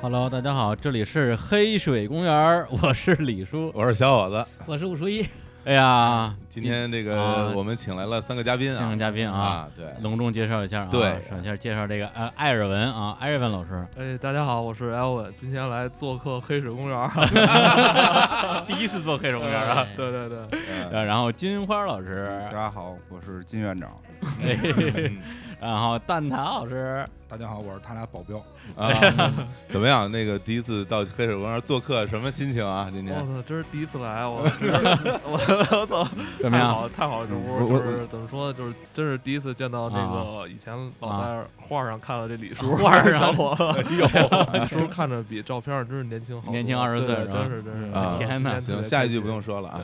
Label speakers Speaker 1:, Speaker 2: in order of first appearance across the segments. Speaker 1: Hello，大家好，这里是黑水公园儿， 我是李叔。
Speaker 2: 我是小伙子。
Speaker 3: 我是武叔一，
Speaker 1: 哎呀，
Speaker 2: 今天这
Speaker 1: 啊
Speaker 2: 个我们请来了三个嘉宾
Speaker 1: 现
Speaker 2: 啊，
Speaker 1: 场嘉宾啊，
Speaker 2: 啊，对，
Speaker 1: 隆重介绍一下啊，
Speaker 2: 对
Speaker 1: 首先介绍这个呃艾尔文啊，艾尔文老师，
Speaker 4: 哎，大家好，我是 Elvin，今天来做客黑水公园儿。
Speaker 1: 第一次做黑水公园
Speaker 4: 儿
Speaker 3: 啊
Speaker 4: 对对对，
Speaker 2: 嗯
Speaker 1: 然后金花老师，
Speaker 5: 家好，我是金院长。
Speaker 1: 哎
Speaker 2: 嗯
Speaker 1: 然后蛋挞老师，
Speaker 5: 大家好，我是他俩保镖。
Speaker 2: 啊，怎么样？那个第一次到黑水公园做客，什么心情啊？今
Speaker 1: 哦
Speaker 4: 我
Speaker 2: 天
Speaker 4: 操，真是第一次来，啊我我我操，
Speaker 1: 怎么
Speaker 4: 太
Speaker 1: 样？
Speaker 4: 好了太好了，这
Speaker 5: 我
Speaker 4: 屋
Speaker 5: 我
Speaker 4: 就是怎么说呢，就是真是第一次见到那个以前老在画上看到这李叔，
Speaker 1: 啊 画儿上哎
Speaker 4: 我
Speaker 2: 有
Speaker 4: 李叔看着比照片上真是年轻好多，
Speaker 1: 年轻20岁
Speaker 4: 对
Speaker 1: 是吧
Speaker 4: 真是真是
Speaker 2: 啊，
Speaker 1: 天哪
Speaker 4: 哪！
Speaker 2: 行，下一句不用说了啊，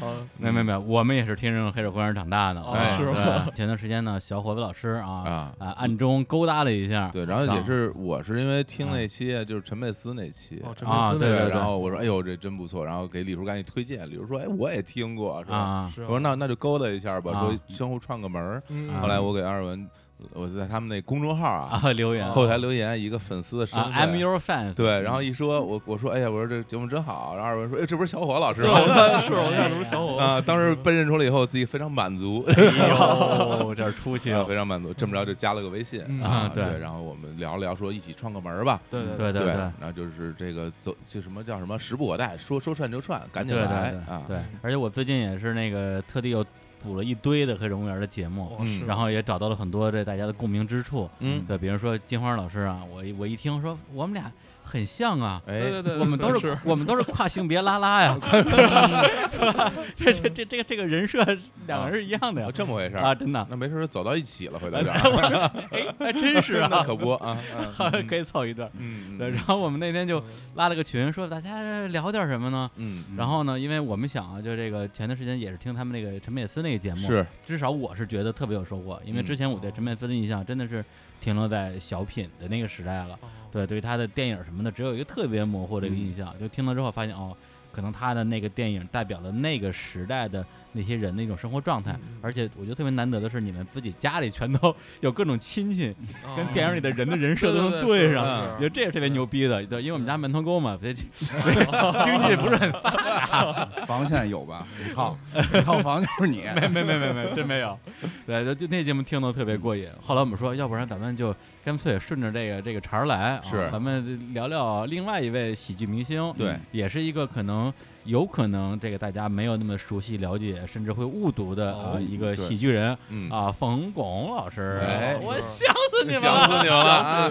Speaker 4: 啊，
Speaker 1: 没没没，我们也是听着黑水公园长大的，
Speaker 4: 哦
Speaker 1: 啊
Speaker 4: 是吗
Speaker 1: 对前段时间呢，小伙子老师啊
Speaker 2: 啊，
Speaker 1: 啊暗中勾搭了一下，
Speaker 2: 对，然后
Speaker 1: 啊
Speaker 2: 也是我是因为听那期就是陈佩斯那期。
Speaker 4: 哦，真
Speaker 1: 啊
Speaker 4: 没思
Speaker 1: 对
Speaker 4: 念
Speaker 1: 对对
Speaker 2: 然后我说：“哎呦，这真不错。”然后给李叔赶紧推荐。李叔说：“哎，我也听过，是吧
Speaker 1: 啊？”
Speaker 4: 是
Speaker 2: 我
Speaker 4: 啊
Speaker 2: 说：“那那就勾搭一下吧，
Speaker 1: 啊
Speaker 2: 说相互串个门儿。”
Speaker 4: 嗯
Speaker 1: 啊
Speaker 2: 后来我给二文，我在他们那公众号啊
Speaker 1: 啊留言
Speaker 2: 后台留言，一个粉丝的身
Speaker 1: 啊
Speaker 2: 份
Speaker 1: ，I'm your fan，
Speaker 2: 对，然后
Speaker 5: 嗯
Speaker 2: 一说，我我说，哎呀，我说这节目真好。然后二文说，哎，这不是小伙老师
Speaker 4: 对，我
Speaker 2: 吗？
Speaker 4: 看是我看什么小 伙嗯
Speaker 2: 啊，当时被认出了以后，自己非常满足，
Speaker 1: 哎呦，这是出息
Speaker 2: 啊
Speaker 1: 了
Speaker 2: 非常满足。这么着就加了个微信
Speaker 4: 嗯
Speaker 1: 啊对
Speaker 2: 对。然后我们聊了聊，说一起串个门儿吧。
Speaker 4: 对对
Speaker 1: 对
Speaker 2: 对
Speaker 1: 对。
Speaker 2: 然后就是这个走，就什么叫什么时不我待，说说串就串，赶紧
Speaker 1: 对
Speaker 2: 来
Speaker 1: 对对
Speaker 2: 啊！
Speaker 1: 对，而且我最近也是那个特地又补了一堆的黑水公园的节目，
Speaker 4: 哇是
Speaker 1: 嗯然后也找到了很多这大家的共鸣之处。
Speaker 2: 哦嗯，
Speaker 1: 对，比如说金花老师啊，我一我一听说我们俩很像啊。
Speaker 4: 对对
Speaker 2: 哎，
Speaker 4: 对，
Speaker 1: 我们都
Speaker 4: 对
Speaker 1: 是我们都是跨性别拉拉 呀， 这这这这个这个人设两个人是一样的呀
Speaker 2: 啊哦，这么回事
Speaker 1: 啊，
Speaker 2: 儿，
Speaker 1: 真 的，
Speaker 2: 那没事儿就走到一起了，回头就啊
Speaker 1: 哎，还真是
Speaker 2: 那
Speaker 1: 啊，
Speaker 2: 可不啊， 嗯
Speaker 1: 可以凑一段。
Speaker 2: 嗯
Speaker 1: 对，
Speaker 2: 嗯
Speaker 1: 然后我们那天就
Speaker 4: 嗯
Speaker 1: 拉了个群，说大家聊点什么呢？
Speaker 2: 嗯，嗯
Speaker 1: 然后呢，因为我们想啊，就这个前段时间也是听他们那个陈佩斯那个节目，
Speaker 2: 是
Speaker 1: 至少我是觉得特别有收获，因为
Speaker 2: 嗯
Speaker 1: 之前我对陈佩斯的印象真的是停留在小品的那个时代了，
Speaker 4: 哦
Speaker 1: 对，对他的电影什么的只有一个特别模糊的一个印象，
Speaker 4: 嗯
Speaker 1: 就听了之后发现哦，可能他的那个电影代表了那个时代的那些人的一种生活状态，
Speaker 4: 嗯嗯
Speaker 1: 而且我觉得特别难得的是你们自己家里全都有各种亲戚，
Speaker 4: 哦
Speaker 1: 跟电影里的人的人设
Speaker 4: 对
Speaker 1: 都
Speaker 4: 对
Speaker 1: 能
Speaker 4: 对是嗯
Speaker 1: 上。
Speaker 2: 啊
Speaker 4: 是
Speaker 1: 我觉得这也是特别牛逼的，对，因为我们家门头沟嘛，所以经济不是很
Speaker 5: 房现在有吧？一套，一套房就是你。
Speaker 1: 没没没没，真没有。对，就就那节目听得特别过瘾。
Speaker 2: 嗯
Speaker 1: 后来我们说，要不然咱们就干脆顺着这个这个茬儿来、啊，
Speaker 2: 是
Speaker 1: 咱们就聊聊另外一位喜剧明星，
Speaker 2: 对，
Speaker 1: 也是一个可能有可能这个大家没有那么熟悉了解，甚至会误读的、
Speaker 4: 哦
Speaker 1: 呃一个
Speaker 2: 对
Speaker 1: 喜剧人
Speaker 2: 嗯，
Speaker 1: 啊，冯巩老师。哦
Speaker 2: 哎
Speaker 1: 我想死你
Speaker 2: 想
Speaker 1: 们
Speaker 2: 死
Speaker 1: 了。
Speaker 2: 你们了啊
Speaker 4: 啊！！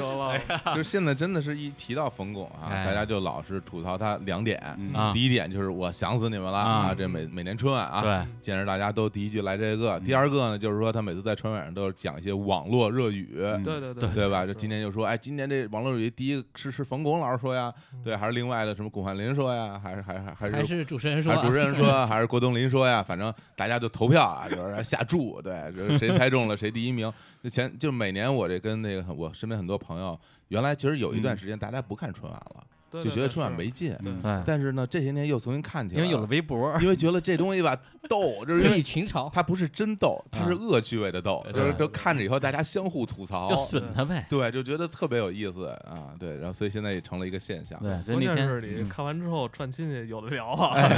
Speaker 4: 了，
Speaker 2: 就是现在真的是一提到冯巩啊，
Speaker 1: 哎
Speaker 2: 大家就老是吐槽他两点。
Speaker 5: 嗯
Speaker 1: 啊
Speaker 2: 第一点就是我想死你们了
Speaker 1: 啊
Speaker 2: 这每每年春晚啊，
Speaker 1: 对，
Speaker 2: 见着大家都第一句来这个。第二个呢，就是说他每次在春晚上都是讲一些网络热语。
Speaker 5: 嗯
Speaker 4: 对对
Speaker 1: 对
Speaker 2: 对吧？就今年就说，哎，今年这网络热语第一个是是冯巩老师说呀，对，还是另外的什么巩汉林说呀，还是还还还是
Speaker 3: 还是主持人说
Speaker 2: 还是主
Speaker 3: 啊，
Speaker 2: 持 人说，还是郭冬临说呀，反正大家就投票啊，就是下注，对，就是谁猜中了谁第一名。就前就每年我这跟那个我身边很多朋友，原来其实有一
Speaker 1: 嗯
Speaker 2: 段时间大家不看春晚了，
Speaker 4: 对
Speaker 2: 就觉得
Speaker 4: 对
Speaker 2: 春晚
Speaker 4: 是
Speaker 2: 没劲。
Speaker 4: 对
Speaker 5: 嗯
Speaker 1: 对，
Speaker 2: 但是呢，这些年又重新看起
Speaker 1: 因
Speaker 2: 来，
Speaker 1: 为有了，微博，
Speaker 2: 因为觉得这东西吧逗，就是因
Speaker 3: 热
Speaker 2: 为
Speaker 3: 议啊群嘲，
Speaker 2: 它不是真逗，它是恶趣味的逗，
Speaker 1: 嗯对
Speaker 2: 就是都看着以后大家相互吐槽
Speaker 1: 就，损他呗。
Speaker 2: 对，就觉得特别有意思啊，对，然后所以现在也成了一个现象。
Speaker 1: 对，所
Speaker 4: 关
Speaker 1: 以那
Speaker 4: 键
Speaker 1: 天
Speaker 4: 是你
Speaker 1: 嗯
Speaker 4: 看完之后串亲戚有的聊啊，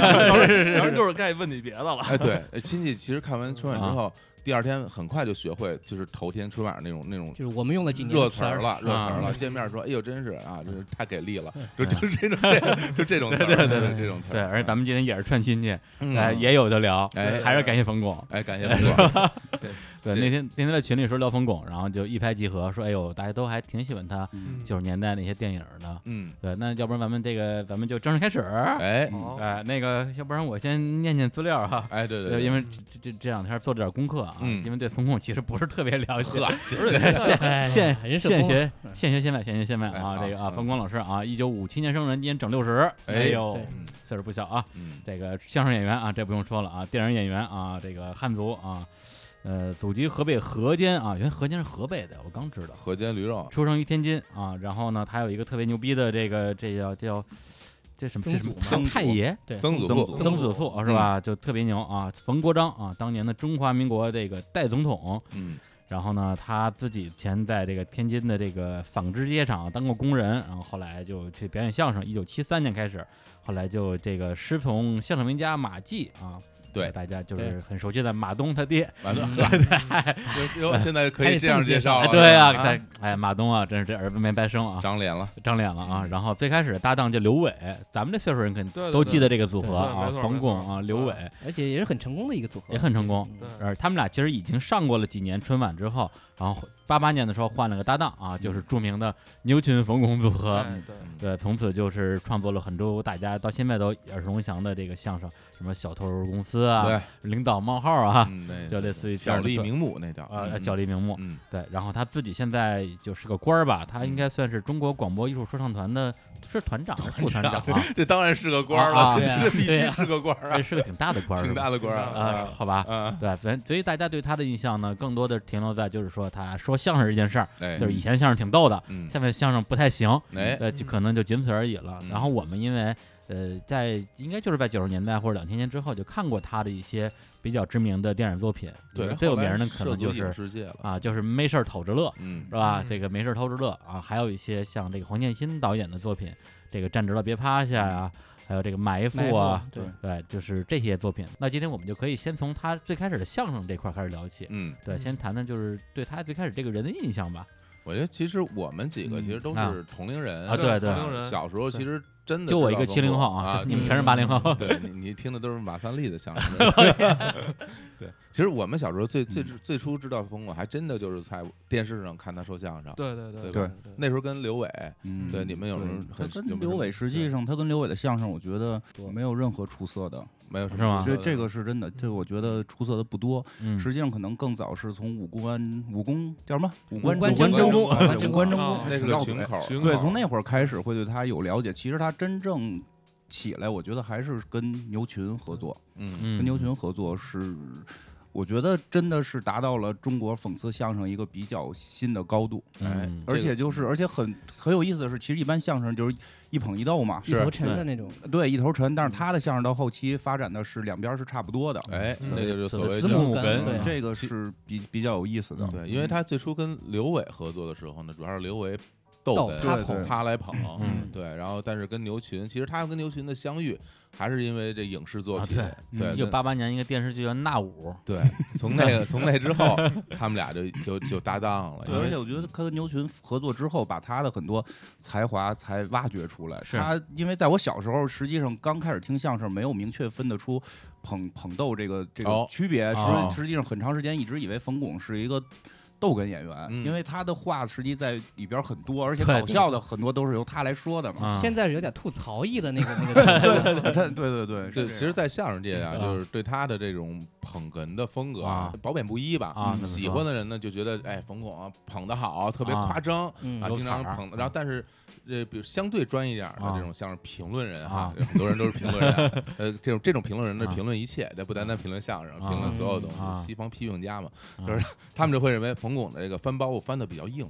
Speaker 4: 当时当时就是该问你别 的了。
Speaker 2: 哎，对，呃亲戚其实看完春
Speaker 1: 啊
Speaker 2: 晚之后，第二天很快就学会，就是头天春晚上那种那种
Speaker 3: 就是我们用了几年的
Speaker 2: 热词
Speaker 3: 儿
Speaker 2: 儿，了，热词儿
Speaker 1: 啊嗯
Speaker 2: 了。见面说，哎呦，真是啊，真是太给力了，就就是这种这就这种词 儿，
Speaker 1: 对对
Speaker 2: 对
Speaker 1: 对
Speaker 2: 这种词儿。
Speaker 1: 对，而且咱们今天也是串亲戚，
Speaker 2: 嗯
Speaker 1: 哎，也有的聊，
Speaker 2: 哎
Speaker 1: 还是感谢冯巩。
Speaker 2: 哎，感 谢冯巩，
Speaker 1: 对，
Speaker 2: 是
Speaker 1: 那天那天在群里说聊冯巩，然后就一拍即合，说哎呦，大家都还挺喜欢他
Speaker 4: 嗯
Speaker 1: 九十年代那些电影的。
Speaker 2: 嗯，
Speaker 1: 对，那要不然咱们这个咱们就正式开始。
Speaker 2: 哎
Speaker 4: 好
Speaker 1: 哎，那个，要不然我先念念资料哈。
Speaker 2: 哎，对
Speaker 1: 对，
Speaker 2: 对，
Speaker 1: 因
Speaker 2: 为
Speaker 1: 为这这这两天做了点功课啊，
Speaker 2: 嗯
Speaker 1: 因为对冯巩其实不是特别了解。
Speaker 2: 呵，
Speaker 1: 对 现
Speaker 3: 哎
Speaker 1: 现
Speaker 3: 人是
Speaker 1: 现
Speaker 3: 公
Speaker 1: 学现学现卖，现学现卖
Speaker 2: 嗯哎
Speaker 1: 啊！
Speaker 2: 好
Speaker 1: 这个啊，
Speaker 2: 嗯
Speaker 1: 冯巩老师啊，一九五七年生人，今年整六十，
Speaker 2: 哎
Speaker 1: 哎呦
Speaker 3: 对，
Speaker 2: 嗯
Speaker 1: 岁数不小啊。
Speaker 2: 嗯
Speaker 1: 这个相声演员啊，这不用说了啊，电影演员啊，这个汉族啊，呃，祖籍河北河间啊，原来河间是河北的，我刚知道，
Speaker 2: 河间驴肉，
Speaker 1: 出生于天津啊，然后呢，他有一个特别牛逼的这个这叫这叫这什么这什么太
Speaker 3: 曾祖
Speaker 1: 太爷
Speaker 3: 对
Speaker 2: 曾祖
Speaker 5: 曾
Speaker 2: 父
Speaker 5: 祖，
Speaker 1: 曾祖父啊是吧？就特别牛啊，冯国璋啊，当年的中华民国这个代总统，
Speaker 2: 嗯
Speaker 1: 然后呢，他自己先在这个天津的这个纺织街厂当过工人，然后后来就去表演相声。一九七三年开始，后来就这个师从相声名家马季啊，
Speaker 2: 对
Speaker 1: 大家就
Speaker 4: 对
Speaker 1: 是很熟悉的马东他爹，
Speaker 2: 完了， 呵，有有现在可以这样介
Speaker 4: 哦
Speaker 2: 绍
Speaker 1: 哎，
Speaker 2: 了，
Speaker 1: 对
Speaker 2: 啊，
Speaker 1: 啊，在哎马东啊，真是这儿子没白生啊，
Speaker 2: 长脸了，
Speaker 1: 长脸了啊。然后最开始搭档叫刘伟，咱们这岁数人肯
Speaker 4: 嗯对对
Speaker 1: 都
Speaker 4: 对
Speaker 1: 记得这个组合
Speaker 4: 对对
Speaker 1: 啊
Speaker 4: 没，错
Speaker 1: 冯
Speaker 4: 没
Speaker 1: 巩
Speaker 4: 错嗯
Speaker 1: 啊，刘
Speaker 4: 对
Speaker 1: 伟
Speaker 3: 而且也是很成功的一个组合，
Speaker 1: 也很成功。
Speaker 3: 嗯
Speaker 4: 对
Speaker 1: 呃，他们俩其实已经上过了几年春晚之后，然后八八年的时候换了个搭档啊，
Speaker 2: 嗯
Speaker 1: 就是著名的牛群冯巩组合。
Speaker 4: 哎对，
Speaker 1: 对，从此就是创作了很多大家到现在都耳熟能详的这个相声，什么小偷公司啊，
Speaker 2: 对，
Speaker 1: 领导冒号啊，
Speaker 2: 嗯，那
Speaker 1: 就类似于这
Speaker 2: 角
Speaker 1: 样的
Speaker 2: 力
Speaker 1: 段
Speaker 2: 名目那叫
Speaker 1: 啊，呃
Speaker 2: 嗯
Speaker 1: 角力名目。
Speaker 2: 嗯，
Speaker 1: 对，然后他自己现在就是个官儿吧，他应该算是中国广播艺术说唱团的是团长还是副团长啊？
Speaker 2: 这当然是个官儿
Speaker 1: 啊
Speaker 2: 了，
Speaker 3: 对 啊
Speaker 2: 这必
Speaker 3: 对
Speaker 2: 须
Speaker 3: 啊
Speaker 2: 是个官儿
Speaker 1: 这
Speaker 2: 啊，
Speaker 1: 是个挺大的 官儿，
Speaker 2: 挺大的官儿
Speaker 1: 啊，
Speaker 2: 啊，
Speaker 1: 好吧。
Speaker 2: 嗯，
Speaker 1: 对，所以所以大家对他的印象呢，更多的停留在就是说他说相声这件事儿，
Speaker 2: 哎，
Speaker 1: 就是以前相声挺逗的，
Speaker 2: 嗯，
Speaker 1: 现在相声不太行，
Speaker 2: 哎，
Speaker 1: 呃，就可能就仅此而已了。
Speaker 2: 嗯
Speaker 1: 然后我们因为呃，在应该就是在九十年代或者两千年之后，就看过他的一些比较知名的电影作品，
Speaker 2: 对，
Speaker 1: 最有名儿的
Speaker 2: 的
Speaker 1: 可能就是
Speaker 2: 世界了，
Speaker 1: 啊，就是没事儿讨着乐，
Speaker 2: 嗯
Speaker 1: 是，吧？
Speaker 4: 嗯
Speaker 1: 这个没事儿偷着乐啊，还有一些像这个黄建新导演的作品，这个站直了别趴下啊，
Speaker 2: 嗯
Speaker 1: 还有这个埋伏
Speaker 3: 埋伏
Speaker 1: 啊，
Speaker 3: 对，
Speaker 1: 对，就是这些作品。那今天我们就可以先从他最开始的相声这块儿开始聊起，
Speaker 2: 嗯，
Speaker 1: 对，
Speaker 4: 嗯
Speaker 1: 先谈谈就是对他最开始这个人的印象吧。
Speaker 2: 我觉得其实我们几个其实都
Speaker 1: 嗯啊
Speaker 2: 是同龄人
Speaker 1: 啊对对
Speaker 4: 同龄人
Speaker 2: 小时候其实真的
Speaker 1: 就我一个
Speaker 2: 知道
Speaker 1: 七
Speaker 2: 冯
Speaker 1: 零
Speaker 2: 巩
Speaker 1: 后
Speaker 2: 啊，
Speaker 1: 啊，就你们
Speaker 4: 对
Speaker 1: 全是八零 后。
Speaker 2: 对你，你听的都是马三立的相声对。 对，其实我们小时候最最
Speaker 1: 嗯
Speaker 2: 最初知道冯巩，还真的就是在电视上看他说相声。
Speaker 4: 对对对
Speaker 2: 对
Speaker 4: 对
Speaker 5: 吧，
Speaker 2: 那时候跟刘伟，
Speaker 5: 嗯
Speaker 2: 对你们有时候
Speaker 5: 他
Speaker 2: 很有
Speaker 5: 跟
Speaker 2: 没有
Speaker 5: 刘
Speaker 2: 什么
Speaker 5: 伟实际
Speaker 2: 对
Speaker 5: 上，他跟刘伟的相声，我觉得没有任何出色的，
Speaker 2: 没有什么
Speaker 1: 是吗
Speaker 2: 说
Speaker 5: 所以
Speaker 2: 的
Speaker 5: 这个是真的。
Speaker 3: 嗯
Speaker 5: 这我觉得出色的不多。
Speaker 1: 嗯，
Speaker 5: 实际上，可能更早是从武官武功叫什么武
Speaker 2: 官
Speaker 5: 官
Speaker 3: 争功
Speaker 5: 功，对
Speaker 3: 武官
Speaker 5: 武
Speaker 3: 争功
Speaker 5: 官争
Speaker 4: 啊
Speaker 5: 功，
Speaker 2: 那是
Speaker 5: 绕
Speaker 2: 个
Speaker 5: 嘴
Speaker 2: 群口儿，
Speaker 4: 群
Speaker 5: 对，
Speaker 4: 口
Speaker 5: 从那会儿开始会对他有了解。其实他真正起来，我觉得还是跟牛群合作，
Speaker 2: 嗯
Speaker 1: 嗯，
Speaker 5: 跟牛群合作是。我觉得真的是达到了中国讽刺相声一个比较新的高度，
Speaker 2: 哎
Speaker 1: 嗯，
Speaker 5: 而
Speaker 2: 这个
Speaker 5: 且就是而且很很有意思的是，其实一般相声就是一捧一逗
Speaker 2: 啊
Speaker 5: 嘛，
Speaker 3: 一头沉的那种，
Speaker 5: 对，一头沉。但是他的相声到后期发展的是两边是差不多的，
Speaker 2: 哎，
Speaker 4: 嗯
Speaker 2: 那个就
Speaker 1: 死
Speaker 2: 所
Speaker 1: 的
Speaker 2: 谓
Speaker 1: 死
Speaker 2: 叫
Speaker 1: 母根
Speaker 2: 嗯
Speaker 3: 嗯对啊
Speaker 5: 这个是比比较有意思的
Speaker 1: 嗯。
Speaker 2: 对，因为他最初跟刘伟合作的时候呢，主要是刘伟逗
Speaker 3: 逗
Speaker 2: 哏
Speaker 3: 他
Speaker 5: 对
Speaker 3: 捧
Speaker 5: 对
Speaker 2: 他来捧，
Speaker 1: 嗯
Speaker 2: 对，然后但是跟牛群，其实他跟牛群的相遇还是因为这影视作
Speaker 1: 啊
Speaker 2: 品，
Speaker 5: 对嗯
Speaker 2: 对，
Speaker 1: 一九
Speaker 2: 跟
Speaker 1: 八八年一个电视剧叫《那五》，
Speaker 2: 对，从那个从那之后，他们俩就就就搭档了，
Speaker 5: 对，
Speaker 2: 因
Speaker 5: 而
Speaker 2: 为
Speaker 5: 且我觉得他跟牛群合作之后，把他的很多才华才挖掘出来。
Speaker 1: 是
Speaker 5: 他因为在我小时候，实际上刚开始听相声，没有明确分得出捧捧逗这个这个
Speaker 2: 哦
Speaker 5: 区别。
Speaker 1: 啊
Speaker 5: 实、
Speaker 2: 哦
Speaker 5: 实际上很长时间一直以为冯巩是一个。逗哏演员，
Speaker 2: 嗯
Speaker 5: 因为他的话实际在里边很多，而且
Speaker 1: 对
Speaker 5: 搞
Speaker 1: 对
Speaker 5: 笑的很多都是由他来说的嘛。
Speaker 1: 啊，
Speaker 3: 现在是有点吐槽意的那个那个程度
Speaker 5: 对对对对，
Speaker 2: 对，其
Speaker 5: 是这
Speaker 2: 实，
Speaker 5: 样
Speaker 2: 在相声界啊，
Speaker 1: 嗯
Speaker 2: 就是对他的这种捧哏的风格
Speaker 1: 啊
Speaker 2: 褒贬不一吧。
Speaker 1: 啊，怎
Speaker 5: 嗯
Speaker 1: 么
Speaker 2: 喜
Speaker 1: 说
Speaker 2: 欢的人呢，就觉得哎，冯巩啊捧得好，特别
Speaker 1: 啊
Speaker 2: 夸张
Speaker 3: 嗯
Speaker 2: 啊，
Speaker 1: 有
Speaker 2: 经
Speaker 1: 彩
Speaker 2: 常
Speaker 1: 儿
Speaker 2: 捧
Speaker 1: 嗯
Speaker 2: 的。然后，但是呃，比如相对专业一点的
Speaker 1: 啊
Speaker 2: 这种相声评论人哈
Speaker 1: 啊，
Speaker 2: 很多人都是评论人 啊，呃，这种这种评论人呢，
Speaker 1: 啊
Speaker 2: 评论一切，这不单
Speaker 5: 嗯
Speaker 2: 单评论相声，
Speaker 1: 啊
Speaker 2: 评论所有东
Speaker 1: 啊
Speaker 2: 西，西方批评家嘛，
Speaker 1: 啊
Speaker 2: 就是他们就会认为冯巩的这个翻包袱翻的比较硬。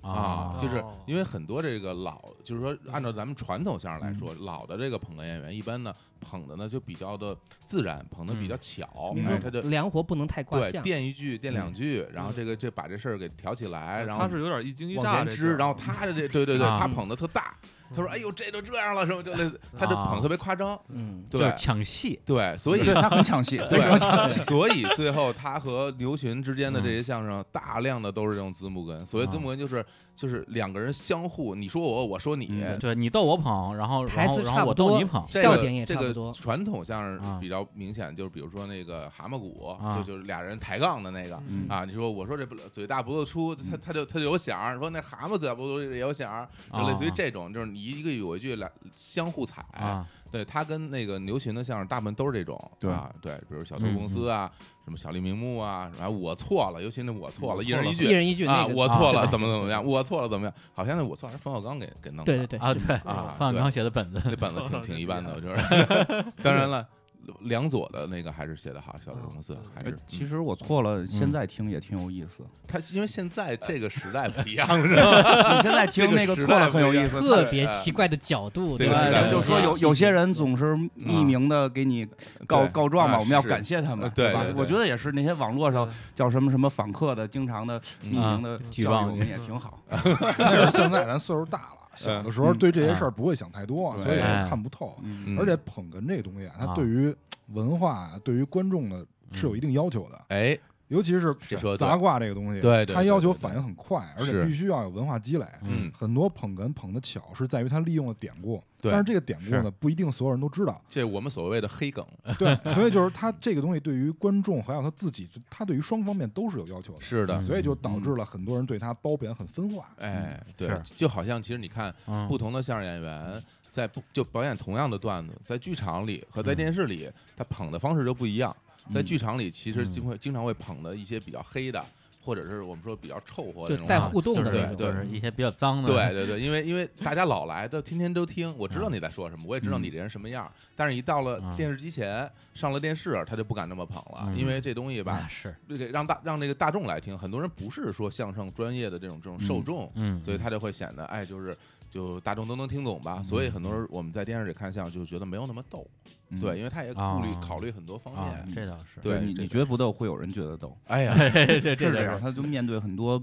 Speaker 2: 啊，
Speaker 1: 啊，
Speaker 2: 就是
Speaker 4: 哦
Speaker 2: 因为很多这个老，就是说按照咱们传统相声来说，老的这个捧哏演员一般呢捧的呢就比较的自然，捧的比较巧，
Speaker 3: 明
Speaker 2: 哎，
Speaker 3: 白
Speaker 2: 他就
Speaker 3: 梁活不能太嗯挂
Speaker 2: 对
Speaker 3: 相，
Speaker 2: 垫一句垫两
Speaker 1: 嗯
Speaker 2: 句，然后
Speaker 4: 嗯
Speaker 2: 这个这把这事儿给挑起来，然后
Speaker 4: 他是有点一惊一
Speaker 2: 往
Speaker 4: 乍
Speaker 2: 前
Speaker 4: 这
Speaker 2: 支，
Speaker 4: 劲儿嗯
Speaker 2: 然后他的这对对对，
Speaker 1: 啊
Speaker 2: 他捧的特大，他说哎呦这都这样了什么就类似，他就捧特别夸张，
Speaker 3: 嗯，
Speaker 1: 就是
Speaker 2: 对
Speaker 1: 抢戏，
Speaker 2: 对，所以
Speaker 5: 对他很 抢戏，非常抢戏
Speaker 2: 对， 所以最后他和牛群之间的
Speaker 1: 嗯
Speaker 2: 这些相声，大量的都是这种字幕根。所谓字幕根，就是就是两个人相互，你说我，我说你。
Speaker 5: 嗯
Speaker 1: 对你逗我捧，然后然
Speaker 3: 台
Speaker 1: 后
Speaker 3: 词
Speaker 1: 然
Speaker 3: 差
Speaker 1: 后
Speaker 3: 不
Speaker 1: 我
Speaker 3: 多，
Speaker 1: 逗你捧，
Speaker 2: 这
Speaker 3: 笑
Speaker 2: 个
Speaker 3: 点也
Speaker 2: 这
Speaker 3: 差不
Speaker 2: 个
Speaker 3: 多，
Speaker 2: 传统相
Speaker 1: 啊
Speaker 2: 声比较明显，就是比如说那个蛤蟆鼓，
Speaker 1: 啊
Speaker 2: 就就是俩人抬杠的那个
Speaker 5: 嗯
Speaker 2: 啊。你说我说这不嘴大脖子粗，
Speaker 1: 嗯
Speaker 2: 他他就他就有响儿；说那蛤蟆嘴大脖子粗也有响儿，就类似于
Speaker 1: 啊
Speaker 2: 这种，就是你一个有一句俩相互踩
Speaker 1: 啊，
Speaker 2: 对他跟那个牛群的相声大部分都是这种，
Speaker 5: 对
Speaker 2: 啊，对，比如小偷
Speaker 1: 嗯
Speaker 2: 公司啊，什么小丽明目啊，然后我错了，尤其那我错了，
Speaker 5: 我
Speaker 2: 一人
Speaker 5: 错
Speaker 2: 一
Speaker 3: 一
Speaker 2: 句
Speaker 3: 人一句
Speaker 2: 啊，
Speaker 3: 那个，
Speaker 2: 我错了
Speaker 1: 啊
Speaker 2: 怎么怎么样，我错了怎么样，好像那我错了是冯小刚给给弄的，
Speaker 3: 对对对
Speaker 1: 啊，
Speaker 3: 哎是
Speaker 1: 对，
Speaker 2: 啊
Speaker 1: 范
Speaker 2: 对
Speaker 1: 刚写的本子，
Speaker 2: 那本子挺挺一般的，我觉得。当然了， 梁左的那个还是写的好，《小时公司》
Speaker 3: 嗯
Speaker 2: 还
Speaker 5: 呃
Speaker 2: 是嗯
Speaker 5: 其实我错了，现在听也挺有意思。
Speaker 2: 他因为现在这个时代不 一样，是吧？
Speaker 5: 你 现在听那个错了很有意思。
Speaker 3: 特
Speaker 2: 哎
Speaker 3: 别奇怪的角度，
Speaker 2: 呃对
Speaker 3: 吧？
Speaker 2: 对
Speaker 5: 咱们就说有有些人总是
Speaker 1: 啊
Speaker 5: 匿名的给你告
Speaker 2: 对
Speaker 5: 告状嘛，
Speaker 2: 啊
Speaker 5: 我们要
Speaker 2: 是
Speaker 5: 感谢他们，
Speaker 2: 对
Speaker 5: 吧
Speaker 2: 对？对
Speaker 5: 我觉得也是，那些网络上叫什么什么访客的，经常的匿名的
Speaker 1: 举
Speaker 5: 教育
Speaker 1: 报
Speaker 5: 我
Speaker 1: 你
Speaker 5: 们也挺好。
Speaker 6: 但是现在咱岁数大了，小的时候对这些事儿不会想太多，
Speaker 5: 嗯
Speaker 6: 所以也
Speaker 1: 啊哎
Speaker 6: 看不透。
Speaker 5: 嗯，
Speaker 6: 而且捧哏这东西啊，
Speaker 1: 啊
Speaker 6: 它对于文化、对于观众的是有一定要求的，
Speaker 2: 哎，
Speaker 6: 尤其是
Speaker 2: 这说得对
Speaker 6: 杂挂这个东西，
Speaker 2: 对对对
Speaker 6: 它要求
Speaker 2: 对对
Speaker 6: 反应很快，而
Speaker 2: 是
Speaker 6: 且必须要有文化积累。
Speaker 1: 嗯
Speaker 2: 嗯，
Speaker 6: 很多捧哏捧的巧是在于他利用了典故，
Speaker 2: 对，
Speaker 6: 但是这个典故
Speaker 1: 是
Speaker 6: 呢不一定所有人都知道
Speaker 2: 这我们所谓的黑梗
Speaker 6: 对，所以就是他这个东西对于观众还有他自己，他对于双方面都是有要求的，
Speaker 2: 是的
Speaker 1: 嗯，
Speaker 6: 所以就导致了很多人对他褒贬很分化。
Speaker 2: 哎，对
Speaker 6: 嗯
Speaker 1: 是，
Speaker 2: 就好像其实你看
Speaker 1: 嗯
Speaker 2: 不同的相声演员。在不就表演同样的段子，在剧场里和在
Speaker 1: 嗯
Speaker 2: 电视里，他捧的方式就不一样。在
Speaker 5: 嗯
Speaker 2: 剧场里，其实
Speaker 1: 嗯
Speaker 2: 经会经常会捧的一些比较黑的，或者是我们说比较臭或者那
Speaker 3: 就
Speaker 2: 种
Speaker 3: 带
Speaker 1: 啊
Speaker 3: 互动
Speaker 1: 就是
Speaker 3: 的
Speaker 2: 那
Speaker 1: 对
Speaker 2: 种
Speaker 1: 就是一些比较脏的，
Speaker 2: 对对对，因为因为大家老来都天天都听，我知道你在说
Speaker 6: 嗯
Speaker 2: 什么，我也知道你这人什么样儿，但是一到了
Speaker 1: 嗯
Speaker 2: 电视机前，上了电视，他就不敢那么捧了，
Speaker 1: 嗯
Speaker 2: 因为这东西
Speaker 1: 那
Speaker 2: 吧，
Speaker 1: 是，
Speaker 2: 这个让大让这个大众来听，很多人不是说相声专业的这种这种受众，
Speaker 1: 嗯，
Speaker 2: 所
Speaker 1: 嗯
Speaker 2: 以他就会显得哎，就是就大众都能听懂吧，
Speaker 1: 嗯
Speaker 2: 所以很多人我们在电视里看相声就觉得没有那么逗，
Speaker 5: 嗯
Speaker 2: 对，，因为他也顾虑
Speaker 1: 啊
Speaker 2: 考虑很多方
Speaker 1: 啊
Speaker 2: 面，，
Speaker 1: 这倒 是，
Speaker 2: 对
Speaker 5: 你
Speaker 2: 这
Speaker 5: 你
Speaker 2: 个
Speaker 5: 觉得不逗，会有人觉得逗，
Speaker 2: 哎 呀，
Speaker 1: 对对对，
Speaker 5: 是
Speaker 1: 倒
Speaker 5: 这样。他就面对很多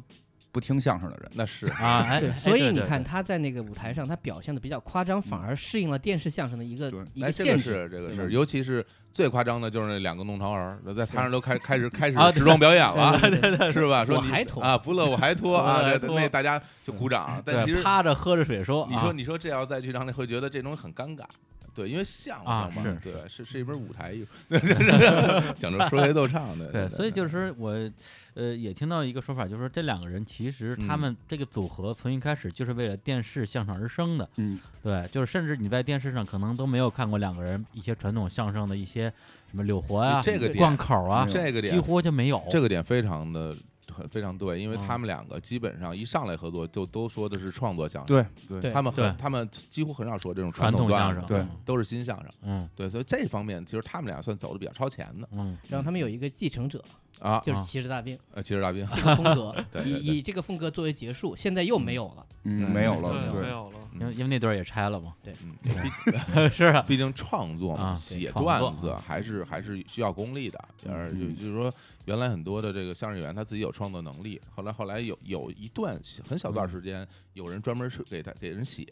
Speaker 5: 不听相声的人，
Speaker 2: 那是
Speaker 1: 啊，哎，
Speaker 3: 对，
Speaker 1: 哎
Speaker 3: 所以你，看
Speaker 1: 对对对
Speaker 3: 他在那个舞台上，他表现的比较夸张，反而适应了电视相声的一个
Speaker 5: 对
Speaker 3: 一
Speaker 2: 哎，
Speaker 3: 个
Speaker 2: 这个
Speaker 3: 限制。
Speaker 2: 是这个
Speaker 5: 对
Speaker 2: 是，
Speaker 5: 吧
Speaker 2: 尤其是最夸张的就是那两个弄潮儿，在台上都开 开始开始
Speaker 1: 啊对
Speaker 2: 时装表演
Speaker 3: 对
Speaker 2: 了，
Speaker 3: 对 对对
Speaker 2: 是吧？说
Speaker 3: 我
Speaker 2: 你
Speaker 3: 还脱
Speaker 2: 啊，不乐我还脱
Speaker 1: 我还
Speaker 2: 啊，这
Speaker 1: 脱
Speaker 2: 那大家就鼓掌。但
Speaker 1: 对
Speaker 2: 其实
Speaker 1: 趴着喝着水说，
Speaker 2: 你
Speaker 1: 啊
Speaker 2: 说你说这要再去场里会觉得这东西很尴尬，对，因为相
Speaker 1: 啊
Speaker 2: 声嘛
Speaker 1: 是，嗯
Speaker 2: 对，是是一门舞台艺术， 讲着说学逗唱的，
Speaker 1: 对，所以就是是我，呃，也听到一个说法，就是说这两个人其实他
Speaker 2: 嗯
Speaker 1: 们这个组合从一开始就是为了电视相声而生的，
Speaker 5: 嗯，
Speaker 1: 对，就是甚至你在电视上可能都没有看过两个人一些传统相声的一些什么柳活呀、
Speaker 2: 这个
Speaker 1: 贯
Speaker 2: 点，
Speaker 1: 口啊，
Speaker 2: 这个
Speaker 1: 几
Speaker 2: 点，
Speaker 1: 乎就没有。
Speaker 2: 这个点非常的。很非常对，因为
Speaker 1: 啊
Speaker 2: 他们两个基本上一上来合作就都说的是创作相声，
Speaker 5: 对对
Speaker 3: 对
Speaker 2: 他们很
Speaker 1: 对
Speaker 2: 他们几乎很少说这种
Speaker 1: 传
Speaker 2: 统
Speaker 1: 统
Speaker 2: 段
Speaker 1: 相
Speaker 2: 子
Speaker 1: 声，
Speaker 5: 对
Speaker 2: 都是新相声。
Speaker 1: 嗯
Speaker 2: 对，所以这方面其实他们俩算走的比较超前的
Speaker 1: 嗯
Speaker 3: 让他们有一个继承者，
Speaker 2: 啊。
Speaker 3: 就是
Speaker 1: 啊
Speaker 3: 骑着大兵
Speaker 2: 呃，骑士大兵，
Speaker 3: 这个风格
Speaker 2: 对，对对
Speaker 3: 以以这个风格作为结束，现在又没有了。
Speaker 5: 嗯，没有了，
Speaker 4: 对，没
Speaker 5: 对，
Speaker 4: 有了。
Speaker 1: 嗯，因为因为那段儿也拆了嘛，
Speaker 2: 嗯，毕
Speaker 1: 是啊，
Speaker 2: 毕竟创作嘛，
Speaker 1: 啊
Speaker 2: 写
Speaker 1: 对创作
Speaker 2: 段子还是还是需要功力的。而就
Speaker 5: 嗯
Speaker 2: 就是说，原来很多的这个相声演员他自己有创作能力，后来后来有有一段很小
Speaker 1: 嗯
Speaker 2: 段时间，有人专门是给他给人写，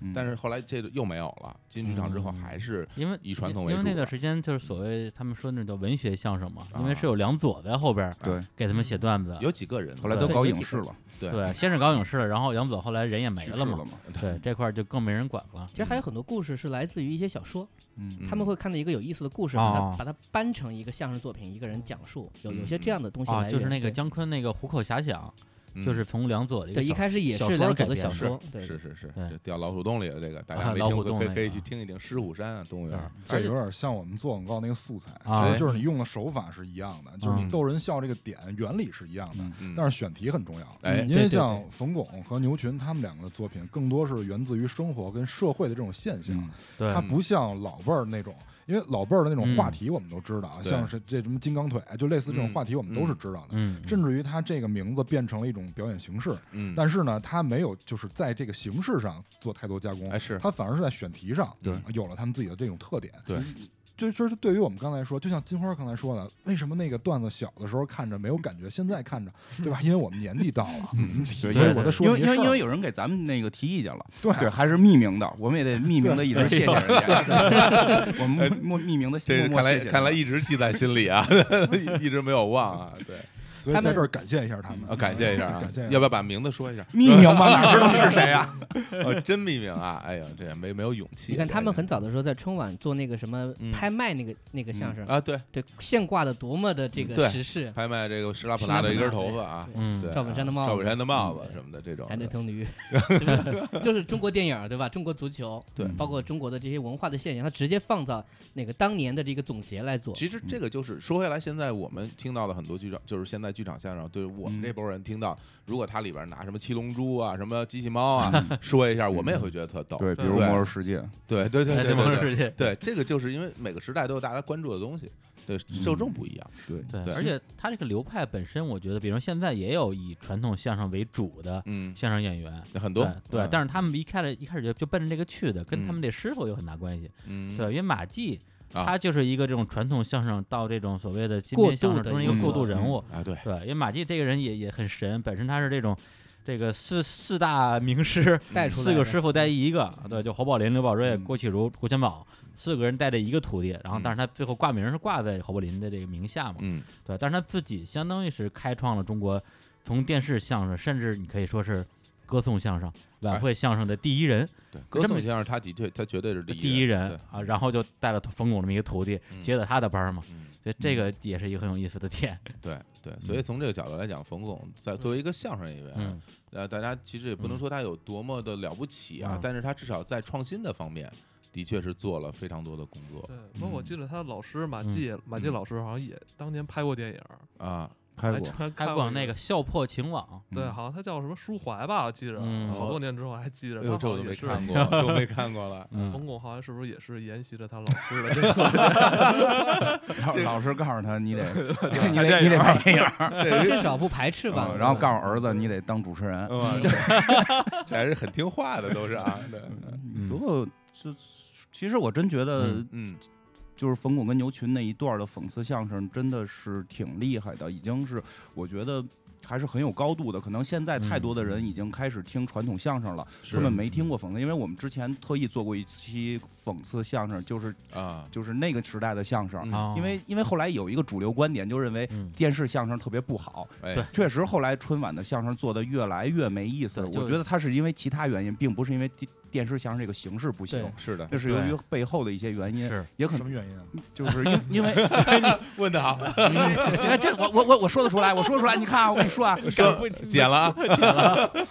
Speaker 5: 嗯
Speaker 2: 但是后来这个又没有了。进剧场之后
Speaker 1: 嗯
Speaker 2: 还是
Speaker 1: 因为
Speaker 2: 以传统为
Speaker 1: 因为
Speaker 2: 主
Speaker 1: 那段
Speaker 2: 吧
Speaker 1: 时间就是所谓他们说那叫文学相声嘛，因为
Speaker 2: 啊
Speaker 1: 是有梁左在后边儿
Speaker 5: 对，
Speaker 1: 给他们写段子，
Speaker 2: 有几个人
Speaker 5: 后来都
Speaker 3: 对
Speaker 5: 搞
Speaker 3: 有
Speaker 5: 影
Speaker 3: 几
Speaker 5: 视
Speaker 3: 个
Speaker 5: 了，
Speaker 1: 对，先是搞影视了，然后杨左后来人也没
Speaker 5: 去世
Speaker 1: 了
Speaker 5: 了
Speaker 1: 嘛，
Speaker 5: 嘛，
Speaker 1: 对这块儿就更没人管了。
Speaker 3: 其实还有很多故事是来自于一些小说，
Speaker 5: 嗯，
Speaker 3: 他们会看到一个有意思的故事，把
Speaker 1: 哦
Speaker 3: 它把它搬成一个相声作品，一个人讲述，有有些这样的东西
Speaker 1: 啊，
Speaker 3: 来源。
Speaker 1: 就是那个
Speaker 3: 对
Speaker 1: 姜昆那个《虎口遐想》，就是从梁左的一个
Speaker 3: 对，一
Speaker 1: 小
Speaker 3: 开始也
Speaker 1: 小
Speaker 3: 是
Speaker 1: 说
Speaker 3: 两
Speaker 1: 改
Speaker 3: 口的
Speaker 1: 编
Speaker 3: 小
Speaker 1: 的
Speaker 3: 说，对，
Speaker 2: 嗯是是是，
Speaker 1: 对
Speaker 2: 这掉老鼠洞里了，这个大
Speaker 1: 啊
Speaker 2: 家没
Speaker 1: 老
Speaker 2: 听
Speaker 1: 虎
Speaker 2: 过，
Speaker 1: 洞
Speaker 2: 可以
Speaker 1: 那
Speaker 2: 可以
Speaker 1: 个
Speaker 2: 去听一听狮虎山啊，动物园儿。哎
Speaker 6: 这
Speaker 1: 而且
Speaker 6: 有点像我们做广告那个素材，
Speaker 1: 啊
Speaker 6: 其实就是你用的手法是一样的，就是
Speaker 1: 嗯
Speaker 6: 你逗人笑这个点原理是一样的，
Speaker 5: 嗯
Speaker 2: 嗯
Speaker 6: 但是选题很重要。
Speaker 2: 哎
Speaker 6: 嗯
Speaker 3: 对
Speaker 6: 因
Speaker 3: 对
Speaker 6: 为像冯巩和牛群他们两个的作品，更多是源自于生活跟社会的这种现象，
Speaker 5: 嗯
Speaker 1: 对
Speaker 6: 它不像老辈儿那种。因为老辈儿的那种
Speaker 1: 嗯
Speaker 6: 话题我们都知道，啊，
Speaker 2: 对
Speaker 6: 像是这什么金刚腿，就类似这种
Speaker 2: 嗯
Speaker 6: 话题我们都是知道的。
Speaker 1: 嗯，
Speaker 6: 甚至于它这个名字变成了一种表演形式，
Speaker 2: 嗯，
Speaker 6: 但是呢，它没有就是在这个形式上做太多加工，
Speaker 2: 哎是
Speaker 6: 它反而是在选题上
Speaker 5: 对
Speaker 6: 有了他们自己的这种特点。
Speaker 2: 对
Speaker 6: 就就是对于我们刚才说，就像金花刚才说的，为什么那个段子小的时候看着没有感觉，现在看着，对吧？因为我们年纪到了，
Speaker 5: 嗯
Speaker 6: 体
Speaker 5: 对
Speaker 6: 会
Speaker 5: 因为
Speaker 6: 我在说
Speaker 5: 因
Speaker 6: 的
Speaker 5: 为
Speaker 6: 一
Speaker 5: 因
Speaker 6: 些
Speaker 5: 为
Speaker 6: 事
Speaker 5: 因为
Speaker 6: 儿。
Speaker 5: 有人给咱们那个提意见了，
Speaker 6: 对
Speaker 5: 对，还是匿名的，我们也得匿名的一直谢谢人家， 我们默默匿名的
Speaker 2: 哎这
Speaker 5: 默
Speaker 2: 是
Speaker 5: 默
Speaker 2: 看
Speaker 5: 谢
Speaker 2: 来
Speaker 5: 谢人家，
Speaker 2: 看来一直记在心里啊， 一直没有忘啊。对，
Speaker 6: 所以在这儿感谢一下他们，
Speaker 2: 啊，感谢一下啊
Speaker 6: 感谢一，下
Speaker 2: 要不要把名字说一下？
Speaker 5: 匿名嘛，哪知 道是谁啊？
Speaker 2: 哦，真匿名啊！哎呀，这也没没有勇气。
Speaker 3: 你看他们很
Speaker 2: 早
Speaker 3: 早的时候在春晚做那个什么
Speaker 2: 嗯
Speaker 3: 拍卖那个那个相声，
Speaker 2: 啊，对，
Speaker 3: 对，现挂的多么的这
Speaker 2: 对
Speaker 3: 个时事，
Speaker 2: 拍卖这个施拉普纳的一根头发啊，
Speaker 1: 嗯
Speaker 2: 对，
Speaker 1: 对
Speaker 3: 赵本山的帽子
Speaker 2: 赵本山的帽子什么的这种
Speaker 3: 男的
Speaker 2: 的，
Speaker 3: 疼女， 就是就是中国电影儿对吧？中国足球，
Speaker 2: 对
Speaker 3: 包括中国的这些文化的现象，它直接放到那个当年的这个总结来
Speaker 2: 嗯
Speaker 3: 做。
Speaker 2: 其实这个就是说回来，现在我们听到的很多剧场，就是现在在剧场相声，对我们
Speaker 5: 嗯
Speaker 2: 这波人听到，如果它里边拿什么七龙珠啊、什么机器猫 啊说一下，我们也会觉得特逗。
Speaker 5: 嗯对，比
Speaker 4: 对
Speaker 5: 如 《
Speaker 2: 对
Speaker 5: 魔兽世界》，
Speaker 2: 对对对
Speaker 1: 哎
Speaker 2: 对
Speaker 1: 这魔
Speaker 2: 对
Speaker 1: 兽
Speaker 2: 对，
Speaker 1: 世界，
Speaker 2: 对这个就是因为每个时代都有大家关注的东西，对
Speaker 3: 嗯
Speaker 2: 受众不一样。
Speaker 5: 对，
Speaker 1: 对
Speaker 2: 对
Speaker 1: 而且他这个流派本身，我觉得，比如现在也有以传统相声为主的
Speaker 2: 嗯，
Speaker 1: 相声演员。
Speaker 2: 很多嗯
Speaker 1: 对
Speaker 3: 啊
Speaker 1: 对，但
Speaker 2: 是
Speaker 1: 是他们一开始一开始就就奔着这个去的，跟他们这师傅有很大关系。
Speaker 2: 嗯
Speaker 1: 对，因为马季
Speaker 2: 啊
Speaker 1: 他就是一个这种传统相声到这种所谓的新
Speaker 3: 过
Speaker 1: 编相
Speaker 3: 渡
Speaker 1: 声
Speaker 3: 的
Speaker 1: 中的一
Speaker 3: 一嗯
Speaker 1: 个
Speaker 2: 个
Speaker 1: 过渡
Speaker 3: 过
Speaker 1: 人物。
Speaker 2: 啊对
Speaker 1: 对，因为马季这个人也也很神，本身他是这种这个四四大名师，
Speaker 3: 带出来
Speaker 1: 四个
Speaker 3: 的嗯
Speaker 1: 师傅带一个，对，就侯宝林、刘宝瑞、
Speaker 5: 嗯
Speaker 1: 郭启儒、郭全宝四个人带着一个徒弟，然
Speaker 3: 嗯
Speaker 1: 后但是他最后挂名是挂在侯宝林的这个名下嘛，
Speaker 2: 嗯
Speaker 1: 对，但是他自己相当于是开创了中国从电视相声，甚至你可以说是歌颂相声、晚
Speaker 2: 哎
Speaker 1: 会相声的第一人，
Speaker 2: 对，歌颂先生他的确他绝对是第
Speaker 1: 第一人
Speaker 2: 对
Speaker 1: 啊，然后就带了冯巩这么一个徒弟，
Speaker 2: 嗯
Speaker 1: 接了他的班儿嘛，
Speaker 2: 嗯
Speaker 1: 所以这个也是一个很有意思的点，
Speaker 2: 对对，所以从这个角度来讲，冯巩在作为一个相声演员，
Speaker 1: 嗯，
Speaker 2: 呃，大家其实也不能说他有多么的了不起啊，
Speaker 1: 嗯
Speaker 2: 但是他至少在创新的方面，的确是做了非常多的工作
Speaker 4: 对，不过我
Speaker 5: 嗯
Speaker 4: 记得他老师马季，马季
Speaker 2: 嗯
Speaker 4: 老师好像也当年拍过电影儿，
Speaker 2: 啊。
Speaker 5: 拍
Speaker 4: 还
Speaker 5: 过，
Speaker 4: 专
Speaker 1: 还
Speaker 4: 看
Speaker 1: 管
Speaker 4: 一
Speaker 1: 那个笑破情网，
Speaker 4: 对，
Speaker 5: 嗯
Speaker 4: 好像他叫什么舒怀吧，我记着，
Speaker 1: 嗯
Speaker 4: 好多年之后还记着。
Speaker 2: 哎
Speaker 4: 他
Speaker 2: 呦，这
Speaker 4: 好
Speaker 2: 我
Speaker 4: 像
Speaker 2: 都
Speaker 4: 也
Speaker 2: 没
Speaker 4: 是，
Speaker 2: 看过，这我没看过了。
Speaker 1: 嗯
Speaker 4: 冯巩好像是不是也是沿袭着他老师的这个？
Speaker 5: 老老师告诉他你得 你
Speaker 4: 拍
Speaker 5: 得
Speaker 4: 电
Speaker 5: 你
Speaker 4: 影
Speaker 5: 得拍电影，
Speaker 2: 这
Speaker 3: 至少不排斥吧
Speaker 5: 嗯。然后告诉儿子你得当主持人，
Speaker 2: 嗯，这还是很听话的，都是啊。对
Speaker 5: 不过这其实我真觉得
Speaker 1: 嗯
Speaker 2: 嗯
Speaker 5: 就是冯巩跟牛群那一段的讽刺相声真的是挺厉害的，已经是我觉得。还是很有高度的，可能现在太多的人已经开始听传统相声了，
Speaker 2: 是
Speaker 5: 他们没听过讽刺，因为我们之前特意做过一期讽刺相声，就是
Speaker 2: 啊，
Speaker 5: 就是那个时代的相声，
Speaker 2: 嗯
Speaker 1: 啊，
Speaker 5: 因为因为后来有一个主流观点，就认为
Speaker 1: 嗯，
Speaker 5: 电视相声特别不好，
Speaker 2: 哎
Speaker 1: 对
Speaker 5: 确实，后来春晚的相声做的越来越没意思。
Speaker 1: 对就
Speaker 5: 我觉得它是因为其他原因，并不是因为电电视相声这个形式不行
Speaker 3: 对，
Speaker 2: 是的
Speaker 5: 这，是由于背后的一些
Speaker 2: 嗯
Speaker 5: 原因，
Speaker 1: 是
Speaker 5: 也可
Speaker 6: 什么
Speaker 5: 能
Speaker 6: 原因啊？
Speaker 5: 就是因因为
Speaker 2: 问的好，
Speaker 5: 你看哎这我我我我说得出来，我说得出来，你看啊我跟你说啊，
Speaker 2: 说剪了啊，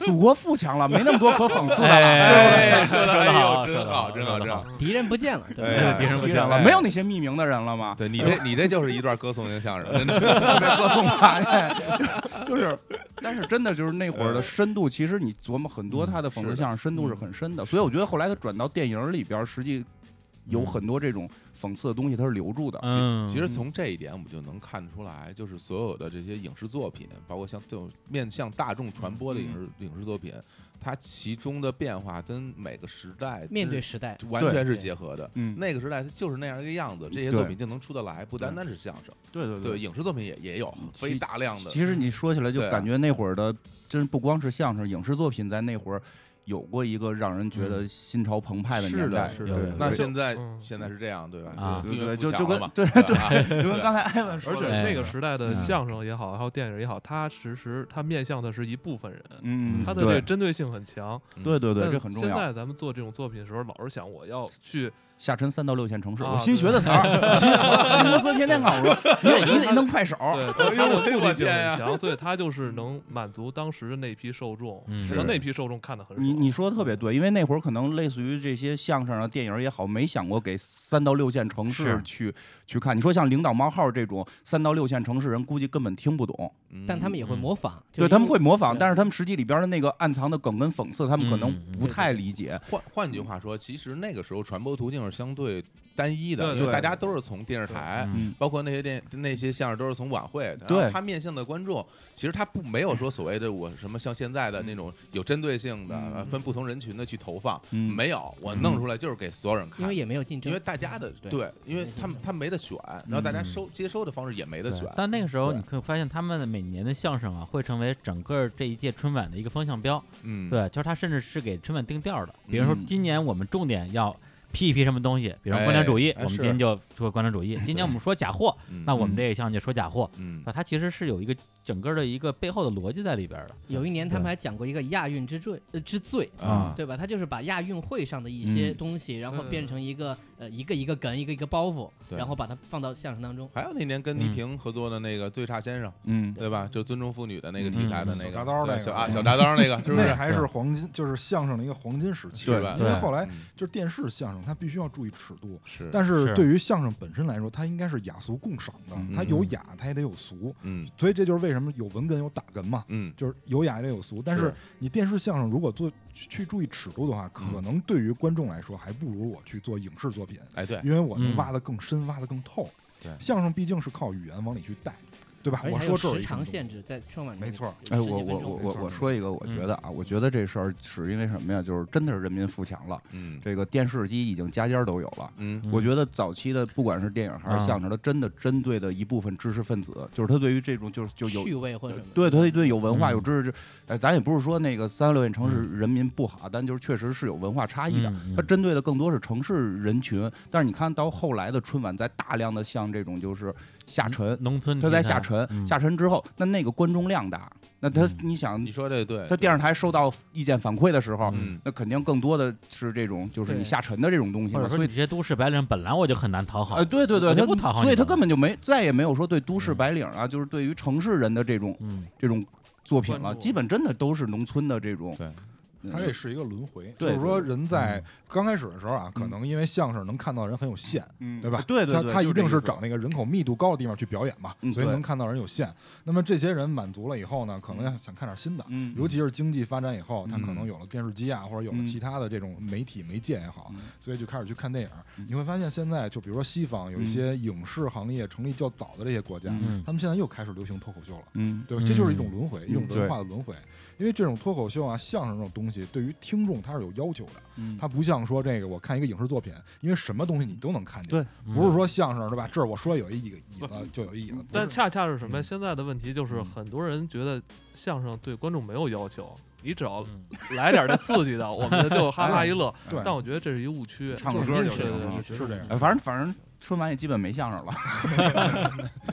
Speaker 5: 祖国富强了，没那么多可讽刺的
Speaker 1: 哎
Speaker 5: 了。
Speaker 2: 哎，说
Speaker 1: 说
Speaker 2: 的
Speaker 1: 得
Speaker 2: 哎
Speaker 1: 好
Speaker 2: 呦，真好，真好，真好。
Speaker 3: 敌人不见了，对不
Speaker 2: 哎
Speaker 3: 对？
Speaker 2: 呀
Speaker 1: 敌人不
Speaker 5: 敌
Speaker 1: 见
Speaker 5: 人
Speaker 2: 哎
Speaker 5: 了，没有那些匿名的人了吗？
Speaker 2: 对你这你这就是一段歌颂型相声，真的。
Speaker 5: 特别歌颂他，哎就就是，但是真的就是那会儿的深度，其实你琢磨很多他的讽刺相声深度是很深的，所以我觉得后来他转到电影里边儿，实际有很多这种讽刺的东西，他是留住的。
Speaker 1: 嗯，
Speaker 2: 其实从这一点，我们就能看出来，就是所有的这些影视作品，包括像这种面向大众传播的影
Speaker 5: 嗯
Speaker 2: 视、影视作品，它其中的变化跟每个时代
Speaker 3: 面对时代，
Speaker 2: 是完全是结合的。
Speaker 5: 嗯，
Speaker 2: 那个时代它就是那样一个样子，这些
Speaker 5: 对
Speaker 2: 作品就能出得来，不单单是相声，
Speaker 5: 对对嗯
Speaker 2: 对，影视作品也也有
Speaker 5: 其
Speaker 2: 非大量的，
Speaker 5: 其实你说起来，就
Speaker 2: 对啊
Speaker 5: 感觉那会儿的，真不光是相声，影视作品在那会儿有过一个让人觉得心潮澎湃
Speaker 2: 嗯是
Speaker 5: 年
Speaker 2: 的，
Speaker 5: 代。
Speaker 2: 是
Speaker 1: 有
Speaker 2: 的
Speaker 1: 有。
Speaker 2: 那
Speaker 1: 有
Speaker 2: 现在
Speaker 4: 嗯
Speaker 2: 现在是这样，对吧？
Speaker 1: 啊
Speaker 5: 对
Speaker 2: 资源
Speaker 5: 对，
Speaker 2: 富
Speaker 5: 就就
Speaker 2: 强了
Speaker 5: 跟
Speaker 2: 嘛
Speaker 5: 对
Speaker 2: 对
Speaker 5: 对，
Speaker 2: 吧
Speaker 5: 就跟刚才哎 艾文说
Speaker 4: 而且
Speaker 5: 的，
Speaker 4: 那个时代的
Speaker 1: 嗯
Speaker 4: 相声也好，还有电影也好，他其实他面向的是一部分人，
Speaker 5: 嗯，
Speaker 4: 他的这个
Speaker 5: 对
Speaker 4: 针对性很强。
Speaker 5: 对对对，
Speaker 4: 但
Speaker 5: 这很重
Speaker 4: 现
Speaker 5: 要。
Speaker 4: 在咱们做这种作品的时候，老是想我要去
Speaker 5: 下沉三到六线城市，
Speaker 4: 啊
Speaker 5: 我新学的 词儿，新新公司天天告诉我，你得你得弄快手。
Speaker 4: 对，他他的目的
Speaker 2: 哎
Speaker 4: 性
Speaker 2: 呦我的天呀
Speaker 4: 很强，所以他就是能满足当时的那批受众，
Speaker 1: 嗯
Speaker 4: 让那批受众看的很爽。
Speaker 5: 你你说的特别对，因为那会儿可能类似于这些相声啊、电影也好，没想过给三到六线城市
Speaker 1: 是
Speaker 5: 去去看。你说像《领导冒号》这种三到六线城市人，估计根本听不懂。
Speaker 2: 嗯
Speaker 3: 但他们也会模仿，就
Speaker 5: 对，
Speaker 3: 因
Speaker 5: 他们
Speaker 3: 为
Speaker 5: 会模仿，
Speaker 3: 对
Speaker 5: 但是他们实际里边的那个暗藏的梗跟讽刺，他们可能
Speaker 1: 嗯嗯嗯
Speaker 5: 不太理解。
Speaker 2: 换换句话说，其实那个时候传播途径是相对单一的，因
Speaker 4: 对
Speaker 2: 为
Speaker 5: 对
Speaker 2: 大家都是从电视台。
Speaker 1: 嗯
Speaker 2: 包括那些电那些相声都是从晚会，然后
Speaker 5: 对
Speaker 2: 他面向的观众，其实他不没有说所谓的我什么像现在的那种有针对性的、
Speaker 5: 嗯
Speaker 2: 呃分不同人群的去投放，
Speaker 5: 嗯，
Speaker 2: 没有，我弄出来就是给所有人看，
Speaker 3: 因为也没有竞争，
Speaker 2: 因为大家的
Speaker 3: 对
Speaker 2: 因为他们他没得选，
Speaker 5: 嗯
Speaker 2: 然后大家收接收的方式也没得选
Speaker 1: 对，但那个时候，
Speaker 2: 对
Speaker 1: 你可以发现他们每年的相声啊，会成为整个这一届春晚的一个风向标。
Speaker 2: 嗯，
Speaker 1: 对，就是他甚至是给春晚定调的。比如说，
Speaker 5: 嗯
Speaker 1: 今年我们重点要批一批什么东西，比如说官僚主义，
Speaker 2: 哎哎
Speaker 1: 我们今天就说官僚 主义；今年我们说假货，
Speaker 2: 嗯，
Speaker 1: 那我们这一项就说假货。
Speaker 2: 嗯
Speaker 1: 啊，它其实是有一个整个的一个背后的逻辑在里边的。嗯
Speaker 3: 有一年他们还讲过一个亚运之最，呃之最，
Speaker 2: 啊
Speaker 3: 对吧？他就是把亚运会上的一些
Speaker 5: 嗯
Speaker 3: 东西，然后
Speaker 4: 对
Speaker 3: 变成一个呃一个一个梗，一个一个包袱，
Speaker 2: 对
Speaker 3: 然后把它放到相声当中。
Speaker 2: 还有那年跟倪萍合作的那个《最差先生》，
Speaker 5: 嗯，
Speaker 2: 对吧？就尊重妇女的那个题材的那个
Speaker 6: 嗯小铡刀那个
Speaker 2: 对小啊小铡刀那个，是不
Speaker 6: 那
Speaker 2: 是？
Speaker 6: 还是黄金，就是相声的一个黄金时期，
Speaker 2: 是吧
Speaker 6: 因为
Speaker 1: 对
Speaker 6: 后来
Speaker 2: 嗯
Speaker 6: 就是电视相声，它必须要注意尺度。
Speaker 2: 是，
Speaker 6: 哎但是
Speaker 1: 是
Speaker 6: 对于相声本身来说，它应该是雅俗共赏的，
Speaker 2: 嗯
Speaker 6: 它有雅，它也得有俗，
Speaker 2: 嗯
Speaker 6: 所以这就是为什么有文哏有打哏嘛，
Speaker 2: 嗯，
Speaker 6: 就是有雅也得有俗。但
Speaker 2: 是
Speaker 6: 是你电视相声如果做去去注意尺度的话，可能对于观众来说，还不如我去做影视作品，
Speaker 2: 嗯哎对，
Speaker 6: 因为我能
Speaker 1: 嗯
Speaker 6: 挖得更深，挖得更透。
Speaker 2: 对
Speaker 6: 相声毕竟是靠语言往里去带，对吧？
Speaker 3: 而且
Speaker 6: 我
Speaker 3: 还
Speaker 6: 说
Speaker 3: 有
Speaker 6: 这儿有
Speaker 3: 时
Speaker 6: 一什么
Speaker 3: 长
Speaker 6: 东
Speaker 3: 限
Speaker 6: 西，
Speaker 3: 制，在春晚
Speaker 6: 没错儿
Speaker 3: 有
Speaker 5: 哎，
Speaker 3: 十
Speaker 5: 我
Speaker 3: 几
Speaker 5: 我
Speaker 3: 分钟
Speaker 5: 我
Speaker 6: 没
Speaker 5: 我
Speaker 6: 错
Speaker 5: 我
Speaker 6: 没
Speaker 5: 说一个，我觉得啊，我觉得这事儿是因为什么呀？就是真的是人民富强了，
Speaker 2: 嗯
Speaker 5: 这个电视机已经家家都有了。
Speaker 2: 嗯
Speaker 5: 我觉得早期的不管是电影还
Speaker 1: 啊
Speaker 5: 是相声，它真的针对的一部分知识分子，就是他对于这种就是就有
Speaker 3: 趣味或者什么，
Speaker 5: 对对对，有文化
Speaker 1: 嗯
Speaker 5: 有知识，哎，咱也不是说那个三十六线城市人民不好，但就是确实是有文化差异的
Speaker 1: 嗯嗯。
Speaker 5: 它针对的更多是城市人群，但是你看到后来的春晚，在大量的像这种就是下沉，
Speaker 1: 农村
Speaker 5: 它在
Speaker 1: 题材
Speaker 5: 下沉，
Speaker 1: 嗯
Speaker 5: 下沉之后，那那个观众量大，那它
Speaker 1: 嗯
Speaker 5: 你想
Speaker 2: 你，说这对，
Speaker 5: 它电视台收到意见反馈的时候，
Speaker 2: 嗯
Speaker 5: 那肯定更多的是这种就是你
Speaker 3: 对
Speaker 5: 下沉的这种东西
Speaker 1: 或
Speaker 5: 嘛，
Speaker 1: 者说
Speaker 5: 所
Speaker 1: 你
Speaker 5: 以
Speaker 1: 这些都市白领本来我就很难讨好，
Speaker 5: 呃，对对对，
Speaker 1: 我就
Speaker 5: 他
Speaker 1: 不讨好你嗯
Speaker 5: 所以他
Speaker 1: 们
Speaker 5: 根本就没再也没有说对都市白领啊，就是对于城市人的这种
Speaker 1: 嗯，
Speaker 5: 这种作品
Speaker 4: 关
Speaker 5: 了，
Speaker 4: 注
Speaker 5: 基本真的都是农村的这种。
Speaker 2: 对
Speaker 5: 嗯，
Speaker 6: 它这是一个轮回，就
Speaker 5: 对
Speaker 6: 是说人在
Speaker 1: 嗯
Speaker 6: 刚开始的时候啊，可
Speaker 5: 嗯
Speaker 6: 能因为相声能看到人很有限，
Speaker 5: 嗯
Speaker 6: 对吧？
Speaker 5: 对对对，
Speaker 6: 他他一定
Speaker 5: 是
Speaker 6: 是找那个人口密度高的地方去表演嘛，
Speaker 5: 嗯
Speaker 6: 所以
Speaker 5: 对
Speaker 6: 能看到人有限。那么这些人满足了以后呢，可能要想看点新的，
Speaker 5: 嗯
Speaker 6: 尤其是经济发展以后，他
Speaker 5: 嗯
Speaker 6: 可能有了电视机啊，或者有了
Speaker 5: 嗯
Speaker 6: 其他的这种媒体媒介也好
Speaker 5: 嗯，
Speaker 6: 所以就开始去看电影
Speaker 5: 嗯。
Speaker 6: 你会发现现在就比如说西方有一
Speaker 5: 嗯
Speaker 6: 些影视行业成立较早的这些国家
Speaker 1: 嗯，
Speaker 6: 他们现在又开始流行脱口秀了。
Speaker 5: 嗯
Speaker 6: 对吧？这就是一种
Speaker 1: 嗯
Speaker 6: 轮回，一种
Speaker 5: 嗯
Speaker 6: 文化的轮回。因为这种脱口秀啊、相声这种东西，对于听众他是有要求的，
Speaker 5: 嗯
Speaker 6: 他不像说这个我看一个影视作品，因为什么东西你都能看见，
Speaker 1: 嗯
Speaker 6: 不是说相声对吧？这儿我说有一椅子就有一椅子，不
Speaker 4: 但
Speaker 6: 是
Speaker 4: 恰恰是什么呀？
Speaker 6: 嗯
Speaker 4: 现在的问题就是，很多人觉得相声对观众没有要求，你只要
Speaker 1: 嗯
Speaker 4: 来点儿这刺激的，我们就哈哈一乐。
Speaker 6: 对，
Speaker 4: 但我觉得这是一个误区，
Speaker 5: 唱
Speaker 6: 就
Speaker 5: 个
Speaker 6: 是
Speaker 5: 歌
Speaker 4: 对
Speaker 5: 就行
Speaker 6: 硬是
Speaker 4: 对
Speaker 5: 了
Speaker 4: 对，
Speaker 6: 是这样
Speaker 5: 哎反正反正春晚也基本没相声了，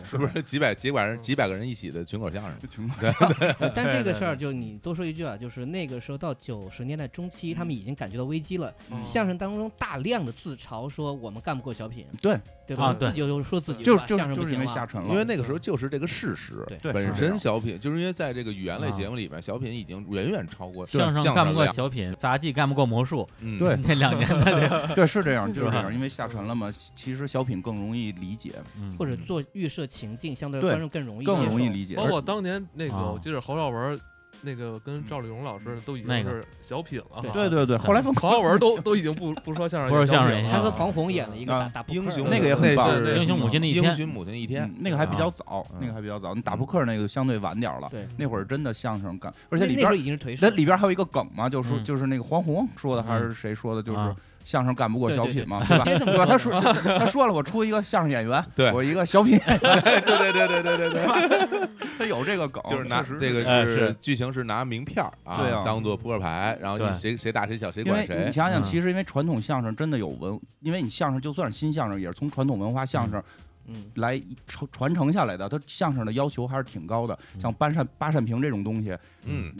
Speaker 2: 是不是几百几百人几百个人一起的群口相声？
Speaker 5: 情况
Speaker 3: 对但这个事儿就你多说一句啊，就是那个时候到九十年代中期，
Speaker 5: 嗯
Speaker 3: 他们已经感觉到危机了。
Speaker 5: 哦
Speaker 4: 嗯
Speaker 3: 相声当中大量的自嘲说我们干不过小品，
Speaker 5: 对，
Speaker 3: 对
Speaker 1: 啊
Speaker 3: 吧？
Speaker 1: 对
Speaker 3: 自己就说自己
Speaker 5: 就是
Speaker 3: 吧
Speaker 5: 就
Speaker 3: 相声
Speaker 5: 是就
Speaker 3: 不
Speaker 5: 是
Speaker 3: 行
Speaker 5: 因为
Speaker 3: 了
Speaker 5: 下沉了，
Speaker 2: 因为那个时候就是这个事实，
Speaker 3: 对
Speaker 5: 对
Speaker 2: 本
Speaker 5: 是这
Speaker 2: 身
Speaker 5: 样
Speaker 2: 小品就是因为在这个语言类
Speaker 1: 啊
Speaker 2: 节目里面，小品已经远远超过
Speaker 1: 相声
Speaker 2: 声
Speaker 1: 干不过
Speaker 2: 量
Speaker 1: 小品，杂技干不过魔术，
Speaker 2: 嗯
Speaker 5: 对
Speaker 1: 那两年的这个，
Speaker 5: 对是 这样就是这
Speaker 1: 是吧
Speaker 5: 样，因为
Speaker 3: 嗯
Speaker 5: 下沉了嘛，其实小品更容易理解，
Speaker 1: 嗯
Speaker 3: 或者 做预设情境，相对
Speaker 5: 对
Speaker 3: 观众更容易
Speaker 5: 更容易
Speaker 3: 接受
Speaker 5: 理解
Speaker 4: 包。括当年那个，
Speaker 1: 啊
Speaker 4: 我记得侯耀文那个跟赵丽蓉老师都已
Speaker 1: 那
Speaker 4: 经
Speaker 1: 个
Speaker 4: 是小品了哈。
Speaker 5: 对对对，后来冯
Speaker 4: 侯耀文都都已经不不说相声，
Speaker 1: 不说
Speaker 4: 也
Speaker 1: 相
Speaker 4: 小
Speaker 1: 声也
Speaker 4: 品了
Speaker 3: 他
Speaker 1: 行
Speaker 3: 和黄宏演了一个
Speaker 5: 啊
Speaker 3: 打打扑克
Speaker 2: 英雄
Speaker 5: 那个也很棒
Speaker 2: 那是
Speaker 1: 英雄母亲的一
Speaker 2: 英
Speaker 1: 天，
Speaker 2: 雄母亲一天
Speaker 5: 嗯，那个还比较早
Speaker 2: 嗯，
Speaker 5: 那个还比较早，你打扑克那个相对晚点儿了，
Speaker 3: 对，
Speaker 5: 那会儿真的相声干，而
Speaker 3: 而
Speaker 5: 且里
Speaker 3: 那时
Speaker 5: 边
Speaker 3: 候已经是颓
Speaker 5: 那
Speaker 3: 势，
Speaker 5: 里边还有一个梗嘛，就说
Speaker 1: 嗯
Speaker 5: 就是那个黄宏说的
Speaker 2: 嗯
Speaker 5: 还是谁说的，就是
Speaker 1: 啊
Speaker 5: 相声干不过
Speaker 3: 对
Speaker 5: 小
Speaker 3: 对
Speaker 5: 品
Speaker 3: 对
Speaker 5: 嘛， 对吧？
Speaker 3: 直接这么
Speaker 5: 对吧？他
Speaker 3: 说
Speaker 5: 说他说了，我出一个相声演员，
Speaker 2: 对
Speaker 5: 我一个小品，
Speaker 2: 对对对对对对对，
Speaker 5: 他有这个梗，
Speaker 2: 就是拿
Speaker 5: 哦确实
Speaker 2: 这个
Speaker 1: 哎
Speaker 2: 是
Speaker 1: 是
Speaker 2: 剧情是拿名片儿
Speaker 5: 对啊
Speaker 2: 当做扑克牌，然后
Speaker 1: 对
Speaker 2: 你谁谁大谁小谁
Speaker 5: 因
Speaker 2: 管
Speaker 5: 为
Speaker 2: 谁
Speaker 5: 你，想
Speaker 1: 嗯
Speaker 5: 想，其实因为传统相声真的有文，因为你相声就算是新相声，也是从传统文化相声
Speaker 3: 嗯，
Speaker 5: 来传传承下来的。它相声的要求还是挺高的，
Speaker 1: 嗯
Speaker 5: 像八扇八扇屏这种东西，
Speaker 2: 嗯，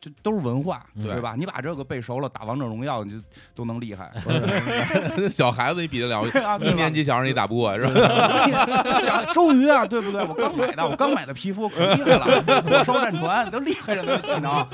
Speaker 5: 这都是文化，
Speaker 1: 嗯
Speaker 5: 对吧？你把这个背熟了，打王者荣耀你就都能厉害，
Speaker 2: 小孩子你比得了，
Speaker 5: 对啊对吧
Speaker 2: 一年级小孩你打不过是吧？
Speaker 5: 想周瑜啊，对不对？我刚买的，我刚买的皮肤可厉害了，火烧战船都厉害着呢，技能。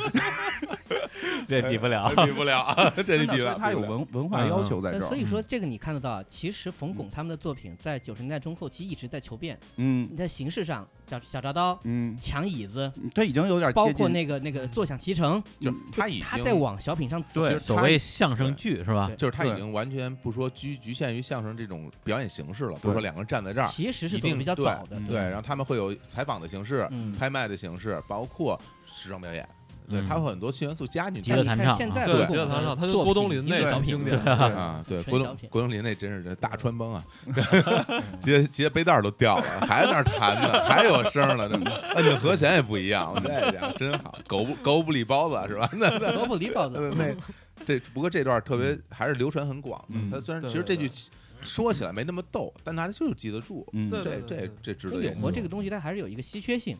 Speaker 1: 这比不
Speaker 3: 呃
Speaker 1: 了。
Speaker 2: 比不了，这你比
Speaker 5: 真的，所
Speaker 2: 不
Speaker 5: 以
Speaker 2: 了。
Speaker 5: 他有
Speaker 2: 比不了
Speaker 5: 文文化要求在
Speaker 3: 但
Speaker 5: 这
Speaker 3: 所
Speaker 5: 儿。
Speaker 3: 以说这个你看得到啊，其实冯巩他们的作品在九十年代中后期一直在求变，
Speaker 5: 嗯
Speaker 3: 你在形式上，小小铡刀、
Speaker 5: 嗯，
Speaker 3: 抢椅子，
Speaker 5: 这已经有点
Speaker 3: 包
Speaker 5: 呃接
Speaker 3: 括
Speaker 5: 近。
Speaker 3: 那个那个坐享其成，嗯
Speaker 2: 就是他已
Speaker 3: 他
Speaker 2: 经
Speaker 3: 在往小品上走，
Speaker 2: 对
Speaker 1: 所谓相声剧是吧
Speaker 3: 对？
Speaker 2: 就是他已
Speaker 5: 对
Speaker 2: 经完全不说局局限于相声这种表演形式了，不
Speaker 5: 对
Speaker 2: 说两个人站在这儿，
Speaker 3: 其实是
Speaker 2: 一
Speaker 3: 走的
Speaker 2: 定
Speaker 3: 比较早的，
Speaker 5: 嗯
Speaker 2: 对，然后他们会有采访的形式、
Speaker 3: 嗯。
Speaker 2: 拍卖的形式，包括时装表演，对，
Speaker 1: 嗯
Speaker 2: 他有很多新元素加进去
Speaker 1: 极乐
Speaker 3: 你
Speaker 1: 弹
Speaker 3: 看
Speaker 1: 唱
Speaker 3: 现
Speaker 1: 啊
Speaker 3: 在
Speaker 4: 对
Speaker 3: 冯巩
Speaker 4: 极乐弹
Speaker 3: 的
Speaker 4: 唱他跟
Speaker 3: 作
Speaker 4: 郭冬
Speaker 3: 品
Speaker 4: 临
Speaker 3: 一
Speaker 4: 那
Speaker 3: 是
Speaker 4: 个
Speaker 3: 小
Speaker 4: 很
Speaker 3: 品
Speaker 4: 经 典
Speaker 3: 对
Speaker 2: 啊。对，
Speaker 3: 纯
Speaker 2: 郭
Speaker 3: 小
Speaker 2: 冬
Speaker 3: 品
Speaker 2: 郭冬临那真是大穿帮啊， 接接背带儿都掉了，还在那儿弹呢，还有声儿了，真的摁着和弦也不一样，这家伙真好，狗不狗不理包子是吧？ 那
Speaker 4: 啊
Speaker 2: 那
Speaker 3: 萝卜梨包
Speaker 2: 呃
Speaker 3: 子，
Speaker 2: 那这不过这段特别还是流传很广的。
Speaker 5: 嗯
Speaker 2: 他虽然
Speaker 4: 对
Speaker 2: 其实这句
Speaker 4: 对对
Speaker 2: 说起来没那么逗，但大家就是记得住。
Speaker 5: 嗯，
Speaker 4: 对
Speaker 2: 这这这值得
Speaker 3: 柳
Speaker 2: 研
Speaker 3: 活
Speaker 2: 究。
Speaker 3: 这个东西它还是有一个稀缺性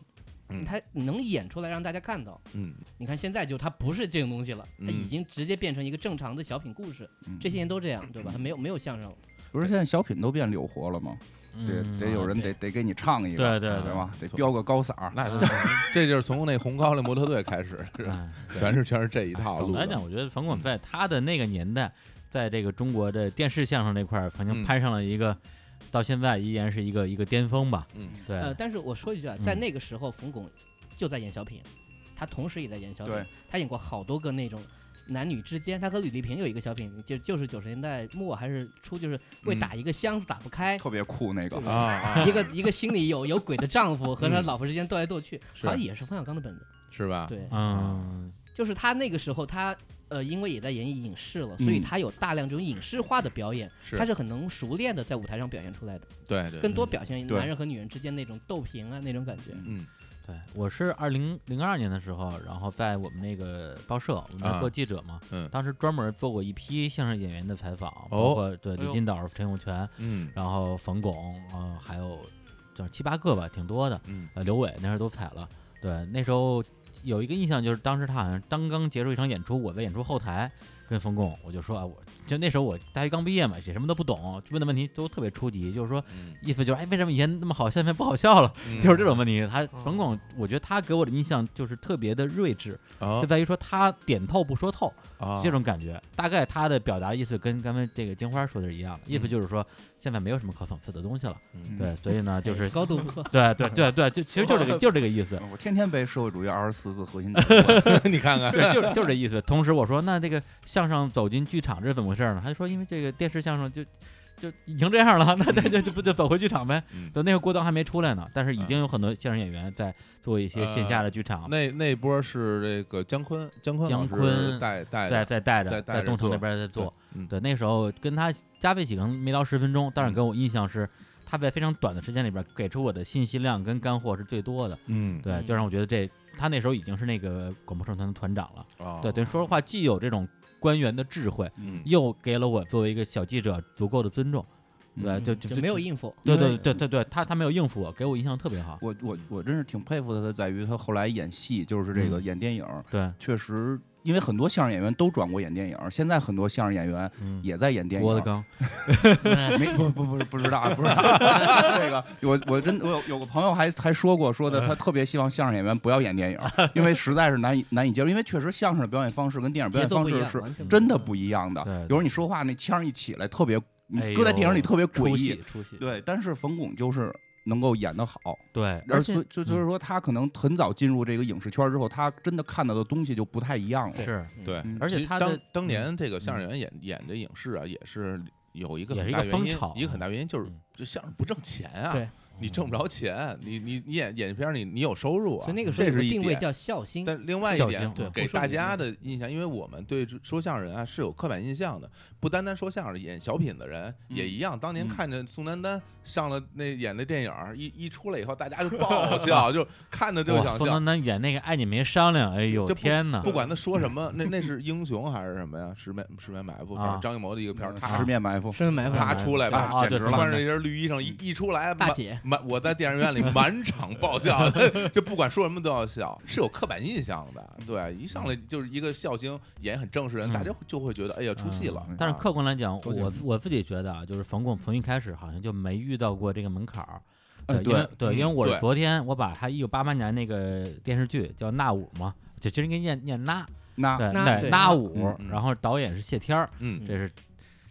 Speaker 2: 嗯，
Speaker 3: 它能演出来让大家看到。
Speaker 2: 嗯，
Speaker 3: 你看现在就它不是这种东西了，它已
Speaker 2: 嗯
Speaker 3: 经直接变成一个正常的小品故事
Speaker 5: 嗯，
Speaker 3: 这些年都这样，对吧？它没有没有相声了，
Speaker 5: 不是现在小品都变柳活了吗？得
Speaker 1: 嗯
Speaker 5: 得有人得得给你唱一嗯个，
Speaker 1: 对对
Speaker 5: 对
Speaker 1: 对
Speaker 5: 吧？得飙个高嗓儿，
Speaker 2: 那就是这就是从那红高粱模特队开始， 是
Speaker 1: 哎
Speaker 2: 全是全是这一
Speaker 1: 哎
Speaker 2: 套
Speaker 1: 总
Speaker 2: 路
Speaker 1: 的
Speaker 2: 的。
Speaker 1: 来讲，我觉得冯巩在他的那个年代，在这个中国的电视相声这块儿，曾经
Speaker 2: 嗯
Speaker 1: 攀上了一个，到现在依然是一个一个巅峰吧。
Speaker 2: 嗯，
Speaker 1: 对，
Speaker 3: 呃，但是我说一句啊，在
Speaker 1: 嗯
Speaker 3: 那个时候，冯巩就在演小品，他同时也在演小品
Speaker 5: 对，
Speaker 3: 他演过好多个那种男女之间，他和吕丽萍有一个小品，就就是九十年代末还是初，就是为
Speaker 5: 嗯
Speaker 3: 打一个箱子打不开，
Speaker 5: 特别酷那个
Speaker 3: 对。
Speaker 2: 啊啊，
Speaker 3: 一个一个心里有有鬼的丈夫和他老婆之间斗来斗去，
Speaker 2: 是啊
Speaker 3: 好像也是冯小刚的本子。
Speaker 2: 是吧？
Speaker 3: 对，
Speaker 1: 嗯，
Speaker 3: 就是他那个时候他。呃，因为也在演绎影视了，所以
Speaker 5: 嗯
Speaker 3: 他有大量这种影视化的表演，
Speaker 2: 是
Speaker 3: 他是很能熟练的在舞台上表现出来的，
Speaker 2: 对对，
Speaker 3: 更多
Speaker 1: 嗯
Speaker 3: 表现
Speaker 5: 对
Speaker 3: 男人和女人之间那种斗平啊那种感觉。
Speaker 2: 嗯
Speaker 1: 对，我是二零零二年的时候，然后在我们那个报社，我们
Speaker 2: 啊
Speaker 1: 是做记者嘛，
Speaker 2: 嗯
Speaker 1: 当时专门做过一批相声演员的采访，
Speaker 2: 哦
Speaker 1: 包括对
Speaker 4: 哎
Speaker 1: 李
Speaker 4: 呦
Speaker 1: 金斗、陈永泉，
Speaker 2: 嗯
Speaker 1: 然后冯巩，呃，还有就是七八个吧，挺多的。
Speaker 2: 嗯
Speaker 1: 呃，刘伟那时候都踩了。对，那时候有一个印象就是，当时他好像刚刚结束一场演出，我在演出后台跟冯巩，我就说啊，我就那时候我大学刚毕业嘛，也什么都不懂，问的问题都特别初级，就是说
Speaker 2: 嗯，
Speaker 1: 意思就是，哎，为什么以前那么好笑，现在不好笑了？
Speaker 2: 嗯
Speaker 1: 就是这种问题。他
Speaker 4: 哦
Speaker 1: 冯巩，我觉得他给我的印象就是特别的睿智，就
Speaker 2: 哦
Speaker 1: 在于说他点透不说透。
Speaker 2: 啊
Speaker 1: 这种感觉。大概他的表达意思跟刚才这个金花说的是一样的，意思
Speaker 2: 嗯
Speaker 1: 就是说现在没有什么可讽刺的东西了。
Speaker 2: 嗯
Speaker 1: 对，所以 呢，就
Speaker 3: 哎
Speaker 1: 是
Speaker 3: 高度不错。
Speaker 1: 对对对对，就其实就这个就这个意思，
Speaker 5: 我天天背社会主义二十四 字核心价值观，
Speaker 2: 你看看，
Speaker 1: 对，就就这意思。同时我说，那这个相声走进剧场这是怎么回事呢？他就说，因为这个电视相声就就已经这样了，那那就就不就走回剧场呗。
Speaker 2: 嗯
Speaker 1: 等那个郭德纲还没出来呢，但是已经有很多相声演员在做一些线下
Speaker 2: 呃
Speaker 1: 的剧场，
Speaker 2: 那那波是这个姜昆，姜昆
Speaker 1: 姜
Speaker 2: 老师
Speaker 1: 昆
Speaker 2: 带带
Speaker 1: 在
Speaker 2: 的
Speaker 1: 在带
Speaker 2: 在
Speaker 1: 着
Speaker 2: 带
Speaker 1: 在
Speaker 2: 着
Speaker 1: 东城
Speaker 2: 做
Speaker 1: 那边在做。，
Speaker 2: 嗯
Speaker 1: 对，那时候跟他加在一起可能没到十分钟，但是给我印象是，他在非常短的时间里边给出我的信息量跟干货是最多的。
Speaker 2: 嗯
Speaker 1: 对，就让我觉得这他那时候已经是那个广播社团的团长了。
Speaker 2: 哦
Speaker 1: 对，等于说实话，既有这种官员的智慧，
Speaker 2: 嗯
Speaker 1: 又给了我作为一个小记者足够的尊重。 对，
Speaker 3: 嗯
Speaker 1: 就
Speaker 3: 就没有。应付。
Speaker 1: 对
Speaker 5: 因
Speaker 1: 对
Speaker 5: 为
Speaker 1: 对对对，他他没有应付我，给我印象特别好。
Speaker 5: 我我我真是挺佩服他的，在于他后来演戏，就是这个
Speaker 1: 嗯
Speaker 5: 演电影，
Speaker 1: 对，
Speaker 5: 确实，因为很多相声演员都转过演电影，现在很多相声演员
Speaker 1: 嗯，
Speaker 5: 也在演电
Speaker 1: 郭德
Speaker 5: 影。
Speaker 1: 纲，
Speaker 5: 没不不不不知道啊 不知道这个我我真我有有个朋友还还说过说的
Speaker 1: 嗯
Speaker 5: 他特别希望相声演员不要演电影，因为实在是难以难以接受，因为确实相声的表演方式跟电影表
Speaker 3: 节
Speaker 5: 演
Speaker 3: 奏
Speaker 5: 方
Speaker 3: 不一
Speaker 5: 式
Speaker 3: 样，
Speaker 5: 是
Speaker 3: 完全
Speaker 5: 真的
Speaker 3: 一样
Speaker 5: 不一样的
Speaker 1: 对对。
Speaker 5: 有时候你说话那腔儿一起来特别，你
Speaker 1: 哎
Speaker 5: 搁在
Speaker 1: 呦
Speaker 5: 电影里特别诡
Speaker 1: 出
Speaker 5: 异
Speaker 1: 戏。出戏，
Speaker 5: 对，但是冯巩就是能够演得好，
Speaker 1: 对，
Speaker 5: 而
Speaker 1: 且
Speaker 5: 所以就
Speaker 1: 嗯
Speaker 5: 就是说他可能很早进入这个影视圈之后，他真的看到的东西就不太一样了。
Speaker 1: 是
Speaker 2: 对
Speaker 5: 嗯，
Speaker 1: 而且
Speaker 2: 其实
Speaker 1: 他
Speaker 2: 当
Speaker 1: 的
Speaker 2: 当年这个相声演员演演这影视啊，也是有一个
Speaker 1: 也是
Speaker 2: 很
Speaker 1: 一
Speaker 2: 大
Speaker 1: 个
Speaker 2: 原
Speaker 1: 风
Speaker 2: 因
Speaker 1: 潮，
Speaker 2: 一个很大原因就是
Speaker 1: 嗯
Speaker 2: 这相声不挣钱啊，
Speaker 3: 对
Speaker 2: 你挣不着钱，你你你演演片儿你你有收入啊，
Speaker 3: 所以那个时候
Speaker 2: 这
Speaker 3: 有个
Speaker 2: 是一
Speaker 3: 定位
Speaker 2: 点。
Speaker 3: 叫孝心，
Speaker 2: 但另外一
Speaker 1: 小
Speaker 2: 点
Speaker 1: 型对，
Speaker 2: 给
Speaker 3: 不说
Speaker 2: 大
Speaker 3: 明
Speaker 2: 家
Speaker 3: 白
Speaker 2: 的印象，因为我们对说相声人啊是有刻板印象的，不单单说相声，演小品的人也一样。当年
Speaker 5: 嗯
Speaker 2: 看着宋丹丹上了那演那电影儿，一一出来以后，大家就爆笑，就看着就
Speaker 1: 哇
Speaker 2: 想
Speaker 1: 宋
Speaker 2: 笑
Speaker 1: 丹。丹演那个爱你没商量，哎呦
Speaker 2: 这不
Speaker 1: 天哪！
Speaker 2: 不管他说什么，那那是英雄还是什么呀？十面十面埋伏，反
Speaker 1: 啊
Speaker 2: 正张艺谋的一个片儿，
Speaker 5: 嗯
Speaker 2: 他
Speaker 5: 十面埋伏，
Speaker 3: 身份埋伏
Speaker 2: 他
Speaker 1: 啊
Speaker 2: 出来
Speaker 1: 啊
Speaker 2: 吧，
Speaker 1: 啊
Speaker 5: 简
Speaker 1: 对
Speaker 5: 直
Speaker 1: 宋丹
Speaker 2: 穿着
Speaker 1: 丹
Speaker 2: 一身绿衣裳一一出来，
Speaker 3: 大
Speaker 2: 满
Speaker 3: 姐，
Speaker 2: 满我在电影院里满场爆 笑，就不管说什么都要笑，是有刻板印象的。
Speaker 5: 嗯
Speaker 2: 对，一上来就是一个笑星，演很正式人，
Speaker 1: 嗯
Speaker 2: 大家就会觉得哎呀出戏了
Speaker 1: 嗯。但是
Speaker 2: 啊
Speaker 1: 客观来讲，
Speaker 5: 都
Speaker 1: 我
Speaker 5: 行
Speaker 1: 我自己觉得啊，就是冯巩从一开始好像就没遇到过这个门槛儿。
Speaker 5: 哎
Speaker 1: 对，因为
Speaker 2: 嗯
Speaker 1: 对，因为我
Speaker 2: 对
Speaker 1: 是昨天我把他一九八八年那个电视剧叫《那舞》嘛，就其实应该念念那，
Speaker 5: 那
Speaker 1: 对
Speaker 3: 那
Speaker 1: 对
Speaker 3: 对
Speaker 1: 那
Speaker 3: 那
Speaker 1: 舞
Speaker 5: 嗯，
Speaker 2: 嗯
Speaker 1: 然后导演是谢天儿，
Speaker 2: 嗯，
Speaker 1: 这是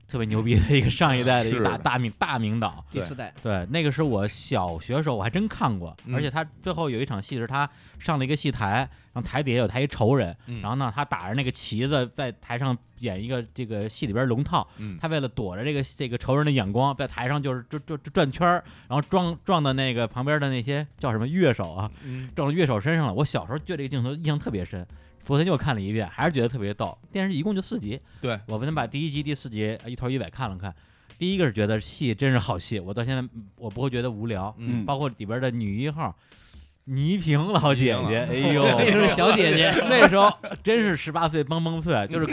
Speaker 1: 特别牛逼的一个上一代的一
Speaker 2: 是
Speaker 1: 个大
Speaker 2: 的
Speaker 1: 大名大名导。
Speaker 3: 第
Speaker 2: 对
Speaker 3: 四代，
Speaker 1: 对，那个是我小学时候我还真看过，
Speaker 2: 嗯
Speaker 1: 而且他最后有一场戏是他上了一个戏台，然后台底下有他一仇人，
Speaker 2: 嗯
Speaker 1: 然后呢他打着那个旗子在台上演一个这个戏里边龙套，
Speaker 2: 嗯
Speaker 1: 他为了躲着这个这个仇人的眼光，在台上就是就就就转圈儿，然后撞撞到那个旁边的那些叫什么乐手啊，
Speaker 2: 嗯
Speaker 1: 撞到乐手身上了。我小时候对这个镜头印象特别深，昨天又看了一遍，还是觉得特别逗。电视剧一共就四集，
Speaker 2: 对，
Speaker 1: 我昨天把第一集、第四集一头一尾看了看。第一个是觉得戏真是好戏，我到现在嗯我不会觉得无聊，
Speaker 2: 嗯
Speaker 1: 包括里边的女一号倪萍老姐
Speaker 2: 倪萍
Speaker 1: 姐，
Speaker 2: 啊
Speaker 1: 哎呦，
Speaker 3: 那时候小姐姐，
Speaker 1: 那时候真是十八岁蹦蹦脆，就是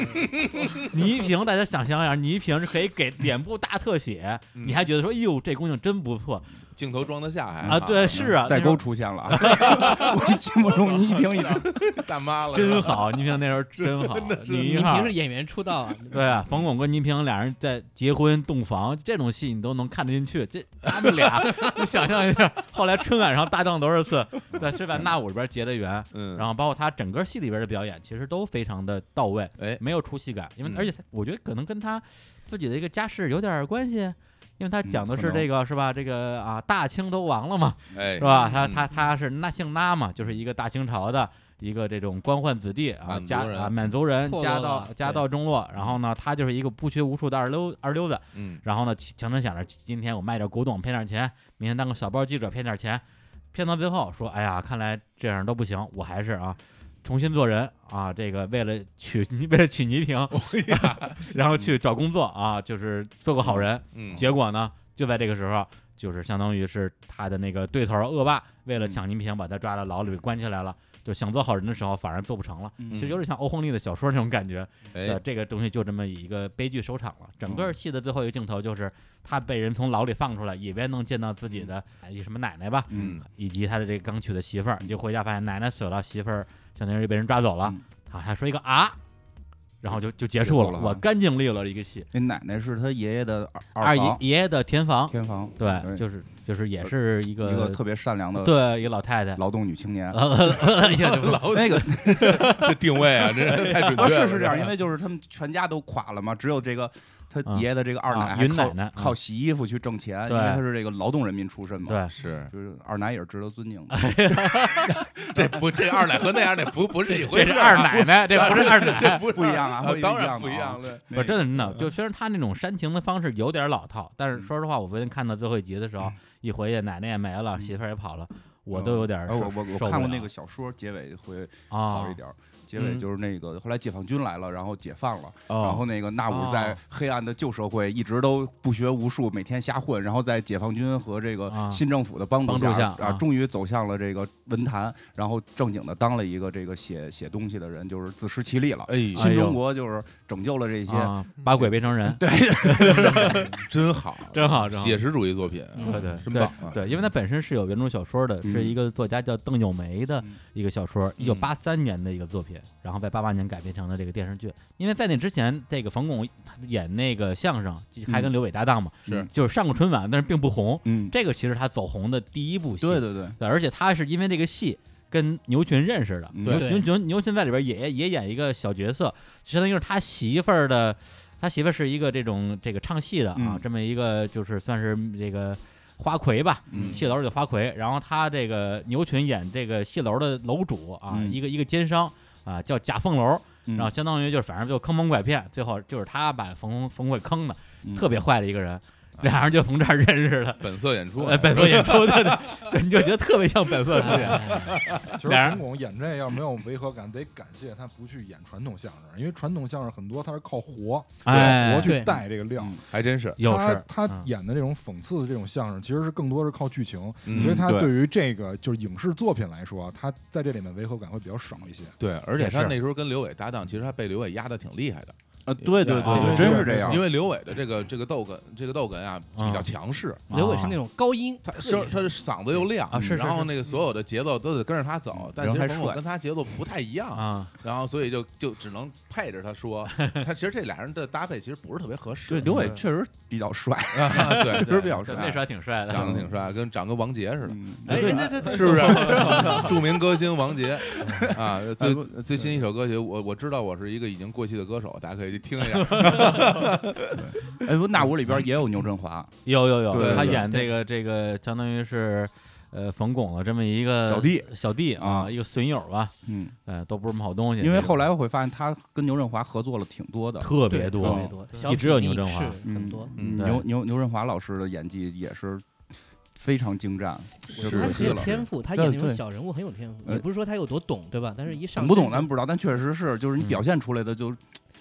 Speaker 1: 倪萍，大家想象一下，倪萍是可以给脸部大特写，
Speaker 2: 嗯
Speaker 5: 嗯
Speaker 1: 你还觉得说，哎呦，这姑娘真不错。
Speaker 2: 镜头装得下还
Speaker 1: 啊，对，是啊，
Speaker 5: 代
Speaker 1: 那时候
Speaker 5: 沟出 现了啊！ 我心目中倪萍已经
Speaker 2: 大妈了，
Speaker 1: 真好，倪萍那时候真好，女
Speaker 3: 倪
Speaker 1: 一号
Speaker 3: 萍是演员出道啊，
Speaker 1: 对啊，冯巩跟倪萍俩人在结婚洞房这种戏，你都能看得进去。这他们俩，你想象一下，后来春晚上搭档多少次，在这版那舞里边结的缘，
Speaker 2: 嗯，
Speaker 1: 然后包括他整个戏里边的表演，其实都非常的到位，
Speaker 2: 哎，
Speaker 1: 没有出戏感。因为
Speaker 2: 嗯
Speaker 1: 而且他我觉得可能跟他自己的一个家世有点关系，因为他讲的
Speaker 5: 嗯可
Speaker 1: 是
Speaker 5: 能
Speaker 1: 这个是吧？这个啊，大清都亡了嘛，
Speaker 2: 哎，
Speaker 1: 是吧？他
Speaker 2: 嗯
Speaker 1: 他他是那姓那嘛，就是一个大清朝的一个这种官宦子弟啊，
Speaker 2: 满族
Speaker 1: 家
Speaker 2: 人
Speaker 1: 啊满族人
Speaker 3: 错落
Speaker 1: 家
Speaker 3: 了
Speaker 1: 道家
Speaker 3: 对
Speaker 1: 道中落。然后呢，他就是一个不学无术的二溜二溜子。
Speaker 2: 嗯，
Speaker 1: 然后呢，强成想着今天我卖点古董骗点钱，明天当个小报记者骗点钱，骗到最后说，哎呀，看来这样都不行，我还是啊。重新做人啊！这个为了娶你， 为了娶倪萍， 然后去找工作啊，就是做个好人。
Speaker 2: 嗯，
Speaker 1: 结果呢，就在这个时候，就是相当于是他的那个对头恶霸，为了抢倪萍，把他抓到牢里关起来了。就想做好人的时候，反而做不成了。其实有点像欧亨利的小说那种感觉。
Speaker 2: 哎
Speaker 1: 呃，，这个东西就这么一个悲剧收场了。整
Speaker 5: 嗯
Speaker 1: 个戏的最后一个镜头就是他被人从牢里放出来，以为能见到自己的哎什么奶奶吧，
Speaker 5: 嗯，
Speaker 1: 以及他的这个刚娶的媳妇儿，就回家发现奶奶死了，媳妇儿相当于被人抓走了
Speaker 5: 嗯。
Speaker 1: 他还说一个啊，然后就就结束
Speaker 5: 结束了
Speaker 1: 了。
Speaker 5: 啊
Speaker 1: 我干净利落了一个戏。
Speaker 5: 那奶奶是他爷爷的二
Speaker 1: 二
Speaker 5: 二
Speaker 1: 爷
Speaker 5: 房
Speaker 1: 爷爷的填房，
Speaker 5: 天房，
Speaker 1: 对，就是就是也是一个
Speaker 5: 一个特别善良的
Speaker 1: 对一啊个老太太，
Speaker 5: 劳动女青年。
Speaker 1: 一下就
Speaker 2: 老
Speaker 5: 那个
Speaker 2: 这定位啊，真是太准确
Speaker 5: 不
Speaker 2: 了，
Speaker 5: 是是这样，
Speaker 2: 吧
Speaker 5: 因为就是他们全家都垮了嘛，只有这个他
Speaker 1: 啊
Speaker 5: 爷爷的这个二
Speaker 1: 啊
Speaker 5: 奶还
Speaker 1: 云
Speaker 5: 靠
Speaker 1: 奶奶
Speaker 5: 靠洗衣服去挣钱，因
Speaker 1: 对
Speaker 5: 为他是这个劳动人民出身嘛。，
Speaker 1: 对
Speaker 2: 是
Speaker 5: 就是二奶也是值得尊 敬的。
Speaker 2: 这不这二奶和那二奶不不是一回
Speaker 1: 这
Speaker 2: 事
Speaker 1: 是
Speaker 2: 儿啊，
Speaker 1: 二奶奶，这不是二奶。
Speaker 2: 不是
Speaker 5: 不一样啊
Speaker 2: 啊
Speaker 5: 不一
Speaker 2: 当然
Speaker 5: 样
Speaker 2: 不一
Speaker 5: 啊
Speaker 2: 样了，
Speaker 1: 不是真的，真
Speaker 5: 嗯
Speaker 1: 的，就虽然他那种煽情的方式有点老套，但是说实话，我昨天看到最后一集的时
Speaker 5: 嗯
Speaker 1: 候，一回去奶奶也没了，媳妇儿也跑了，我都有点
Speaker 5: 而
Speaker 1: 受
Speaker 5: 嗯哎呃我我我
Speaker 1: 受不
Speaker 5: 看
Speaker 1: 了
Speaker 5: 过那个小说，结尾会
Speaker 1: 啊
Speaker 5: 好一，点儿。结尾
Speaker 1: 嗯
Speaker 5: 就是那个后来解放军来了，然后解放了，然
Speaker 1: 哦，
Speaker 5: 后那个纳
Speaker 1: 哦
Speaker 5: 武在黑暗的旧社会一直都不学无术，每天瞎混，然后在解放军和这个
Speaker 1: 啊
Speaker 5: 新政府的帮助
Speaker 1: 帮助下啊
Speaker 5: 啊，终于走向了这个文坛，然后正经的当了一个这个写写东西的人，就是自食其力了。
Speaker 2: 哎，
Speaker 1: 哎
Speaker 5: 新
Speaker 1: 呦
Speaker 5: 中国就是拯救了这些，
Speaker 1: 啊，把鬼变成 人，对，
Speaker 2: 真好，
Speaker 1: 真好真好
Speaker 2: 写实主义作品，
Speaker 3: 嗯
Speaker 1: 对对
Speaker 2: 真
Speaker 1: 对
Speaker 2: 棒啊
Speaker 1: 对，因为它本身是有原著小说的，
Speaker 5: 嗯
Speaker 1: 是一个作家叫邓友梅的一个小说，一九八三年的一个作品，然后在八八年改编成了这个电视剧。因为在那之前，这个冯巩他演那个相声，就还跟刘伟搭档嘛，
Speaker 2: 是
Speaker 1: 就是上过春晚，但是并不红。
Speaker 5: 嗯，
Speaker 1: 这个其实他走红的第一部戏，
Speaker 5: 对对对，
Speaker 1: 对而且他是因为这个戏跟牛群认识的，
Speaker 5: 嗯
Speaker 1: 牛
Speaker 3: 对
Speaker 1: 牛群牛群在里边也也演一个小角色，相当于是他媳妇儿的，他媳妇儿是一个这种这个唱戏的啊，
Speaker 5: 嗯
Speaker 1: 这么一个就是算是这个花魁吧，
Speaker 5: 嗯
Speaker 1: 戏楼里的花魁，然后他这个牛群演这个戏楼的楼主啊，
Speaker 5: 嗯
Speaker 1: 一个一个奸商啊，叫贾凤楼，
Speaker 5: 嗯
Speaker 1: 然后相当于就是反正就坑蒙拐骗，最后就是他把冯冯贵坑的，
Speaker 5: 嗯
Speaker 1: 特别坏的一个人，俩人就从这儿认识的。
Speaker 2: 本色演出啊，
Speaker 1: 呃，本色演出对对，对，你就觉得特别像本色出 演，
Speaker 3: 哎
Speaker 6: 其实
Speaker 1: 俩人
Speaker 6: 冯巩演这要没有违和感，得感谢他不去演传统相声，因为传统相声很多他是靠活，
Speaker 1: 哎
Speaker 6: 活去
Speaker 3: 对
Speaker 6: 带这个料。
Speaker 5: 嗯
Speaker 2: 还真是，
Speaker 1: 又
Speaker 6: 他
Speaker 1: 是
Speaker 6: 他
Speaker 1: 嗯
Speaker 6: 演的这种讽刺的这种相声，其实是更多是靠剧情，
Speaker 2: 嗯
Speaker 6: 所以他
Speaker 5: 对
Speaker 6: 对于这个就是影视作品来说，他在这里面违和感会比较少一些。
Speaker 2: 对，而且
Speaker 1: 也
Speaker 2: 他
Speaker 1: 是
Speaker 2: 那时候跟刘伟搭档，其实还被刘伟压的挺厉害的，
Speaker 5: 啊，对对
Speaker 1: 啊对
Speaker 5: 对，真
Speaker 2: 对
Speaker 5: 是这样嗯
Speaker 2: 因。为刘伟的这个这个逗哏，这个逗哏啊比较强势，
Speaker 3: 刘伟是那种高音，
Speaker 2: 他
Speaker 3: 特
Speaker 2: 声
Speaker 3: 别
Speaker 2: 他的嗓子又亮
Speaker 1: 啊是是
Speaker 2: 然后
Speaker 1: 是
Speaker 2: 那个所有的节奏都得跟着他走，但
Speaker 5: 嗯人
Speaker 2: 其实
Speaker 5: 还
Speaker 2: 冯巩
Speaker 5: 帅
Speaker 2: 跟他节奏不太一样，
Speaker 1: 啊，
Speaker 2: 然后所以就就只能配着他 说，他其实这俩人的搭配其实不是特别合适，
Speaker 5: 对，刘伟确实比较帅，
Speaker 2: 啊 对，
Speaker 5: 确实比较帅
Speaker 1: 对，那时候还挺帅的。
Speaker 2: 长得挺帅，跟长跟王杰似的。
Speaker 5: 嗯
Speaker 1: 哎，
Speaker 5: 对
Speaker 1: 对对对，
Speaker 2: 是不是著名歌星王杰啊？最最新一首歌曲，我我知道我是一个已经过气的歌手，大家可以去听一下。
Speaker 5: 哎，不，那我里边也有牛振华
Speaker 1: 有有
Speaker 5: 对
Speaker 1: 有，
Speaker 5: 对
Speaker 1: 他
Speaker 5: 对
Speaker 1: 演这个这个，相当于是呃冯巩的这么一个
Speaker 5: 小弟，
Speaker 1: 小弟啊，
Speaker 5: 啊
Speaker 1: 一个损友吧，
Speaker 5: 嗯，
Speaker 1: 呃，都不是什么好东西。
Speaker 5: 因为
Speaker 1: 这个
Speaker 5: 后来我会发现他跟牛振华合作了挺多的，嗯
Speaker 1: 特
Speaker 3: 对
Speaker 1: 别
Speaker 3: 特别
Speaker 1: 多，
Speaker 3: 多，
Speaker 4: 对
Speaker 3: 小
Speaker 1: 一直有
Speaker 3: 品
Speaker 1: 牛振华
Speaker 3: 影视很多。
Speaker 2: 嗯
Speaker 1: 对
Speaker 5: 牛牛牛振华老师的演技也是非常精湛，就是
Speaker 3: 他是
Speaker 5: 可惜
Speaker 3: 很有
Speaker 5: 了。
Speaker 3: 天赋，他
Speaker 5: 对
Speaker 3: 演那种
Speaker 5: 对
Speaker 3: 小人物很有天赋，
Speaker 5: 呃
Speaker 3: 也不是说他有多懂，对吧？但是一上
Speaker 5: 懂不懂
Speaker 3: 身
Speaker 5: 咱
Speaker 3: 就
Speaker 5: 不知道，但确实是，就是你
Speaker 1: 嗯
Speaker 5: 表现出来的就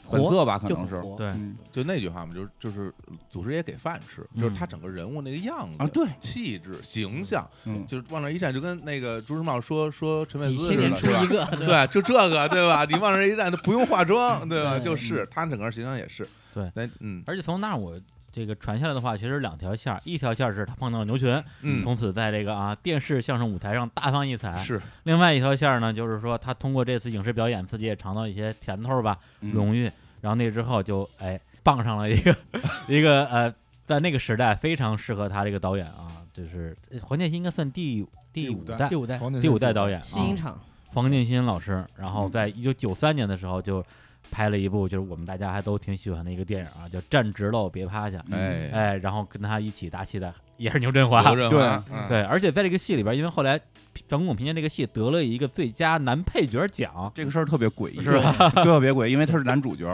Speaker 3: 活
Speaker 5: 本色吧，可
Speaker 3: 就
Speaker 5: 能
Speaker 3: 很
Speaker 5: 是。
Speaker 3: 活
Speaker 1: 对
Speaker 5: 嗯
Speaker 2: 就那句话嘛，就是就是祖师爷给饭吃，就是他整个人物那个样子
Speaker 5: 啊对
Speaker 2: 气质、形象，
Speaker 5: 嗯，
Speaker 2: 就是往那一站，就跟那个朱时茂说说陈佩
Speaker 3: 几
Speaker 2: 斯
Speaker 3: 千
Speaker 2: 似
Speaker 3: 年
Speaker 2: 的，
Speaker 3: 出
Speaker 2: 是吧
Speaker 3: 一？个，对吧
Speaker 2: 对，就这个，对吧？你往那一站，都不用化妆，对吧？
Speaker 3: 对
Speaker 2: 就是他整个形象也是，
Speaker 1: 对
Speaker 2: 那嗯，
Speaker 1: 而且从那儿我这个传下来的话，其实两条线儿，一条线儿是他碰到了牛群，
Speaker 2: 嗯，
Speaker 1: 从此在这个啊电视相声舞台上大放异彩。
Speaker 2: 是
Speaker 1: 另外一条线儿呢，就是说他通过这次影视表演，自己也尝到一些甜头儿吧，
Speaker 3: 嗯
Speaker 5: 嗯
Speaker 1: 荣誉。然后那之后就哎傍上了一个 一个呃，在那个时代非常适合他这个导演啊，就是呃黄建新应该算第第
Speaker 6: 第
Speaker 1: 五
Speaker 6: 五代
Speaker 1: 代
Speaker 3: 第五代
Speaker 6: 黄建
Speaker 1: 哎第五
Speaker 6: 新
Speaker 1: 代导演
Speaker 3: 嗯新
Speaker 1: 啊
Speaker 3: 影，厂，
Speaker 1: 黄建新老师。然后在一九九三年的时候就拍了一部就是我们大家还都挺喜欢的一个电影啊，叫《站直喽别趴
Speaker 3: 嗯
Speaker 1: 下》。
Speaker 2: 哎，
Speaker 1: 哎，然后跟他一起搭戏的也是牛振华，
Speaker 3: 哦
Speaker 2: 刘振
Speaker 5: 对
Speaker 2: 华，嗯
Speaker 1: 对，而且在这个戏里边，因为后来冯巩凭借这个戏得了一个最佳男配角奖，
Speaker 5: 这个事儿特别诡异，
Speaker 1: 是吧？
Speaker 5: 特别诡异，因为他是男主角，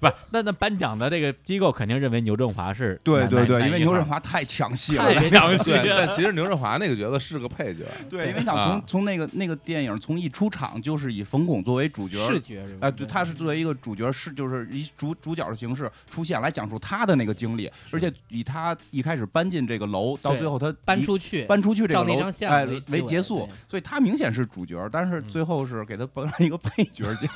Speaker 1: 不是？那那颁奖的这个机构肯定认为牛振华是
Speaker 5: 对
Speaker 1: 男
Speaker 5: 对对，
Speaker 1: 男
Speaker 5: 因为
Speaker 1: 一
Speaker 5: 牛
Speaker 1: 号
Speaker 5: 振华太抢戏了
Speaker 1: 太， 详 细
Speaker 2: 对，但
Speaker 1: 了，
Speaker 2: 其实牛振华那个角色是个配角，
Speaker 5: 对，因为想
Speaker 2: 啊
Speaker 5: 从从那个那个电影从一出场就是以冯巩作为主角，
Speaker 3: 视觉是吧？
Speaker 5: 啊，对，他是作为一个主角，是就是以主主角的形式出现来讲述他的那个经历，而且以他一开始搬进这个楼，到
Speaker 3: 对
Speaker 5: 最后他
Speaker 3: 搬
Speaker 5: 一
Speaker 3: 出去，
Speaker 5: 搬出去这
Speaker 3: 照
Speaker 5: 个
Speaker 3: 那
Speaker 5: 楼
Speaker 3: 张，相
Speaker 5: 哎，
Speaker 3: 为
Speaker 5: 为
Speaker 3: 结尾
Speaker 5: 结束
Speaker 3: 对，嗯
Speaker 5: 所以他明显是主角，但是最后是给他颁了一个配角 奖，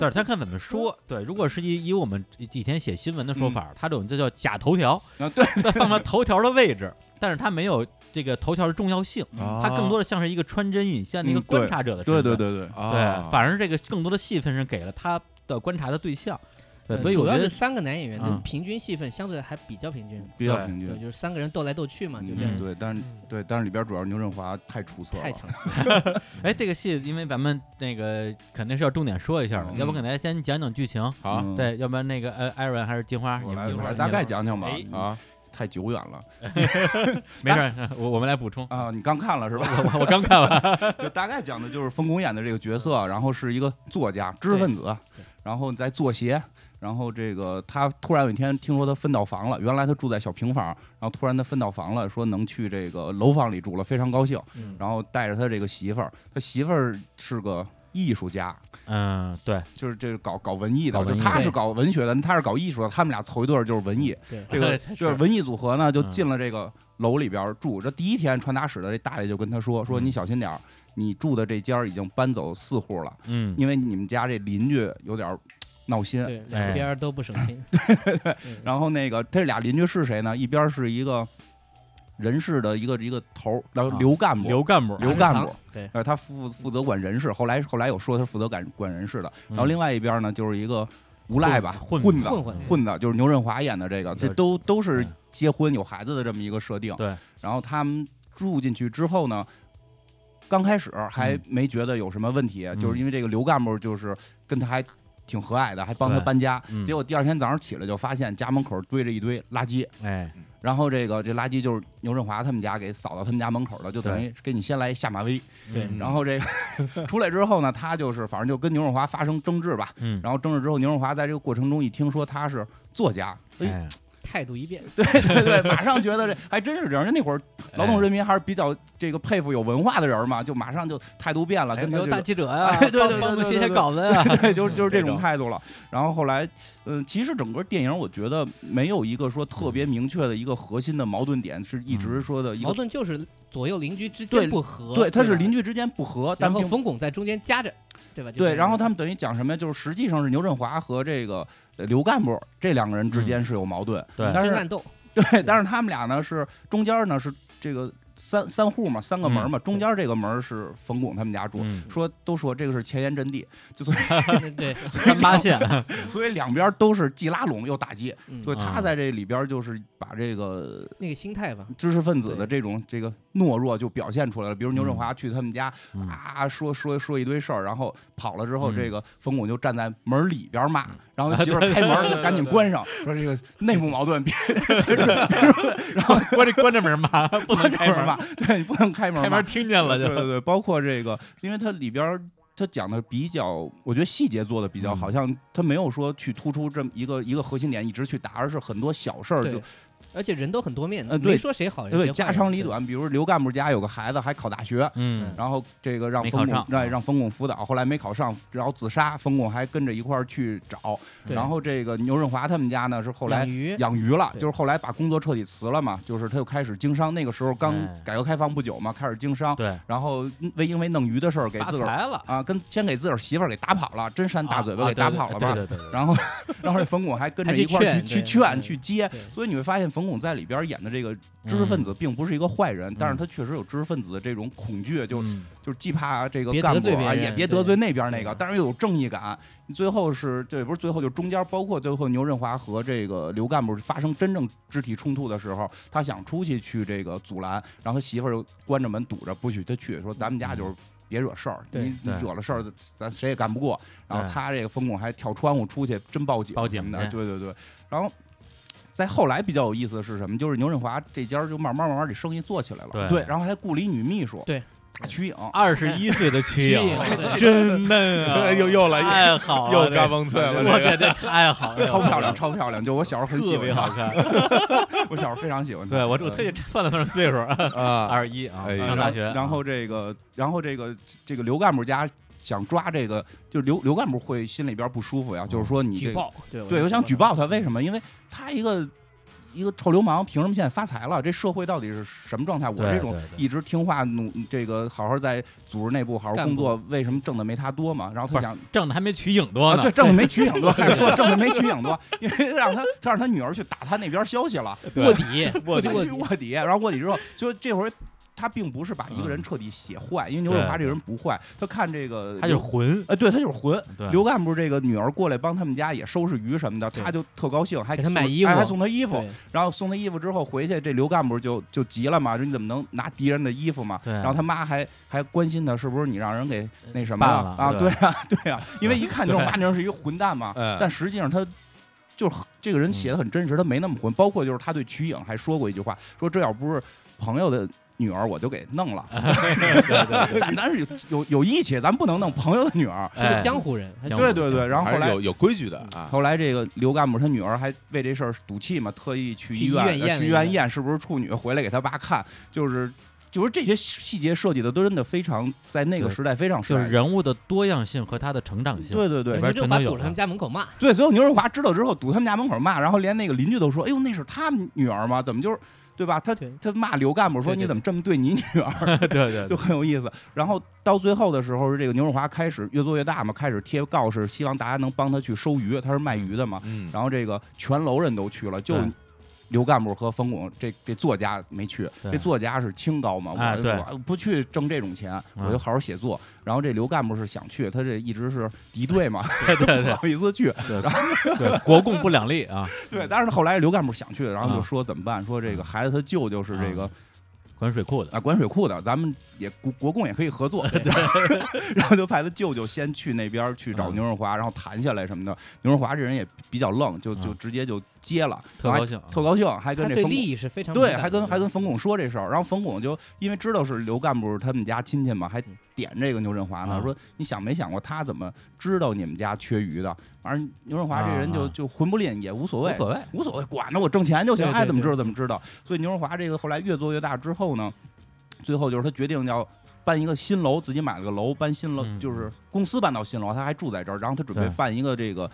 Speaker 1: 但是他看怎么
Speaker 5: 嗯
Speaker 1: 说。对，如果是以以我们以前写新闻的说法，他这种就叫假头条，
Speaker 5: 啊，对，
Speaker 1: 他放了头条的位置，但是他没有这个头条的重要性，
Speaker 2: 啊
Speaker 1: 他更多的像是一个穿针引线的一个
Speaker 5: 嗯对
Speaker 1: 观察者的身
Speaker 5: 对
Speaker 1: 份。
Speaker 5: 对对对，
Speaker 1: 对，
Speaker 2: 啊，
Speaker 1: 反而这个更多的戏份是给了他的观察的对象。对，
Speaker 3: 嗯
Speaker 1: 所以
Speaker 3: 主
Speaker 1: 我觉
Speaker 3: 要
Speaker 1: 得
Speaker 3: 是三个男演员，就
Speaker 1: 嗯
Speaker 3: 平均戏份相对还比较平均，
Speaker 5: 比较
Speaker 1: 对
Speaker 5: 平
Speaker 3: 对，
Speaker 5: 均，
Speaker 3: 就是三个人斗来斗去嘛，就这
Speaker 1: 嗯
Speaker 3: 样，
Speaker 5: 嗯对，但是
Speaker 4: 嗯
Speaker 5: 对，但是里边主要是牛振华太出色
Speaker 3: 太
Speaker 5: 了，
Speaker 3: 强了。
Speaker 1: 哎，这个戏因为咱们那个肯定是要重点说一下的，
Speaker 5: 嗯
Speaker 1: 要不给大家先讲讲剧情。
Speaker 2: 好
Speaker 5: 嗯，
Speaker 1: 对，要不然那个呃，艾伦还是金花，你
Speaker 5: 我
Speaker 1: 们
Speaker 5: 来
Speaker 1: 金
Speaker 5: 我
Speaker 1: 花
Speaker 5: 来大概
Speaker 1: 你
Speaker 5: 讲讲吧，
Speaker 1: 哎
Speaker 5: 嗯
Speaker 2: 啊，
Speaker 5: 太久远了
Speaker 1: 没事儿，我我们来补充。
Speaker 5: 啊，你刚看了是吧？
Speaker 1: 我我刚看完，
Speaker 5: 就大概讲的就是冯巩演的这个角色，然后是一个作家、知识分子
Speaker 3: 对，
Speaker 5: 然后在做鞋。然后这个他突然有一天听说他分到房了，原来他住在小平房，然后突然他分到房了，说能去这个楼房里住了，非常高兴。
Speaker 1: 嗯
Speaker 5: 然后带着他这个媳妇儿，他媳妇儿是个艺术家，
Speaker 1: 嗯，对，
Speaker 5: 就是这个搞搞文艺的，
Speaker 1: 搞文
Speaker 5: 就
Speaker 1: 艺
Speaker 5: 他
Speaker 3: 的
Speaker 5: 是搞文学的，他是搞艺术的，他们俩凑一对儿就是文艺。
Speaker 3: 对，
Speaker 5: 这个
Speaker 1: 是
Speaker 5: 就是文艺组合呢，就
Speaker 1: 嗯
Speaker 5: 进了这个楼里边儿住。这第一天，传达室的这大爷就跟他说：“说
Speaker 1: 嗯
Speaker 5: 你小心点儿，你住的这家儿已经搬走四户了，
Speaker 1: 嗯，
Speaker 5: 因为你们家这邻居有点儿闹心。
Speaker 3: 对，两边都不省 心。嗯
Speaker 5: 然后那个这俩邻居是谁呢？一边是一个人事的一个一个头儿，然后
Speaker 1: 啊
Speaker 5: 刘干部，
Speaker 1: 刘干部，
Speaker 5: 刘干
Speaker 3: 唐
Speaker 5: 部，
Speaker 3: 对，
Speaker 5: 呃，他负负责管人事。后来后来有说他负责管管人事的。然后
Speaker 1: 嗯
Speaker 5: 另外一边呢，就是一个无赖吧，
Speaker 1: 混
Speaker 5: 混子，
Speaker 3: 混混
Speaker 5: 混的，就是牛振华演的这个，
Speaker 1: 就
Speaker 5: 这
Speaker 1: 是
Speaker 5: 都都是
Speaker 1: 对
Speaker 5: 结婚有孩子的这么一个设定。
Speaker 1: 对，
Speaker 5: 然后他们住进去之后呢，刚开始还
Speaker 1: 嗯
Speaker 5: 没觉得有什么问题，就
Speaker 1: 嗯
Speaker 5: 是因为这个刘干部就是跟他还挺和蔼的，还帮他
Speaker 1: 对
Speaker 5: 搬家。
Speaker 1: 嗯
Speaker 5: 结果第二天早上起来就发现家门口堆着一堆垃圾，
Speaker 1: 哎，
Speaker 5: 然后这个这垃圾就是牛振华他们家给扫到他们家门口的，就等于给你先来下马威。
Speaker 3: 对
Speaker 1: 嗯
Speaker 5: 然后这个 出来之后呢，他就是反正就跟牛振华发生争执吧，
Speaker 1: 嗯，
Speaker 5: 然后争执之后，牛荣华在这个过程中一听说他是作家，哎，
Speaker 1: 哎，
Speaker 3: 态度一变，
Speaker 5: 对对对，马上觉得这还真是这样。人那会儿劳动人民还是比较这个佩服有文化的人嘛，就马上就态度变了，跟他
Speaker 1: 刘
Speaker 5: 是
Speaker 1: 大记 者呀，
Speaker 5: 哎对对
Speaker 1: 帮
Speaker 5: 对
Speaker 1: 帮我们
Speaker 5: 对
Speaker 1: 写
Speaker 5: 对
Speaker 1: 写
Speaker 5: 对
Speaker 1: 稿子啊 呀，
Speaker 5: 对，就是就是这
Speaker 1: 这
Speaker 5: 种
Speaker 1: 种
Speaker 5: 态度了。然后后来，嗯，其实整个电影我觉得没有一个说特别明确的一个核心的矛盾点，是一直说的一
Speaker 3: 矛
Speaker 5: 个。
Speaker 3: 盾就是左右邻居之
Speaker 5: 对
Speaker 3: 间不和。
Speaker 5: 对，他是
Speaker 3: 吧
Speaker 5: 邻，居之间不和，但
Speaker 3: 然后
Speaker 5: 并
Speaker 3: 冯巩在中间夹着，对吧？就
Speaker 5: 对，
Speaker 3: 是
Speaker 5: 然后他们等于讲什么呀？就是实际上是牛振华和这个呃刘干部这两个人之间是有矛盾，
Speaker 1: 对
Speaker 5: 但
Speaker 3: 争
Speaker 5: 是
Speaker 3: 暗斗，
Speaker 5: 对，但是他们俩呢是中间呢是这个三三户嘛，三个门嘛，中间这个门是冯巩他们家住。
Speaker 1: 嗯，
Speaker 5: 说都说这个是前沿阵地，就所以
Speaker 3: 对，
Speaker 1: 三八 线，
Speaker 5: 所以两边都是既拉拢又打击，
Speaker 3: 嗯
Speaker 5: 所以他
Speaker 1: 嗯
Speaker 5: 在这里边就是把这个
Speaker 3: 那个心态吧，
Speaker 5: 知识分子
Speaker 3: 对
Speaker 5: 的这种这个懦弱就表现出来了。比如牛振华去他们家
Speaker 1: 嗯
Speaker 5: 啊说说说一堆事儿，然后跑了之后，
Speaker 1: 嗯
Speaker 5: 这个冯巩就站在门里边骂
Speaker 1: 嗯，
Speaker 5: 然后他媳妇儿开门就赶紧关上，说这个内部矛盾别别别然后
Speaker 1: 关着关着 门骂，不能开门
Speaker 5: 骂，对你不能开门
Speaker 1: 开
Speaker 5: 骂
Speaker 1: 门听见了
Speaker 5: 对
Speaker 1: 就，
Speaker 5: 对对，包括这个，因为它里边儿它讲的比较，我觉得细节做的比较好，
Speaker 1: 嗯
Speaker 5: 像它没有说去突出这么一个一个核心点，一直去打，而是很多小事儿就
Speaker 3: 对而且人都很多面，
Speaker 5: 呃对
Speaker 3: 没说谁好人
Speaker 5: 对，
Speaker 3: 谁坏
Speaker 5: 家
Speaker 3: 人
Speaker 5: 长里
Speaker 3: 对
Speaker 5: 短，比如刘干部家有个孩子还考大学，
Speaker 1: 嗯
Speaker 5: 然后这个让
Speaker 1: 没
Speaker 5: 冯
Speaker 1: 考上
Speaker 5: 巩让
Speaker 1: 嗯
Speaker 5: 让冯巩辅导，后来没考上，然后自杀，冯巩还跟着一块儿去找。
Speaker 3: 对
Speaker 5: 然后这个牛润华他们家呢是后
Speaker 3: 养
Speaker 5: 来
Speaker 3: 鱼，
Speaker 5: 养鱼了，
Speaker 3: 对
Speaker 5: 就是后来把工作彻底辞了嘛，就是他又开始经商，那个时候刚
Speaker 1: 哎
Speaker 5: 改革开放不久嘛，开始经商，
Speaker 1: 对，
Speaker 5: 然后为因为弄鱼的事儿给
Speaker 1: 发
Speaker 5: 自个儿
Speaker 1: 财了，
Speaker 5: 啊跟先给自个儿媳妇儿给打跑了，真扇大嘴巴
Speaker 1: 啊
Speaker 5: 给打跑了嘛。
Speaker 1: 对对对对对
Speaker 5: 然后， 然后这冯巩还跟着
Speaker 3: 还去
Speaker 5: 一块儿
Speaker 3: 劝
Speaker 5: 去去
Speaker 3: 对
Speaker 5: 劝
Speaker 3: 对
Speaker 5: 去接，
Speaker 3: 对
Speaker 5: 所以你会发现冯巩在里边演的这个知识
Speaker 1: 嗯
Speaker 5: 分子并不是一个坏人，但是他确实有知识分子的这种恐惧，就、
Speaker 1: 嗯
Speaker 5: 就是既怕这个
Speaker 3: 别
Speaker 5: 干
Speaker 3: 得
Speaker 5: 部
Speaker 3: 罪
Speaker 5: 啊，
Speaker 3: 别人
Speaker 5: 也别得罪那边
Speaker 1: 对
Speaker 5: 那个，但是又有正义感。最后是这也不是最后，就中间包括最后牛振华和这个刘干部发生真正肢体冲突的时候，他想出去去这个阻拦，然后他媳妇儿又关着门堵着不许他去，说咱们家就是。别惹事儿，
Speaker 3: 对
Speaker 5: 你你
Speaker 1: 对
Speaker 5: 惹了事儿，咱谁也干不过。然后
Speaker 1: 对
Speaker 5: 他这个冯巩还跳窗户出去，真报警
Speaker 1: 报警
Speaker 5: 什么
Speaker 1: 去
Speaker 5: 的，对对对。然后在后来比较有意思的是什么？就是牛振华这家就慢慢慢慢这生意做起来了，
Speaker 1: 对
Speaker 5: 然后还雇了一女秘书，
Speaker 3: 对，
Speaker 5: 大瞿颖，
Speaker 1: 二十一岁的 曲颖
Speaker 5: 啊
Speaker 3: 曲颖，
Speaker 1: 真嫩啊！
Speaker 2: 又又来
Speaker 1: 太好了，
Speaker 2: 又嘎嘣脆了，
Speaker 1: 我
Speaker 2: 这
Speaker 1: 感
Speaker 2: 个
Speaker 1: 觉太好了，
Speaker 5: 超 漂亮，，超漂亮！就我小时候很喜
Speaker 1: 特别
Speaker 5: 欢
Speaker 1: 好
Speaker 5: 她，
Speaker 1: 看。
Speaker 5: 我小时候非常喜欢她。嗯
Speaker 1: 对我我特意算了算岁数，
Speaker 2: 啊，
Speaker 1: 二十一啊，
Speaker 2: 哎呀
Speaker 1: 上大学，
Speaker 5: 然后这个，然后这个，这个刘干部家想抓这个，就是刘刘干部会心里边不舒服呀，
Speaker 1: 哦
Speaker 5: 就是说你
Speaker 3: 举
Speaker 5: 这个，
Speaker 3: 报，对
Speaker 5: 对，我想举报他，为
Speaker 3: 么？
Speaker 5: 什么？因为他一个一个臭流氓，凭什么现在发财了？这社会到底是什么状态？我
Speaker 1: 对
Speaker 5: 这种
Speaker 1: 对对
Speaker 5: 一直听话努这个好好在组织内部好好
Speaker 3: 干部
Speaker 5: 工作，为什么挣的没他多嘛？然后
Speaker 1: 不
Speaker 5: 他
Speaker 1: 是
Speaker 5: 想
Speaker 1: 挣的还没曲颖多
Speaker 5: 啊，
Speaker 1: 呢
Speaker 5: 对，，挣的没曲颖多，还说挣的没曲颖多，因为让他他让他女儿去打他那边消息了，
Speaker 3: 卧底，
Speaker 5: 我就
Speaker 3: 卧
Speaker 5: 去
Speaker 3: 底
Speaker 5: 卧底，然后卧底之后，就这回他并不是把一个人彻底写坏，因为牛
Speaker 1: 对
Speaker 5: 润华这个人不坏，他看这个
Speaker 1: 他就是混，
Speaker 5: 哎，对他就是混。
Speaker 1: 对，
Speaker 5: 刘干部这个女儿过来帮他们家也收拾鱼什么的，
Speaker 3: 对
Speaker 5: 他就特高兴，还
Speaker 3: 给他买
Speaker 5: 送
Speaker 3: 衣服
Speaker 5: 哎还送他衣服
Speaker 3: 对。
Speaker 5: 然后送他衣服之后回去，这刘干部就就急了嘛，说你怎么能拿敌人的衣服嘛？
Speaker 1: 对啊
Speaker 5: 然后他妈还还关心他是不是你让人给那什么
Speaker 1: 办了
Speaker 5: 啊？
Speaker 1: 对
Speaker 5: 对啊，对啊，因为一看牛润华这人是一个混蛋嘛，
Speaker 2: 嗯
Speaker 5: 但实际上他。就是很这个人写的很真实，他没那么混。包括就是他对瞿颖还说过一句话，说这要不是朋友的女儿，我就给 弄了。但咱是有有有义气，咱不能弄朋友的女儿。
Speaker 3: 是个
Speaker 1: 哎
Speaker 3: 江湖人，还
Speaker 1: 江湖
Speaker 5: 对对对，然后
Speaker 2: 还
Speaker 5: 后
Speaker 2: 是
Speaker 5: 来嗯
Speaker 2: 有有规矩的啊，
Speaker 5: 后来这个刘干部他女儿还为这事儿赌气嘛，特意去医
Speaker 3: 去
Speaker 5: 院
Speaker 3: 医院验了
Speaker 5: 呃去医
Speaker 3: 一
Speaker 5: 院
Speaker 3: 下
Speaker 5: 验是不是处女，回来给他爸看，就是就是这些细节设计的都真的非常在那个
Speaker 1: 对
Speaker 5: 时代非常时
Speaker 1: 就是
Speaker 5: 代
Speaker 1: 人物的多样性和他的成长性，
Speaker 5: 对对对
Speaker 1: 里
Speaker 3: 人
Speaker 1: 边
Speaker 3: 家就
Speaker 1: 全
Speaker 3: 把
Speaker 1: 都有
Speaker 3: 堵着他们家门口骂，
Speaker 5: 对，所以牛润华知道之后堵他们家门口骂，然后连那个邻居都说：“哎呦，那是他们女儿吗？怎么就是对吧？”他
Speaker 3: 对
Speaker 5: 他骂刘干部说：“
Speaker 3: 对对
Speaker 5: 你怎么这么对你女儿？”
Speaker 1: 对对对，
Speaker 5: 就很有意思。然后到最后的时候，这个牛润华开始越做越大嘛，开始贴告示，希望大家能帮他去收鱼，他是卖鱼的嘛。
Speaker 2: 嗯，
Speaker 5: 然后这个全楼人都去了，就
Speaker 1: 对
Speaker 5: 刘干部和冯巩这这作家没去，
Speaker 1: 对
Speaker 5: 这作家是清高嘛，我、
Speaker 1: 哎对嗯
Speaker 5: 我不去挣这种钱，我就好好写作。然后这刘干部是想去，他这一直是敌对嘛，
Speaker 1: 对对
Speaker 5: 不
Speaker 1: 对
Speaker 5: 好意思去。
Speaker 1: 对，国共不两立啊，
Speaker 5: 对，但是后来刘干部想去，然后
Speaker 1: 啊
Speaker 5: 就说怎么办？说这个孩子他舅舅是这个
Speaker 1: 管水库的，
Speaker 5: 啊管水库的，咱们也国国共也可以 合作，然后 然后就派他舅舅先去那边去找
Speaker 1: 嗯
Speaker 5: 牛润华，然后谈下来什么的。牛润华这人也比较愣，就就
Speaker 1: 嗯
Speaker 5: 直接就接了，
Speaker 1: 特
Speaker 5: 然后还
Speaker 1: 高兴啊，
Speaker 5: 特高兴，还
Speaker 3: 他
Speaker 5: 跟这
Speaker 3: 对
Speaker 5: 冯巩
Speaker 3: 利益是非常
Speaker 5: 对，
Speaker 3: 敏感
Speaker 5: 还跟
Speaker 3: 的
Speaker 5: 还跟冯巩说这事儿，然后冯巩就因为知道是刘干部他们家亲戚嘛，还点这个牛振华
Speaker 1: 嗯啊
Speaker 5: 呢，说你想没想过他怎么知道你们家缺鱼的？反正牛振华这人
Speaker 1: 啊
Speaker 5: 就
Speaker 1: 啊
Speaker 5: 就混不吝，也无所谓
Speaker 1: 无，所谓，
Speaker 5: 无所谓，管他我挣钱就行，
Speaker 3: 对对
Speaker 5: 爱怎么
Speaker 3: 对
Speaker 5: 知道怎么知道。所以牛振华这个后来越做越大之后呢，最后就是他决定要。搬一个新楼，自己买了个楼，搬新楼、
Speaker 1: 嗯
Speaker 5: 就是公司搬到新楼，他还住在这儿。然后他准备
Speaker 1: 对
Speaker 5: 办一个这个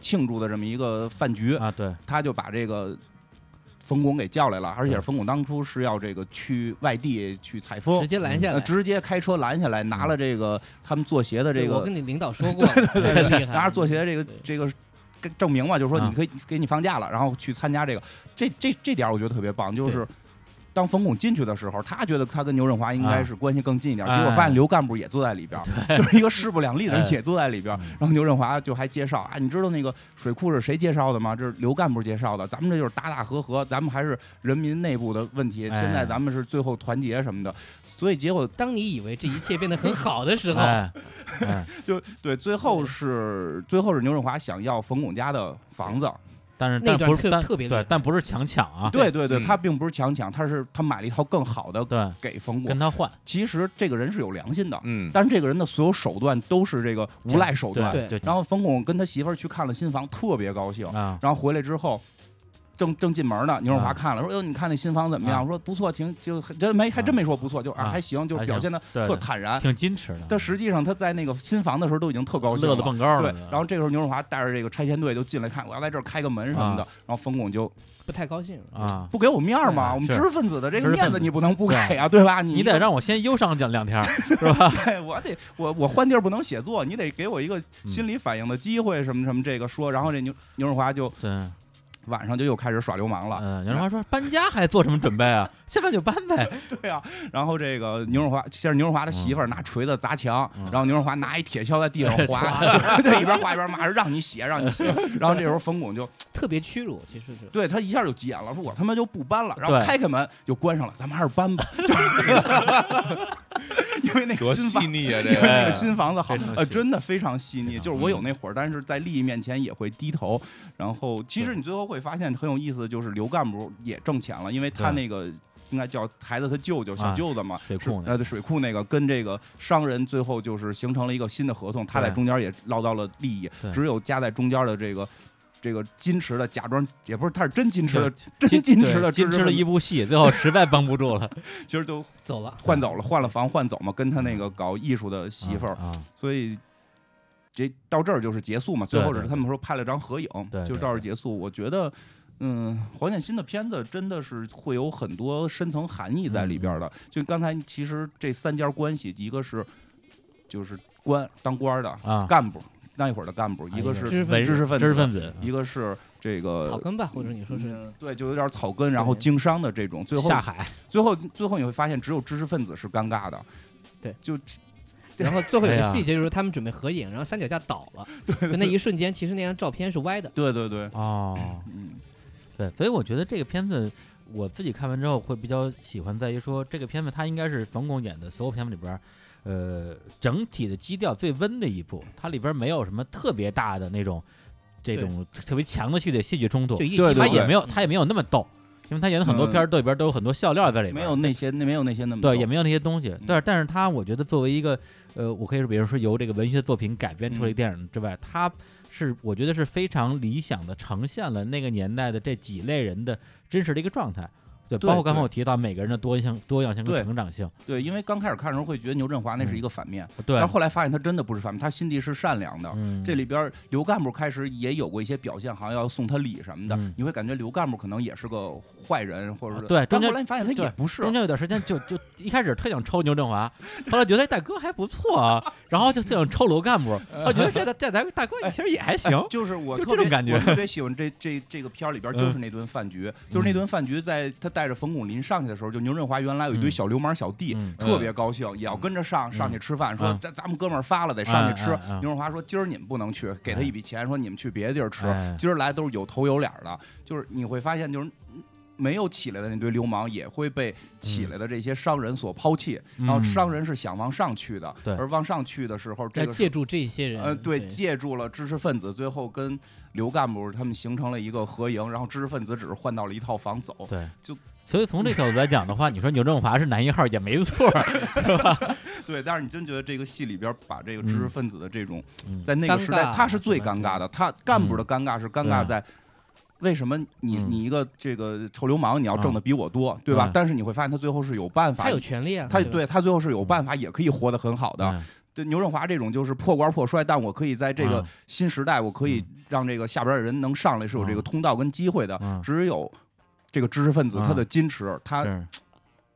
Speaker 5: 庆祝的这么一个饭局，
Speaker 1: 啊，对，
Speaker 5: 他就把这个冯巩给叫来了，而且冯巩当初是要这个去外地去采
Speaker 3: 直
Speaker 5: 风，
Speaker 3: 接拦下
Speaker 5: 呃
Speaker 3: 来。
Speaker 5: 直接开车拦下来，拿了这个他们做鞋的这
Speaker 3: 对我
Speaker 5: 个
Speaker 3: 跟，你领导 说过，
Speaker 5: 对
Speaker 3: 很厉害
Speaker 5: 拿着做鞋的这个
Speaker 3: 对
Speaker 5: 这个证明嘛，就是说
Speaker 1: 啊
Speaker 5: 你可以给你放假了，然后去参加这个，这这这点我觉得特别棒，就是。当冯巩进去的时候，他觉得他跟牛振华应该是关系更近一点，
Speaker 1: 啊
Speaker 5: 结果发现刘干部也坐在里边，就是一个势不两立的
Speaker 1: 哎
Speaker 5: 人也坐在里边，
Speaker 1: 嗯
Speaker 5: 然后牛振华就还介绍啊，你知道那个水库是谁介绍的吗？这是刘干部介绍的。咱们这就是打打和和，咱们还是人民内部的问题。
Speaker 1: 哎
Speaker 5: 现在咱们是最后团结什么的，所以结果
Speaker 3: 当你以为这一切变得很好的时候，
Speaker 1: 哎，哎
Speaker 5: 就对，最后是最后是牛振华想要冯巩家的房子。
Speaker 1: 但是
Speaker 3: 那
Speaker 1: 但
Speaker 3: 段
Speaker 1: 不是
Speaker 3: 特
Speaker 1: 但
Speaker 3: 特别厉害
Speaker 1: 对，但不是强抢啊，
Speaker 5: 对对对，
Speaker 2: 嗯
Speaker 5: 他并不是强抢，他是他买了一套更好的
Speaker 1: 对，
Speaker 5: 给冯
Speaker 1: 跟
Speaker 5: 巩。
Speaker 1: 他换，
Speaker 5: 其实这个人是有良心的，
Speaker 2: 嗯，
Speaker 5: 但是这个人的所有手段都是这个无赖手段。
Speaker 1: 对，
Speaker 3: 对
Speaker 1: 就
Speaker 5: 然后冯巩跟他媳妇儿去看了新房，特别高兴。
Speaker 1: 啊，
Speaker 5: 然后回来之后，正正进门呢，牛肉
Speaker 1: 啊
Speaker 5: 华看了，说：“哟，你看那新房怎么
Speaker 1: 啊
Speaker 5: 样？”我说：“不错，挺就真没还真没说不错，就啊
Speaker 1: 啊
Speaker 5: 还行，就
Speaker 1: 还
Speaker 5: 表
Speaker 1: 行
Speaker 5: 现的
Speaker 1: 对
Speaker 5: 特
Speaker 1: 对
Speaker 5: 坦然。
Speaker 1: 挺矜持的，
Speaker 5: 但实际上他在那个新房的时候都已经特高兴
Speaker 1: 乐
Speaker 5: 了，
Speaker 1: 得蹦高
Speaker 5: 对
Speaker 1: 了嗯呢。，
Speaker 5: 然后这个时候牛若华带着这个拆迁队就进来看，我要在这儿开个门什么的。然后冯巩就
Speaker 3: 不太高兴，
Speaker 1: 啊，
Speaker 5: 不给我面儿
Speaker 3: 对
Speaker 5: 嘛，
Speaker 1: 啊
Speaker 5: 我们
Speaker 1: 是
Speaker 5: 知识分子的这
Speaker 1: 知
Speaker 5: 个
Speaker 1: 识分
Speaker 5: 面子
Speaker 1: 子
Speaker 5: 你不能不给啊，对吧？你
Speaker 1: 你
Speaker 5: 你
Speaker 1: 得让我先忧伤两两天儿，
Speaker 5: 对我得我我换地儿不能写作，你得给我一
Speaker 1: 嗯
Speaker 5: 个心理反应的机会，什么什么这个说。然后这牛牛若华就
Speaker 1: 对，
Speaker 5: 晚上就又开始耍流氓了，
Speaker 1: 嗯，杨振华说搬家还做什么准备啊？现在就搬呗，
Speaker 5: 对啊。然后这个牛若华先是牛若华的媳妇儿拿锤子砸墙
Speaker 1: 嗯，哎
Speaker 5: 然后牛若华拿一铁锹在地上划， 对，一边划一边骂说让你写让你写。然后这时候冯巩就
Speaker 3: 特别屈辱，其实是。
Speaker 5: 对他一下就急眼了，说我他妈就不搬了，然后
Speaker 1: 对
Speaker 5: 开开门就关上了，咱们还是搬吧， 就是因为 那
Speaker 2: 多
Speaker 5: 个新哎
Speaker 2: 细
Speaker 5: 房。
Speaker 2: 腻啊！这
Speaker 5: 因为
Speaker 2: 个
Speaker 1: 哎
Speaker 5: 那个新房子 好
Speaker 1: 非常，细
Speaker 5: 呃，真的非常细
Speaker 1: 啊
Speaker 5: 腻。
Speaker 1: 非常
Speaker 5: 就是我有那会儿，但是在利益面前也会低头。然后，其实你最后会发现很有意思的就是刘干部也挣钱了，因为他
Speaker 1: 对
Speaker 5: 那个应该叫孩子他舅舅小
Speaker 1: 啊
Speaker 5: 舅子嘛，
Speaker 1: 水库
Speaker 5: 呃，
Speaker 1: 那
Speaker 5: 对，水库那个跟这个商人最后就是形成了一个新的合同，他在
Speaker 1: 对
Speaker 5: 中间也捞到了利益
Speaker 1: 对，
Speaker 5: 只有夹在中间的这个这个矜持的假装，也不是他是真矜持的，真
Speaker 1: 矜
Speaker 5: 矜呃持的，
Speaker 1: 矜持了
Speaker 5: 了
Speaker 1: 一，部戏，最后实在绷不住了，
Speaker 5: 其实就
Speaker 3: 走了，
Speaker 5: 换走了，换了房，换走嘛，跟他那个搞艺术的媳妇儿，
Speaker 1: 啊，啊
Speaker 5: 所以。这到这儿就是结束嘛，
Speaker 1: 对
Speaker 5: 最后只
Speaker 1: 对
Speaker 5: 是他们说拍了张合影，
Speaker 1: 对对
Speaker 5: 就到这儿结束。我觉得，嗯，黄建新的片子真的是会有很多深层含义在里边
Speaker 1: 嗯
Speaker 5: 儿的。就刚才其实这三家关系，一个是就是官当官的
Speaker 1: 啊
Speaker 5: 干部，那一会儿的干部，一个
Speaker 3: 知
Speaker 5: 是
Speaker 3: 识
Speaker 1: 文
Speaker 3: 分
Speaker 5: 知
Speaker 3: 子
Speaker 5: 识分
Speaker 1: 知识
Speaker 5: 子，
Speaker 1: 分子，
Speaker 5: 一个是这
Speaker 3: 草
Speaker 5: 个。
Speaker 3: 根吧，或者你说是
Speaker 5: 呃嗯对，就有点草根，然后
Speaker 3: 对
Speaker 5: 经商的这种，最后
Speaker 1: 下海，
Speaker 5: 最后最后你会发现，只有知识分子是尴尬的。
Speaker 3: 对，
Speaker 5: 就
Speaker 3: 然后最后有
Speaker 1: 哎
Speaker 3: 个
Speaker 1: 呀
Speaker 3: 细节就是他们准备合影，然后三脚架倒 了，就那一瞬间，其实那张照片是歪的。
Speaker 5: 对对对，
Speaker 1: 哦，
Speaker 5: 嗯，
Speaker 1: 对，所以我觉得这个片子我自己看完之后会比较喜欢，在于说这个片子它应该是冯巩演的所有片子里边儿，呃，整体的基调最温的一部，它里边儿没有什么特别大的那种这
Speaker 3: 对
Speaker 1: 种特特别强的去的戏剧冲突
Speaker 3: 就，一
Speaker 5: 对
Speaker 1: 他
Speaker 5: 对
Speaker 1: 也
Speaker 5: 对
Speaker 1: 没有他也没有那么逗，因为他演的很多片儿都里边儿都有很多笑料在里边儿，
Speaker 5: 没有那些那没有那些那么多
Speaker 1: 对，也没有那些东西。
Speaker 5: 嗯
Speaker 1: 但是，但是他我觉得作为一个，呃，我可以说，比如说由这个文学作品改编出来的
Speaker 5: 嗯
Speaker 1: 电影之外，他是我觉得是非常理想的呈现了那个年代的这几类人的真实的一个状态。对，
Speaker 5: 对
Speaker 1: 包括刚才
Speaker 5: 对
Speaker 1: 我提到每个人的多样性、多样性跟
Speaker 5: 对
Speaker 1: 成长性，
Speaker 5: 对，因为刚开始看的时候会觉得牛振华那是
Speaker 1: 嗯
Speaker 5: 一个反面，
Speaker 1: 对
Speaker 5: 但，后来发现他真的不是反面，他心地是善良的。
Speaker 1: 嗯，
Speaker 5: 这里边刘干部开始也有过一些表现，好像要送他礼什么的，
Speaker 1: 嗯
Speaker 5: 你会感觉刘干部可能也是个坏人，或者是、
Speaker 1: 啊对中
Speaker 5: 但
Speaker 1: 间
Speaker 5: 后来你发现他
Speaker 1: 对
Speaker 5: 也不是
Speaker 1: 中，间有段时间就就一开始特想抽牛振华，后来觉得哎大哥还不错啊，然后就特想抽楼干 部，后来觉得这大这大大哥其实也还行，
Speaker 5: 哎就是我
Speaker 1: 就
Speaker 5: 特
Speaker 1: 这
Speaker 5: 别
Speaker 1: 种感觉嗯
Speaker 5: 我特别喜欢这这这个片儿里边就是那顿饭局，就是那顿饭局，在他带着冯巩林上去的时候，就牛振华原来有一
Speaker 1: 嗯
Speaker 5: 堆小流氓小弟，
Speaker 1: 嗯
Speaker 5: 特别高兴，也要跟着上上去吃饭，说
Speaker 1: 嗯
Speaker 5: 咱咱们哥们儿发了得上去吃
Speaker 1: 嗯嗯嗯。
Speaker 5: 牛荣华说今儿你们不能去，给他一笔钱，说你们去别的地儿吃
Speaker 1: 哎。
Speaker 5: 今儿来都是有头有脸儿的，就是你会发现就是。没有起来的那堆流氓也会被起来的这些商人所抛弃，然后
Speaker 1: 嗯
Speaker 5: 商人是想往上去的，
Speaker 1: 对
Speaker 5: 而往上去的时候，这
Speaker 3: 要
Speaker 5: 个是
Speaker 3: 借助这些人，
Speaker 5: 呃，对，借助了知识分子，最后跟刘干部他们形成了一个合营，然后知识分子只是换到了一套房走，
Speaker 1: 对，
Speaker 5: 就
Speaker 1: 所以从这角度来讲的话，你说牛振华是男一号也没错 儿，
Speaker 5: 对，但是你真觉得这个戏里边把这个知识分子的这种，
Speaker 1: 嗯
Speaker 5: 在那个时
Speaker 3: 尴
Speaker 5: 代
Speaker 3: 尬
Speaker 5: 他是最尴尬的，他干部的尴尬是尴尬在。为什么你
Speaker 1: 嗯
Speaker 5: 你一个这个臭流氓，你要挣的比我多，对
Speaker 1: 嗯
Speaker 5: 吧？但是你会发现他最后是有办法，
Speaker 3: 他有权利啊，
Speaker 5: 他
Speaker 3: 对吧，
Speaker 5: 对他最后是有办法，也可以活得很好的。
Speaker 1: 嗯
Speaker 5: 对牛振华这种就是破罐破摔，但我可以在这个
Speaker 1: 嗯
Speaker 5: 新时代，我可以让这个下边的人能上来是有这个
Speaker 1: 嗯
Speaker 5: 通道跟机会的。
Speaker 1: 嗯
Speaker 5: 只有这个知识分子
Speaker 1: 嗯
Speaker 5: 他的矜持，他
Speaker 1: 是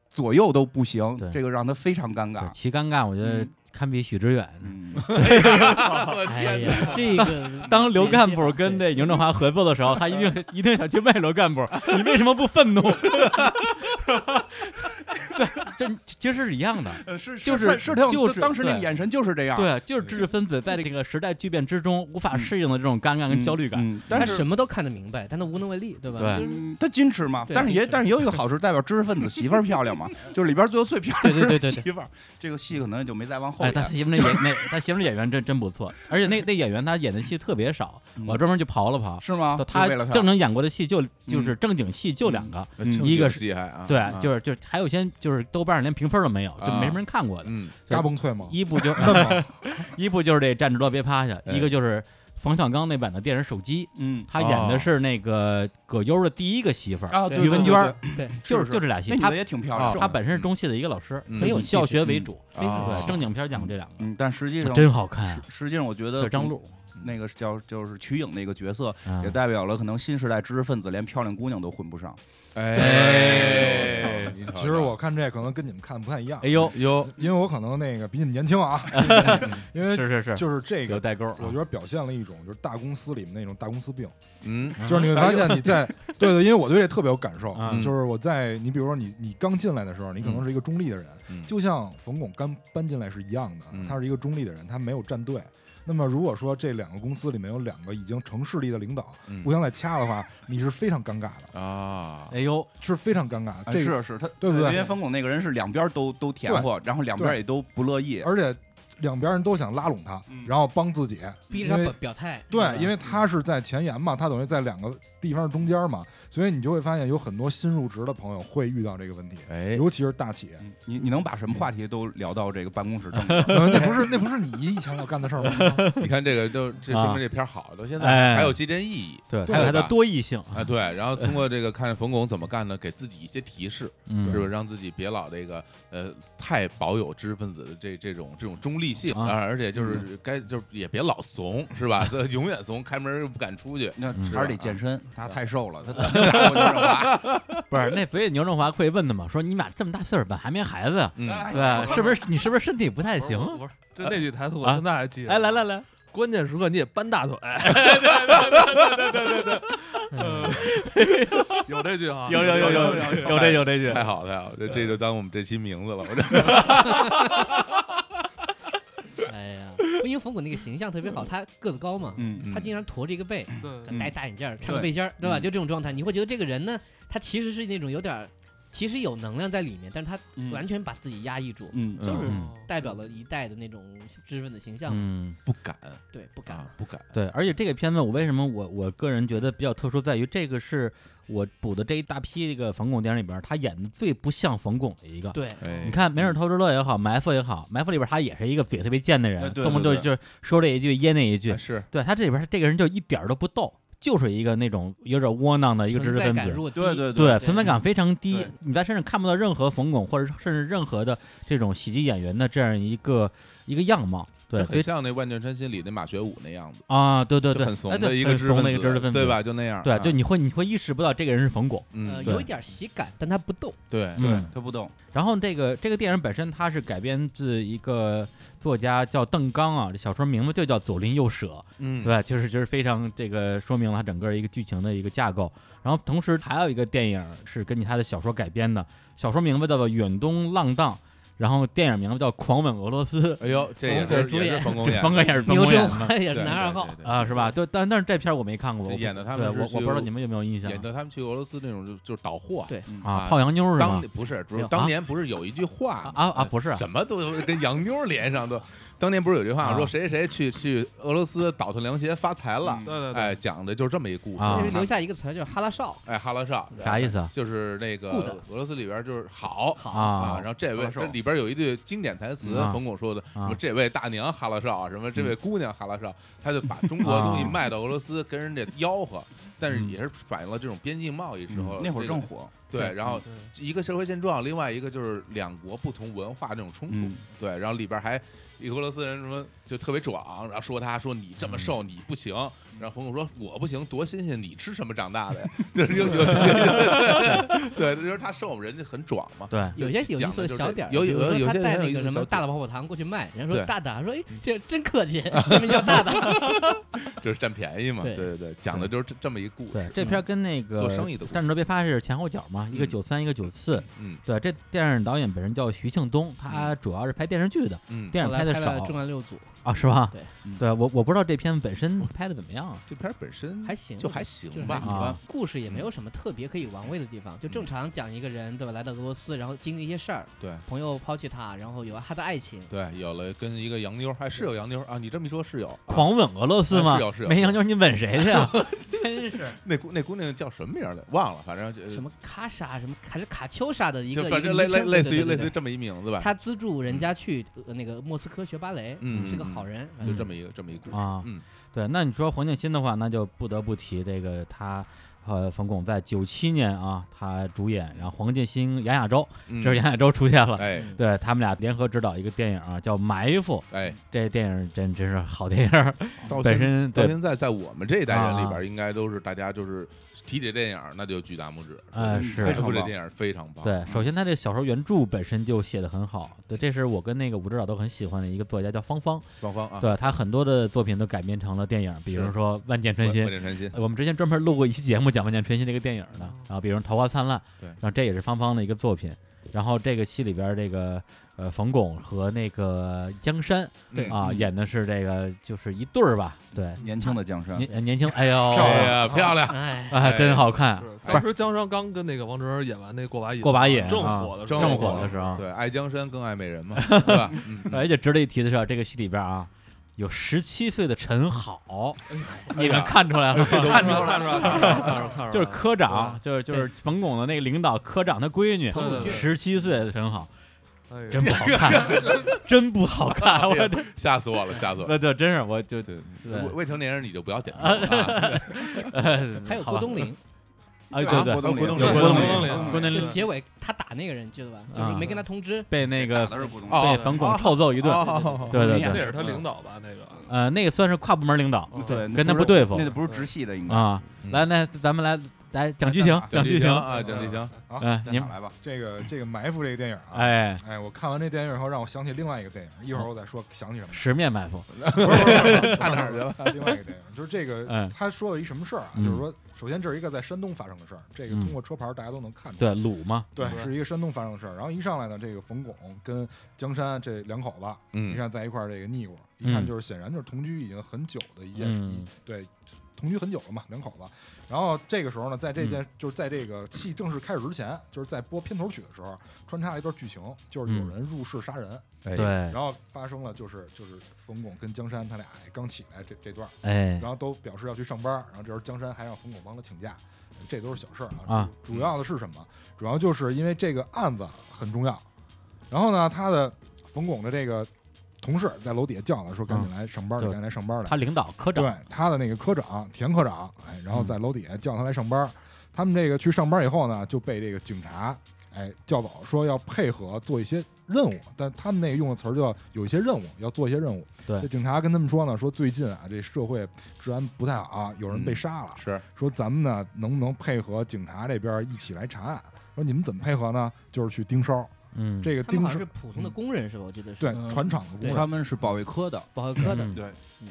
Speaker 5: 左右都不行
Speaker 1: 对，
Speaker 5: 这个让他非常尴
Speaker 1: 对
Speaker 5: 尬。
Speaker 1: 其尴尬，我觉得
Speaker 5: 嗯
Speaker 1: 堪比许知远。
Speaker 5: 嗯，
Speaker 3: 哎呀，这 个
Speaker 1: 当刘干部
Speaker 3: 对
Speaker 1: 跟这牛振华合作的时候，他一定一定想去问刘干部，你为什么不愤怒？ 对，这其实是一样的。
Speaker 5: 呃 是
Speaker 1: 就是
Speaker 5: 是是挺有
Speaker 1: 就是
Speaker 5: 当时那个
Speaker 1: 对
Speaker 5: 眼神就是这样，
Speaker 1: 对，啊就是知识分子在这个时代巨变之中无法适应的这种尴尬
Speaker 5: 嗯，
Speaker 1: 跟焦虑感。
Speaker 5: 嗯
Speaker 3: 他
Speaker 5: 但是
Speaker 3: 什么都看得明白，但他无能为力，对吧？
Speaker 1: 对
Speaker 3: 就是
Speaker 5: 嗯他矜持嘛，
Speaker 3: 对
Speaker 5: 但是也
Speaker 3: 矜持
Speaker 5: 但是也有一个好处，代表知识分子媳妇儿漂亮嘛，就是里边最后最漂亮
Speaker 3: 对对对
Speaker 5: 的
Speaker 3: 对对
Speaker 5: 媳妇儿。这个戏可能就没再往后
Speaker 1: 哎，他
Speaker 5: 演。
Speaker 1: 媳妇那演那他媳妇那演员真真不错，而且那那演员他演的戏特别少，
Speaker 5: 嗯
Speaker 1: 我专门去刨了刨，
Speaker 5: 是吗？
Speaker 1: 他
Speaker 5: 哦就为了他
Speaker 1: 正经演过的戏就就是正经戏就两个，
Speaker 5: 嗯
Speaker 1: 一个是
Speaker 2: 厉害啊，
Speaker 1: 对
Speaker 2: 啊，
Speaker 1: 就是就还有一些就是豆瓣上连评分都没有，就
Speaker 2: 啊
Speaker 1: 没什么人看过的。
Speaker 2: 嗯，
Speaker 6: 嘎嘣脆吗？
Speaker 1: 一部就一部就是这站着说别趴下，
Speaker 2: 哎
Speaker 1: 一个就是冯小刚那版的电影《手机》，
Speaker 5: 嗯
Speaker 1: 他演的是那个葛优的第一个媳妇儿，
Speaker 4: 哦
Speaker 5: 啊，对
Speaker 1: 于文娟，儿
Speaker 5: 对
Speaker 3: 对，
Speaker 1: 就是
Speaker 5: 是
Speaker 1: 就这俩
Speaker 5: 对
Speaker 1: 戏，
Speaker 5: 对那女
Speaker 1: 他
Speaker 5: 的也挺漂亮，
Speaker 2: 啊
Speaker 5: 正
Speaker 1: 他本身是中戏的一个老师，
Speaker 2: 嗯
Speaker 1: 所以
Speaker 3: 很有
Speaker 1: 以
Speaker 3: 气质
Speaker 1: 教学为主，
Speaker 3: 非常
Speaker 2: 啊
Speaker 1: 对，正经片讲过这两个，
Speaker 5: 嗯，但实际上
Speaker 1: 真好看
Speaker 5: 实，实际上我觉得
Speaker 1: 对张璐，
Speaker 5: 那个叫就是瞿颖那个角色，
Speaker 1: 嗯
Speaker 5: 也代表了可能新时代知识分子连漂亮姑娘都混不上。
Speaker 2: 哎，你瞅瞅
Speaker 6: 其实我看这可能跟你们看不太一样
Speaker 1: 哎，呦，
Speaker 2: 哟，
Speaker 6: 因为我可能那个比你们年 轻啊，因为
Speaker 1: 是是是，
Speaker 6: 就是这
Speaker 1: 有
Speaker 6: 个，
Speaker 1: 代沟啊，
Speaker 6: 我觉得表现了一种就是大公司里面那种大公司病，
Speaker 2: 嗯
Speaker 6: 就是你会发现你在 嗯对对，因为我对这特别有感受
Speaker 1: 啊，
Speaker 6: 就是我在你比如说你你刚进来的时候，你可能是一个中立的人，
Speaker 2: 嗯
Speaker 6: 就像冯巩刚搬进来是一样的
Speaker 2: 嗯，
Speaker 6: 他是一个中立的人，他没有站队。那么如果说这两个公司里面有两个已经成势力的领导
Speaker 2: 嗯
Speaker 6: 互相在掐的话，你是非常尴尬的，
Speaker 2: 啊，
Speaker 1: 哎呦，
Speaker 6: 是非常尴尬。
Speaker 5: 啊
Speaker 6: 这
Speaker 5: 是
Speaker 6: 个，
Speaker 5: 是，他
Speaker 6: 对不对
Speaker 5: 因为冯巩那个人是两边都都甜乎，然后两边
Speaker 6: 对
Speaker 5: 也都不乐意。
Speaker 6: 而且两边人都想拉拢他
Speaker 5: 嗯，
Speaker 6: 然后帮自己，
Speaker 3: 逼
Speaker 6: 因
Speaker 3: 着他
Speaker 6: 为
Speaker 3: 表表态。
Speaker 6: 对，因
Speaker 3: 为
Speaker 6: 为他是在前沿嘛，他等于在两个地方中间嘛，所以你就会发现有很多新入职的朋友会遇到这个问题，
Speaker 2: 哎，
Speaker 6: 尤其是大 企业。
Speaker 5: 嗯你你能把什么话题都聊到这个办公室政治？
Speaker 6: 呃那不是那不是你以前老干的事儿吗？
Speaker 2: 你看这个都这说
Speaker 1: 啊
Speaker 2: 明这片儿好，到现
Speaker 1: 哎
Speaker 2: 在还有借鉴意义
Speaker 1: 对，
Speaker 6: 对
Speaker 1: 还有它的
Speaker 2: 吧
Speaker 1: 多义性，
Speaker 2: 啊。对，然后通过这个看冯巩怎么干呢，给自己一些提示，
Speaker 1: 嗯
Speaker 2: 是不是让自己别老这个呃太保有知识分子的这这种这种中立性
Speaker 1: 啊
Speaker 2: 啊，而且就是该就是也别老怂是吧？ 所以永远怂，开门又不敢出去。
Speaker 5: 那
Speaker 1: 嗯
Speaker 5: 还是得健身，他太瘦了，他怎么 打我就让他
Speaker 1: 不是，那所以牛振华会问他嘛，说你俩这么大岁数，本还没孩子呀？
Speaker 2: 嗯，
Speaker 5: 哎
Speaker 1: 对，是不是你是不是身体不太
Speaker 4: 不是
Speaker 1: 行啊？
Speaker 4: 我不是，就那句台词我
Speaker 1: 啊
Speaker 4: 现在还记得。
Speaker 1: 哎，来来来，
Speaker 4: 关键时刻你也搬大腿。有这句哈，
Speaker 1: 有有有有有这有这句，
Speaker 2: 太好了太好了，这这就当我们这期名字了。我这
Speaker 3: 哎呀，因为冯巩那个形象特别好，他个子高嘛，
Speaker 5: 嗯
Speaker 3: 他经常驼着一个背，
Speaker 4: 对，
Speaker 5: 嗯
Speaker 3: 戴大眼镜儿，穿个
Speaker 5: 对
Speaker 3: 背心儿，对吧？
Speaker 5: 嗯
Speaker 3: 就这种状态，你会觉得这个人呢，他其实是那种有点儿，其实有能量在里面，但是他
Speaker 5: 嗯
Speaker 3: 完全把自己压抑住，
Speaker 5: 嗯
Speaker 3: 就
Speaker 1: 嗯
Speaker 3: 是
Speaker 1: 嗯
Speaker 3: 代表了一代的那种知识分子形象。
Speaker 1: 嗯，
Speaker 2: 不敢
Speaker 3: 对，不敢。
Speaker 2: 啊，不敢。
Speaker 1: 对，而且这个片子我为什么我我个人觉得比较特殊，在于这个是我补的这一大批这个冯巩电影里边，他演的最不像冯巩的一个。
Speaker 3: 对，
Speaker 2: 哎
Speaker 1: 你，看《没事偷着乐》也好，《埋伏》也好，《埋伏》里边他也是一个嘴特别贱的
Speaker 5: 哎
Speaker 1: 人，
Speaker 5: 对
Speaker 1: 动不动
Speaker 5: 对
Speaker 1: 就是说这一句噎那一句
Speaker 2: 啊。是
Speaker 1: 对他这里边这个人就一点儿都不逗，就是一个那种有点窝囊的一个知识
Speaker 3: 存在
Speaker 1: 分
Speaker 3: 感
Speaker 1: 子。
Speaker 3: 弱低。呃
Speaker 5: 对对
Speaker 1: 对，
Speaker 3: 对
Speaker 1: 存在
Speaker 2: 嗯
Speaker 1: 感非常低
Speaker 5: 对，
Speaker 1: 你在身上看不到任何冯巩或者甚至任何的这种喜剧演员的这样一个一个样貌。对，
Speaker 2: 这
Speaker 1: 所以
Speaker 2: 很像那《万箭穿心》里那马学武那样子，
Speaker 1: 啊，对对
Speaker 2: 就
Speaker 1: 对，
Speaker 2: 很怂
Speaker 1: 哎
Speaker 2: 的
Speaker 1: 对
Speaker 2: 一个
Speaker 1: 很
Speaker 2: 知识
Speaker 1: 怂的
Speaker 2: 分
Speaker 1: 一
Speaker 2: 子，
Speaker 1: 个知识分子，
Speaker 2: 对？吧？就那样，
Speaker 1: 对，
Speaker 2: 啊
Speaker 1: 就你会你会意识不到这个人是冯巩。
Speaker 3: 呃，
Speaker 2: 嗯，
Speaker 1: 对
Speaker 3: 有一点喜感，但他不逗。
Speaker 2: 对，
Speaker 5: 对
Speaker 1: 嗯，
Speaker 5: 他不动，
Speaker 1: 然后这个这个电影本身它是改编自一个作家叫邓刚啊，这小说名字就叫《左邻右舍》。
Speaker 2: 嗯，
Speaker 1: 对，就是就是非常这个说明了它整个一个剧情的一个架构。然后同时还有一个电影是根据他的小说改编的，小说名字叫做《远东浪荡》，然后电影名字叫《狂吻俄罗斯》。
Speaker 2: 哎呦，这也
Speaker 3: 冯
Speaker 2: 是
Speaker 3: 巩主
Speaker 2: 也
Speaker 3: 演
Speaker 2: 是冯巩
Speaker 1: 对，
Speaker 2: 演
Speaker 1: 冯
Speaker 2: 的
Speaker 1: 哥也是冯
Speaker 3: 牛
Speaker 1: 巩
Speaker 3: 振
Speaker 1: 演的
Speaker 3: 华 也是
Speaker 2: 对对
Speaker 3: 男二
Speaker 2: 对
Speaker 3: 号，
Speaker 2: 对
Speaker 1: 啊，是吧？对，但但是这片儿我没看过，我
Speaker 2: 演的他
Speaker 1: 对
Speaker 2: 们
Speaker 1: 我
Speaker 2: 是
Speaker 1: 我不知道
Speaker 2: 去
Speaker 1: 你们有没有印象
Speaker 2: 演的他们去俄罗斯那种就就是倒货，
Speaker 3: 对
Speaker 1: 啊？
Speaker 2: 啊
Speaker 1: 泡洋妞儿是
Speaker 2: 当
Speaker 1: 吗
Speaker 2: 年？不是不
Speaker 1: 没
Speaker 2: 是
Speaker 1: 有
Speaker 2: 当
Speaker 1: 啊
Speaker 2: 年不是有一句话吗
Speaker 1: 啊啊不是
Speaker 2: 什么都跟洋妞连上都，当年不是有句话
Speaker 1: 啊
Speaker 2: 吗说谁谁谁去去俄罗斯倒腾凉鞋发财了
Speaker 5: 嗯，
Speaker 4: 对对对
Speaker 2: 哎，讲的就是这么一故事
Speaker 1: 啊
Speaker 3: 这是留下一个词儿，叫哈拉少。
Speaker 2: 哎哈拉少
Speaker 1: 啥意思啊？
Speaker 2: 就是那个
Speaker 3: Good
Speaker 2: 俄罗斯里边就是好
Speaker 3: 好
Speaker 2: 啊，
Speaker 1: 啊
Speaker 2: 然后这
Speaker 5: 哈
Speaker 2: 位
Speaker 5: 拉少
Speaker 2: 这里边有一句经典台词
Speaker 1: 嗯啊，
Speaker 2: 冯巩说的，什么
Speaker 1: 啊嗯
Speaker 2: 这位大娘哈拉少，什么这位姑娘哈拉少，他就把中国的东西
Speaker 1: 啊
Speaker 2: 卖到俄罗斯跟人家吆喝，但是
Speaker 1: 嗯
Speaker 2: 也是反映了这种边境贸易时候
Speaker 5: 嗯那会儿
Speaker 2: 这个
Speaker 5: 正火，
Speaker 2: 对，
Speaker 1: 嗯
Speaker 2: 然后
Speaker 4: 对
Speaker 2: 一个社会现状，另外一个就是两国不同文化这种冲突
Speaker 5: 嗯，
Speaker 2: 对，然后里边还。一个俄罗斯人什么就特别壮，然后说他说你这么瘦你不行，然后冯巩说我不行多新鲜，你吃什么长大的呀？就是有有对，就是他瘦，人家很壮嘛。
Speaker 1: 对，
Speaker 3: 有些有意
Speaker 2: 讲
Speaker 3: 思
Speaker 2: 的
Speaker 3: 的
Speaker 2: 就是
Speaker 3: 小
Speaker 2: 这
Speaker 3: 点儿，
Speaker 2: 有
Speaker 3: 比如
Speaker 2: 有
Speaker 3: 说
Speaker 2: 有
Speaker 3: 他
Speaker 2: 些
Speaker 3: 带
Speaker 2: 很有
Speaker 3: 那
Speaker 2: 意
Speaker 3: 个
Speaker 2: 思
Speaker 3: 什
Speaker 2: 的
Speaker 3: 么
Speaker 2: 小
Speaker 3: 大大泡泡糖过去卖，人家说
Speaker 2: 对嗯
Speaker 3: 大大说哎这真客 气，这名 叫大大。
Speaker 2: 就是占便宜嘛。
Speaker 3: 对
Speaker 2: 对对对，讲的就是这这么一故事。
Speaker 1: 对，这片儿跟那个
Speaker 2: 嗯做生意的故
Speaker 1: 《战争别发》是前后脚嘛，一个
Speaker 2: 嗯
Speaker 1: 九三，一个九四。
Speaker 2: 嗯
Speaker 1: 对，这电影导演本人叫徐庆东，他主要是拍电视剧的，
Speaker 2: 嗯，
Speaker 1: 电影
Speaker 3: 后来
Speaker 1: 的
Speaker 3: 拍了
Speaker 1: 少
Speaker 3: 重案六组
Speaker 1: 啊，是吧？
Speaker 3: 对
Speaker 5: 嗯
Speaker 1: 对我我不知道这片本身拍的怎么样 啊。
Speaker 2: 这片儿本身
Speaker 3: 还行，
Speaker 2: 嗯就还
Speaker 3: 就是
Speaker 2: 行
Speaker 3: 还
Speaker 2: 吧。
Speaker 3: 行
Speaker 1: 啊
Speaker 3: 故事也没有什么特别可以玩味的地方，就正常讲一个人对吧，来到俄罗斯，然后经历一些事儿，
Speaker 2: 嗯对
Speaker 3: 朋友抛弃他，然后有了他的爱情，
Speaker 2: 对，有了跟一个洋妞儿，还是有洋妞儿啊？你这么一说，是有。
Speaker 1: 狂吻俄罗斯吗？
Speaker 2: 啊是有是有
Speaker 1: 没洋妞你吻谁去啊呀？ 真是
Speaker 2: 那姑那姑娘叫什么名儿来？忘了，反正就
Speaker 1: 嗯
Speaker 3: 什么卡莎什么还是卡秋莎的一
Speaker 2: 就
Speaker 3: 个，
Speaker 2: 反
Speaker 3: 一个
Speaker 2: 正类
Speaker 3: 名
Speaker 2: 类
Speaker 3: 称
Speaker 2: 类似于
Speaker 3: 对对对
Speaker 2: 类似于
Speaker 3: 对
Speaker 2: 这么一名字吧。
Speaker 3: 他资助人家去呃那个莫斯科学芭蕾，
Speaker 2: 嗯
Speaker 3: 是个好人，反
Speaker 2: 就
Speaker 3: 正
Speaker 2: 这么一个这么一故事
Speaker 1: 啊
Speaker 2: 嗯，
Speaker 1: 对，那你说黄建新的话，那就不得不提这个他和冯巩在九七年啊，他主演，然后黄建新、杨亚洲，
Speaker 2: 嗯
Speaker 1: 这是杨亚洲出现了，
Speaker 2: 哎
Speaker 3: 嗯
Speaker 1: 对他们俩联合执导一个电影、啊、叫《埋伏》，
Speaker 2: 哎，
Speaker 1: 这电影真真是好电影，
Speaker 3: 嗯
Speaker 2: 到
Speaker 1: 本
Speaker 2: 现
Speaker 1: 身
Speaker 2: 到
Speaker 1: 对，
Speaker 2: 现在在我们这一代人里
Speaker 1: 啊
Speaker 2: 边，应该都是大家就是提起电影那就举大拇指。
Speaker 1: 呃
Speaker 5: 嗯
Speaker 1: 是
Speaker 5: 非
Speaker 2: 埋
Speaker 5: 常
Speaker 2: 伏这
Speaker 5: 棒
Speaker 2: 电影非常棒。嗯
Speaker 1: 对，首先他这小说原著本身就写的很好，对，这是我跟那个武指导都很喜欢的一个作家叫方芳，
Speaker 2: 双方啊，
Speaker 1: 对他很多的作品都改编成了电影，比如
Speaker 2: 是
Speaker 1: 说《万箭
Speaker 2: 万
Speaker 1: 穿心》
Speaker 2: 万。箭穿心，
Speaker 1: 我们之前专门录过一期节目讲《万箭穿心》这个电影的，然后比如《桃花灿烂》，
Speaker 2: 哦对
Speaker 1: 然后这也是方方的一个作品。然后这个戏里边，这个呃冯巩和那个江山
Speaker 3: 对
Speaker 2: 嗯
Speaker 1: 啊、
Speaker 5: 嗯
Speaker 1: 演的是这个就是一对儿吧？对，
Speaker 5: 年轻的江山，
Speaker 1: 年年轻，哎呦，
Speaker 2: 哎呀，嗯漂亮，
Speaker 3: 哎，
Speaker 1: 啊，真好看，
Speaker 4: 是当时江山刚跟那个王哲儿演完那过把瘾，
Speaker 1: 过把瘾
Speaker 4: 正
Speaker 1: 啊
Speaker 4: 火的时
Speaker 2: 正
Speaker 4: 候，
Speaker 1: 正火的时候，哎
Speaker 2: 对，爱江山更爱美人嘛， 对吧？嗯嗯
Speaker 1: 而且值得一提的是，这个戏里边啊，有十七岁的陈好，
Speaker 2: 哎
Speaker 1: 你们看出来了吗？
Speaker 4: 看出来看出来看出来看出来看出
Speaker 6: 啊
Speaker 4: 来，
Speaker 1: 就是科长，就是就是冯巩的那个领导科长他闺女
Speaker 3: 对
Speaker 4: 对，对
Speaker 1: 十七岁的陈好，
Speaker 4: 哎呀
Speaker 1: 真不好 看，真不好看，我这
Speaker 2: 吓死我了，吓死我了。
Speaker 1: 我就真是我就
Speaker 2: 对，
Speaker 1: 对
Speaker 2: 未未成年人你就不要点评了啊。
Speaker 1: 呃
Speaker 3: 还有
Speaker 1: 好
Speaker 3: 郭
Speaker 1: 吧
Speaker 3: 冬临，
Speaker 1: 啊，对
Speaker 2: 啊
Speaker 1: 对
Speaker 5: 郭，冬
Speaker 2: 郭
Speaker 5: 临
Speaker 2: 冬临
Speaker 1: 有
Speaker 2: 郭
Speaker 1: 冬
Speaker 2: 冬
Speaker 4: 临
Speaker 1: 临，郭冬
Speaker 3: 就
Speaker 1: 临
Speaker 3: 结尾他打那个人，记得吧？就是
Speaker 1: 啊
Speaker 3: 没跟他通知，
Speaker 1: 被那个
Speaker 5: 打的是郭冬临
Speaker 2: 哦
Speaker 1: 被冯巩臭揍 一顿，
Speaker 2: 哦
Speaker 1: 对对
Speaker 4: 那
Speaker 1: 对，
Speaker 4: 也是他领导吧？那个
Speaker 1: 呃，那个算是跨部门领导
Speaker 4: 嗯
Speaker 5: 对，
Speaker 1: 跟他
Speaker 5: 那
Speaker 1: 不
Speaker 5: 是
Speaker 1: 对付
Speaker 5: 那就不是直系的，应该。
Speaker 1: 啊。
Speaker 2: 嗯
Speaker 1: 来，那咱们来来讲剧
Speaker 6: 嗯
Speaker 1: 情，
Speaker 2: 蒋
Speaker 1: 剧
Speaker 2: 劲
Speaker 1: 情
Speaker 2: 行，啊，蒋劲行，
Speaker 1: 嗯，
Speaker 5: 先
Speaker 1: 您
Speaker 5: 打来吧，
Speaker 6: 这个这个埋伏这个电影啊，哎
Speaker 1: 哎，
Speaker 6: 我看完这电影以后，让我想起另外一个电影，一会儿我再说想起什么。
Speaker 1: 十面埋伏，
Speaker 6: 差哪儿去了？另外一个电影，就是这个
Speaker 1: 嗯，
Speaker 6: 他说了一什么事儿啊？
Speaker 1: 嗯
Speaker 6: 就是说，首先这是一个在山东发生的事儿，这个
Speaker 1: 嗯
Speaker 6: 通过车牌大家都能看出来。
Speaker 1: 对，鲁嘛，
Speaker 6: 对，
Speaker 4: 对
Speaker 6: 是一个山东发生的事儿。然后一上来呢，这个冯巩跟江山这两口子，一
Speaker 2: 嗯，
Speaker 6: 上在一块儿这个腻咕，
Speaker 1: 嗯
Speaker 6: 一看就是显然就是同居已经很久的一件事，
Speaker 1: 嗯
Speaker 6: 一对，同居很久了嘛，两口子。然后这个时候呢，在这
Speaker 1: 嗯
Speaker 6: 件就是在这个戏正式开始之前，就是在播片头曲的时候，穿插了一段剧情，就是有
Speaker 1: 嗯
Speaker 6: 人入室杀人，
Speaker 2: 哎，
Speaker 1: 对
Speaker 6: 然，后发生了就是就是冯巩跟江山他俩刚起来这这段，
Speaker 1: 哎，
Speaker 6: 然后都表示要去上班，然后这时候江山还让冯巩帮他请假，这都是小事儿啊。
Speaker 1: 啊
Speaker 6: 主主要的是什么？主要就是因为这个案子很重要。然后呢，他的冯巩的这个同事在楼底下叫他说：“赶紧来上班儿来，
Speaker 1: 对
Speaker 6: 赶紧来上班儿来。”
Speaker 1: 他领导科长嗯
Speaker 6: 对，他的那个科长田科长，哎，然后在楼底下叫他来上班儿。他们这个去上班以后呢，就被这个警察哎叫走，说要配合做一些任务，但他们那个用的词儿叫有一些任务，要做一些任务。
Speaker 1: 对
Speaker 6: 这警察跟他们说呢，说最近啊，这社会治安不太好啊、
Speaker 1: 嗯
Speaker 6: 有人被杀了，
Speaker 2: 是，
Speaker 6: 说咱们呢能不能配合警察这边一起来查案？说你们怎么配合呢？就是去盯梢，
Speaker 1: 嗯，
Speaker 6: 这个
Speaker 3: 他们
Speaker 6: 盯
Speaker 3: 好
Speaker 6: 梢
Speaker 3: 像是呃普
Speaker 2: 嗯
Speaker 3: 通的工人是吧？我记得是
Speaker 6: 对
Speaker 5: 嗯
Speaker 6: 船厂的工
Speaker 3: 对
Speaker 6: 人
Speaker 5: 他们是保卫科的，
Speaker 3: 保卫科的
Speaker 1: 嗯
Speaker 5: 对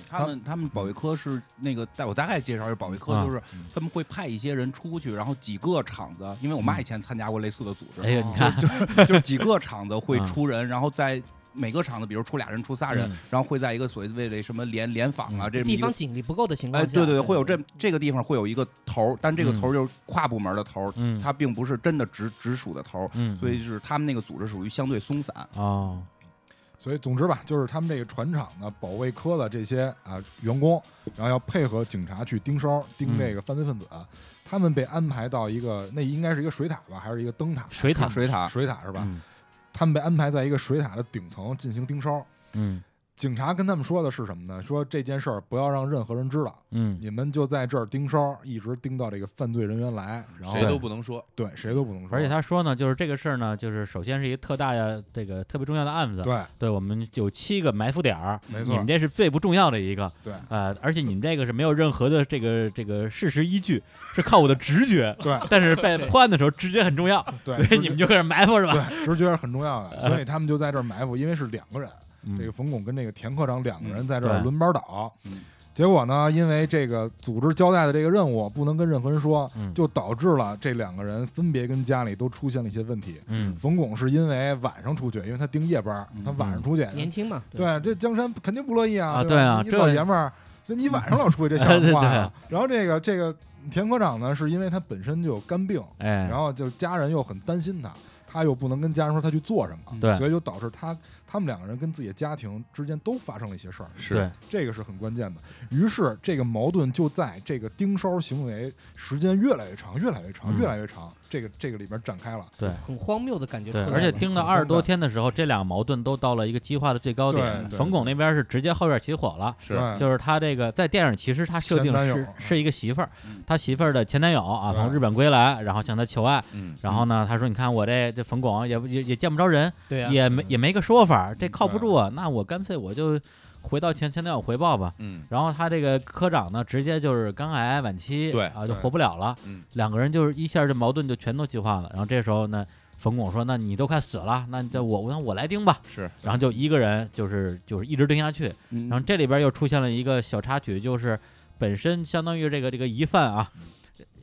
Speaker 5: 他们他们保卫科是那个，但我大概介绍一下保卫科，
Speaker 1: 啊
Speaker 5: 就是他们会派一些人出去，然后几个厂子，因为我妈以前参加过类似的组织，
Speaker 1: 哎
Speaker 6: 哦
Speaker 1: 呀，
Speaker 3: 哦
Speaker 1: 你看，
Speaker 5: 就是几个厂子 会
Speaker 1: 啊
Speaker 5: 出人，然后在每个厂子，比如出俩人、出仨人
Speaker 1: 嗯，
Speaker 5: 然后会在一个所谓的什么联联访啊，这么一
Speaker 3: 地
Speaker 5: 个
Speaker 3: 方警力不够的情况
Speaker 5: 哎，
Speaker 3: 下，
Speaker 5: 对对对，会有这这个地方会有一个头儿，但这个头儿就是跨部门的头儿，
Speaker 1: 嗯，
Speaker 5: 它并不是真的直直属的头儿，
Speaker 1: 嗯，
Speaker 5: 所以就是他们那个组织属于相对松散。
Speaker 1: 哦，
Speaker 6: 所以总之吧，就是他们这个船厂的保卫科的这些啊员工，然后要配合警察去盯梢盯这个犯罪分子，啊他们被安排到一个那应该是一个水塔吧，还是一个灯塔？
Speaker 1: 水塔
Speaker 5: 水塔，
Speaker 6: 水塔是
Speaker 1: 是
Speaker 6: 吧？？他们被安排在一个水塔的顶层进行盯梢。
Speaker 1: 嗯
Speaker 6: 警察跟他们说的是什么呢？说这件事儿不要让任何人知道，
Speaker 1: 嗯，
Speaker 6: 你们就在这儿盯梢，一直盯到这个犯罪人员来，然后
Speaker 2: 谁都不能说，
Speaker 6: 对谁都不能说，
Speaker 1: 而且他说呢，就是这个事儿呢，就是首先是一个特大呀，这个特别重要的案子，
Speaker 6: 对
Speaker 1: 对我们有七个埋伏点儿，
Speaker 6: 没
Speaker 1: 你
Speaker 6: 错
Speaker 1: 们这是最不重要的一个，
Speaker 6: 对
Speaker 1: 呃，而且你们这个是没有任何的这个这个事实依据，是靠我的直觉，
Speaker 6: 对
Speaker 1: 但是在破案的时候直觉很重要，
Speaker 6: 对，
Speaker 1: 所以你们就开始埋伏是吧？
Speaker 6: 对直觉是很重要的，所以他们就在这儿埋伏，因为是两个人。这个
Speaker 1: 嗯
Speaker 6: 冯巩跟这个田科长两个人在这
Speaker 1: 对
Speaker 6: 儿轮班倒
Speaker 5: 嗯。
Speaker 6: 结果呢，因为这个组织交代的这个任务不能跟任何人说
Speaker 1: 嗯，
Speaker 6: 就导致了这两个人分别跟家里都出现了一些问题。
Speaker 1: 嗯，
Speaker 6: 冯巩是因为晚上出去，因为他盯夜班，他晚上出去。
Speaker 3: 年轻嘛，
Speaker 6: 对，这江山肯定不乐意啊
Speaker 1: 啊
Speaker 6: 对吧
Speaker 1: 对啊
Speaker 6: 你
Speaker 1: 这
Speaker 6: 老爷们儿，这你晚上老 出去，这
Speaker 1: 对
Speaker 6: 像
Speaker 1: 对
Speaker 6: 话啊。然后这个这个田科长呢，是因为他本身就有肝病，
Speaker 1: 哎
Speaker 6: 然，后就家人又很担心他，他又不能跟家人说他去做什么，
Speaker 1: 对
Speaker 6: 所以就导致他他们两个人跟自己的家庭之间都发生了一些事儿，
Speaker 2: 是
Speaker 1: 对，
Speaker 6: 这个是很关键的。于是这个矛盾就在这个盯梢行为时间越来越长，越来越长，
Speaker 1: 嗯
Speaker 6: 越来越长，这个这个里边展开了。
Speaker 3: 很荒谬的感觉出
Speaker 1: 对，
Speaker 3: 来了。嗯
Speaker 1: 而且盯到
Speaker 6: 很
Speaker 1: 二十多
Speaker 6: 荒诞
Speaker 1: 天的时候，这俩矛盾都到了一个激化的最高点。
Speaker 6: 对对
Speaker 1: 冯巩那边是直接后院起火了，
Speaker 2: 是嗯
Speaker 6: 对
Speaker 1: 就是他这个在电影其实他设定
Speaker 6: 前男友
Speaker 1: 是
Speaker 6: 嗯
Speaker 1: 是一个媳妇儿
Speaker 5: 嗯，
Speaker 1: 他媳妇儿的前男友啊，
Speaker 6: 对
Speaker 1: 从日本归来，然后向他求爱。
Speaker 5: 嗯，
Speaker 1: 然后呢，他说：“你看我这这冯巩也不也也见不着人，
Speaker 3: 对啊，
Speaker 1: 也没也没个说法，这
Speaker 6: 嗯
Speaker 1: 靠不住啊。那我干脆我就回到前前男友回报吧。
Speaker 2: 嗯，
Speaker 1: 然后他这个科长呢，直接就是肝癌晚期，
Speaker 2: 对
Speaker 1: 啊，就
Speaker 6: 对
Speaker 1: 活不了了。
Speaker 2: 嗯
Speaker 1: 两个人就是一下这矛盾就全都激化了。然后这时候呢，冯巩说：“那你都快死了，那这我我我来盯吧。
Speaker 2: 是”
Speaker 1: 然后就一个人就是就是一直盯下去。
Speaker 5: 然
Speaker 1: 然后这里边又出现了一个小插曲，就是本身相当于这个这个疑犯啊，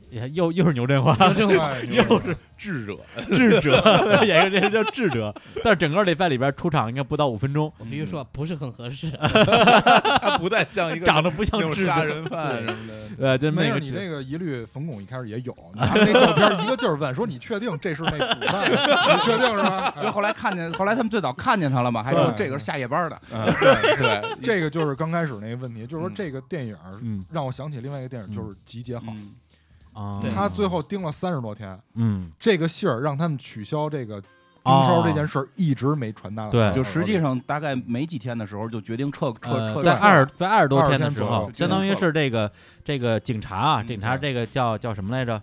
Speaker 1: 也又又是牛振华，
Speaker 6: 又是
Speaker 2: 智者，
Speaker 1: 智者， 演一个人叫智者，但是整个礼拜里边出场应该不到五分钟，
Speaker 3: 我必须说不是很合适。
Speaker 2: 他不太 像一个
Speaker 1: 长得不
Speaker 2: 那
Speaker 1: 像
Speaker 2: 种
Speaker 1: 智
Speaker 2: 杀
Speaker 1: 者，
Speaker 2: 人犯什么的。
Speaker 1: 呃，就
Speaker 6: 没
Speaker 1: 那
Speaker 6: 有
Speaker 1: 个
Speaker 6: 你
Speaker 1: 智
Speaker 6: 这个疑虑，冯巩一开始也有，你看那照片一个劲儿问说你确定这是那主犯？ 你确定是吧？
Speaker 5: 因为后来看见，后来他们最早看见他了嘛，还说这个是下夜班的，
Speaker 2: 嗯 对，对
Speaker 6: 这个就是刚开始那个问题，就是说这个电影
Speaker 1: 嗯
Speaker 6: 让我想起另外一个电影，就是《集结号》，
Speaker 5: 嗯
Speaker 1: 啊，
Speaker 3: 对
Speaker 6: 他最后盯了三十多天，
Speaker 1: 嗯，
Speaker 6: 这个信儿让他们取消这个盯梢
Speaker 1: 哦
Speaker 6: 这件事儿，一直没传达到
Speaker 1: 对
Speaker 6: 他们
Speaker 5: 就
Speaker 6: 耳朵里。
Speaker 5: 实际上大概没几天的时候就决定撤撤
Speaker 1: 嗯呃
Speaker 5: 撤
Speaker 1: 在
Speaker 5: 撤
Speaker 1: 二在二十多
Speaker 6: 20
Speaker 1: 天的
Speaker 6: 天
Speaker 1: 时
Speaker 6: 左
Speaker 1: 候
Speaker 6: 右，
Speaker 1: 相当于
Speaker 5: 就撤
Speaker 1: 是这个这个警察啊，
Speaker 5: 嗯
Speaker 1: 警察这个叫叫什么来着？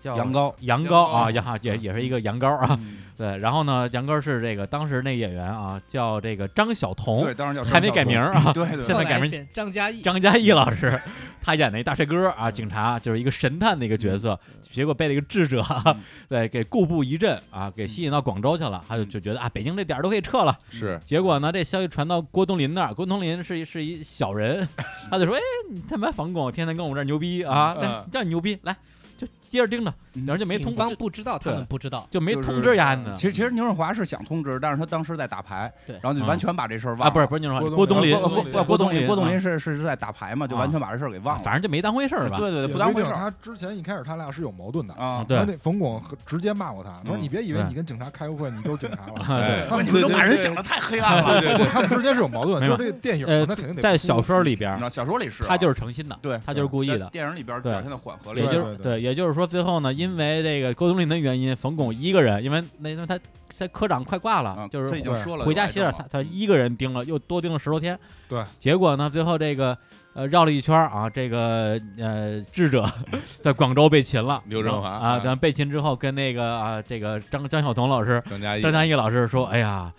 Speaker 1: 叫
Speaker 5: 羊羔，
Speaker 1: 羊
Speaker 4: 羊
Speaker 1: 羔
Speaker 4: 羔
Speaker 1: 啊，羊也也是一个羊羔啊，
Speaker 3: 嗯
Speaker 1: 对，然后呢，羊羔是这个当时那演员啊，叫这个张晓彤
Speaker 5: 对，，当然叫
Speaker 1: 哦还没改名儿啊，
Speaker 5: 对对
Speaker 1: 现在改名
Speaker 3: 后来变张嘉译，
Speaker 1: 张嘉译老师，他演的一大帅哥啊，警察就是一个神探的一个角色，
Speaker 6: 嗯
Speaker 1: 结果被那个智者啊、
Speaker 5: 嗯
Speaker 1: 对给固步一阵啊，
Speaker 6: 嗯
Speaker 1: 给吸引到广州去了，他就就觉得啊，北京这点儿都可以撤了。
Speaker 2: 是
Speaker 1: 结果呢，这消息传到郭冬临那儿，郭冬临是一是一小 人，他就说，哎，你他妈反巩天天跟我这儿牛逼啊，
Speaker 2: 嗯
Speaker 1: 那叫你牛逼，来就接着盯着，
Speaker 5: 嗯
Speaker 1: 然后就没通
Speaker 3: 警
Speaker 1: 方
Speaker 3: 方不知道，他
Speaker 1: 对
Speaker 3: 们不知道。
Speaker 1: 就没
Speaker 5: 就是
Speaker 1: 通知丫呢
Speaker 5: 其实其实牛润华是想通知，但是他当时在打牌，
Speaker 3: 对
Speaker 5: 然后就完全把这事儿忘了。
Speaker 1: 啊，不是不是，你说
Speaker 6: 郭
Speaker 1: 冬
Speaker 6: 冬
Speaker 1: 临
Speaker 6: 临
Speaker 5: 呃郭
Speaker 4: 郭
Speaker 5: 郭郭冬
Speaker 1: 临，
Speaker 5: 临，郭冬
Speaker 1: 啊
Speaker 5: 临是是是在打牌嘛，就完全把这事儿给忘了，
Speaker 1: 反正就没当回事儿吧，
Speaker 5: 对对对，
Speaker 6: 也
Speaker 5: 不当回
Speaker 6: 一
Speaker 5: 事
Speaker 6: 定
Speaker 5: 儿
Speaker 6: 他之前一开始他俩是有矛盾的。
Speaker 5: 啊。
Speaker 1: 对
Speaker 6: 然后那冯巩和直接骂过他，他说：“
Speaker 5: 嗯
Speaker 6: 你别以为
Speaker 1: 对
Speaker 6: 你跟警察开过会，你 就是警察了。
Speaker 2: 哎
Speaker 6: 他们
Speaker 5: 你们
Speaker 6: 之
Speaker 5: 都
Speaker 6: 间
Speaker 5: 把人想的太黑暗了。啊
Speaker 2: 对对对，
Speaker 6: 他们之间是有矛盾，
Speaker 1: 没
Speaker 6: 就
Speaker 1: 有
Speaker 6: 是这个电影
Speaker 1: 呃
Speaker 6: 他肯定得
Speaker 1: 在
Speaker 6: 哭
Speaker 1: 小说里边
Speaker 5: 你知
Speaker 1: 儿，
Speaker 5: 道小说里是啊，
Speaker 1: 他就是诚心的，
Speaker 5: 对
Speaker 1: 他就是故意
Speaker 5: 在
Speaker 1: 的。
Speaker 5: 电影里边
Speaker 1: 对
Speaker 5: 表现的缓和了一
Speaker 1: 也
Speaker 5: 点，
Speaker 1: 就
Speaker 6: 对
Speaker 1: 是
Speaker 6: 对
Speaker 1: 也就是说，最后呢，因为这个郭冬临的原因，冯巩一个人，因为那因为他他科长快挂了，
Speaker 5: 啊
Speaker 1: 就
Speaker 5: 这已
Speaker 1: 是
Speaker 5: 经说了，
Speaker 1: 回家歇着，
Speaker 5: 他
Speaker 1: 他他一个人盯了，又多盯了十多天。
Speaker 6: 对，
Speaker 1: 结果呢，最后这个呃绕了一圈儿啊，这个呃智者 在广州被擒了，
Speaker 2: 刘振华
Speaker 1: 啊，然后被擒之后，跟那个啊这个张张晓彤老师、
Speaker 2: 张嘉译
Speaker 1: 张嘉译老师说，哎呀。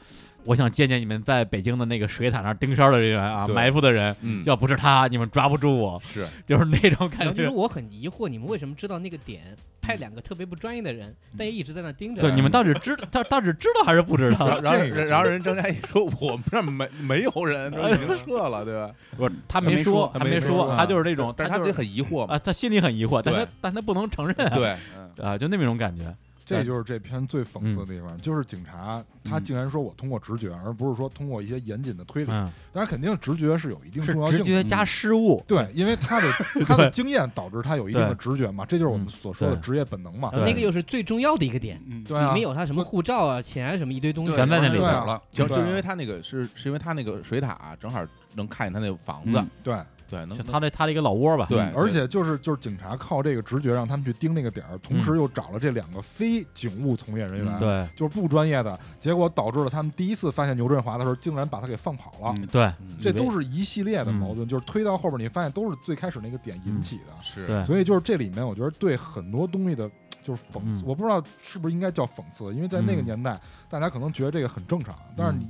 Speaker 1: 我想见见你们在北京的那个水塔那儿盯梢的人员啊，
Speaker 2: 对
Speaker 1: 埋伏的人，
Speaker 2: 嗯
Speaker 1: 要不是他，你们抓不住我，
Speaker 2: 是
Speaker 1: 就是那种感
Speaker 3: 然后
Speaker 1: 觉。
Speaker 3: 就是 我很疑惑，你们为什么知道那个点？派两个特别不专业的人，但也一直在那盯
Speaker 1: 嗯
Speaker 3: 着。啊
Speaker 1: 对，你们到底知到到底知道还是不知
Speaker 2: 然后
Speaker 1: 道？
Speaker 2: 然后
Speaker 6: 这个
Speaker 2: 人然后人张嘉译说我们这儿没没有人，说已经撤了，对吧？
Speaker 1: 不是，他
Speaker 5: 没
Speaker 1: 没
Speaker 5: 说
Speaker 1: 说，
Speaker 2: 他
Speaker 1: 他
Speaker 2: 没
Speaker 1: 说
Speaker 2: 说，啊
Speaker 1: 他就是那种，
Speaker 2: 但是
Speaker 1: 他
Speaker 2: 他
Speaker 1: 就
Speaker 2: 自己很疑 惑嘛，
Speaker 1: 啊，他心里很疑惑，但
Speaker 2: 对
Speaker 1: 他但他不能承认啊，
Speaker 2: 对，嗯
Speaker 1: 啊，就那么一种感觉，
Speaker 6: 这就是这篇最讽刺
Speaker 1: 嗯
Speaker 6: 的地方，就是警察他竟然说我通过直觉，而不是说通过一些严谨的推理。
Speaker 1: 嗯，
Speaker 6: 当然，肯定直觉是有一定
Speaker 1: 是
Speaker 6: 重要性
Speaker 1: 直觉
Speaker 6: 的。
Speaker 1: 加失误，
Speaker 6: 对，因为他的他的经验导致他有一定的直觉嘛，这就是我们
Speaker 1: 嗯
Speaker 6: 所说的
Speaker 1: 对
Speaker 6: 职业本能嘛
Speaker 3: 然。后
Speaker 1: 对
Speaker 3: 那个又是最重要的一个点，
Speaker 5: 嗯，
Speaker 6: 对
Speaker 3: 里
Speaker 6: 啊
Speaker 3: 面，有他什么护照啊、钱啊什么一堆东西
Speaker 5: 对，
Speaker 1: 全在那里
Speaker 5: 对
Speaker 6: 边儿
Speaker 5: 了，
Speaker 2: 就
Speaker 6: 对
Speaker 2: 就因为他那个是是因为他那个水塔啊正好能看见他那个房子
Speaker 5: 嗯，
Speaker 6: 对，
Speaker 2: 对，能
Speaker 1: 就他的他的一个老窝吧，
Speaker 2: 对，
Speaker 6: 而且就是就是警察靠这个直觉让他们去盯那个点儿，同时又找了这两个非警务从业人员，
Speaker 5: 嗯
Speaker 1: 对
Speaker 6: 就是不专业的，结果导致了他们第一次发现牛振华的时候，竟然把他给放跑了。
Speaker 5: 嗯
Speaker 1: 对嗯
Speaker 2: 嗯
Speaker 6: 这都是一系列的矛盾，就是推到后边，你发现都是最开始那个点引起的。
Speaker 2: 是
Speaker 1: 对，
Speaker 6: 所以就是这里面，我觉得对很多东西的，就是讽
Speaker 1: 嗯
Speaker 6: 刺，我不知道是不是应该叫讽刺，因为在那个
Speaker 1: 嗯
Speaker 6: 年代，大家可能觉得这个很正常，但是你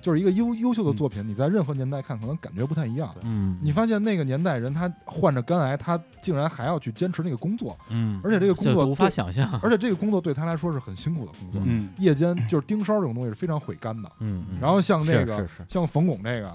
Speaker 6: 就是一个优优秀的作品，你在任何年代看，可能感觉不太一样。
Speaker 1: 嗯，
Speaker 6: 你发现那个年代人，他患着肝癌，他竟然还要去坚持那个工作，
Speaker 1: 嗯，
Speaker 6: 而且这个工
Speaker 1: 就
Speaker 6: 作
Speaker 1: 无法
Speaker 6: 对
Speaker 1: 想象，
Speaker 6: 而且这个工作对他来说是很辛苦的工作。
Speaker 1: 嗯
Speaker 5: 嗯，
Speaker 6: 夜间就是盯梢这种东西是非常毁肝的。
Speaker 1: 嗯，嗯
Speaker 6: 然后像那
Speaker 1: 是
Speaker 6: 个
Speaker 1: 是是，
Speaker 6: 像冯巩这个，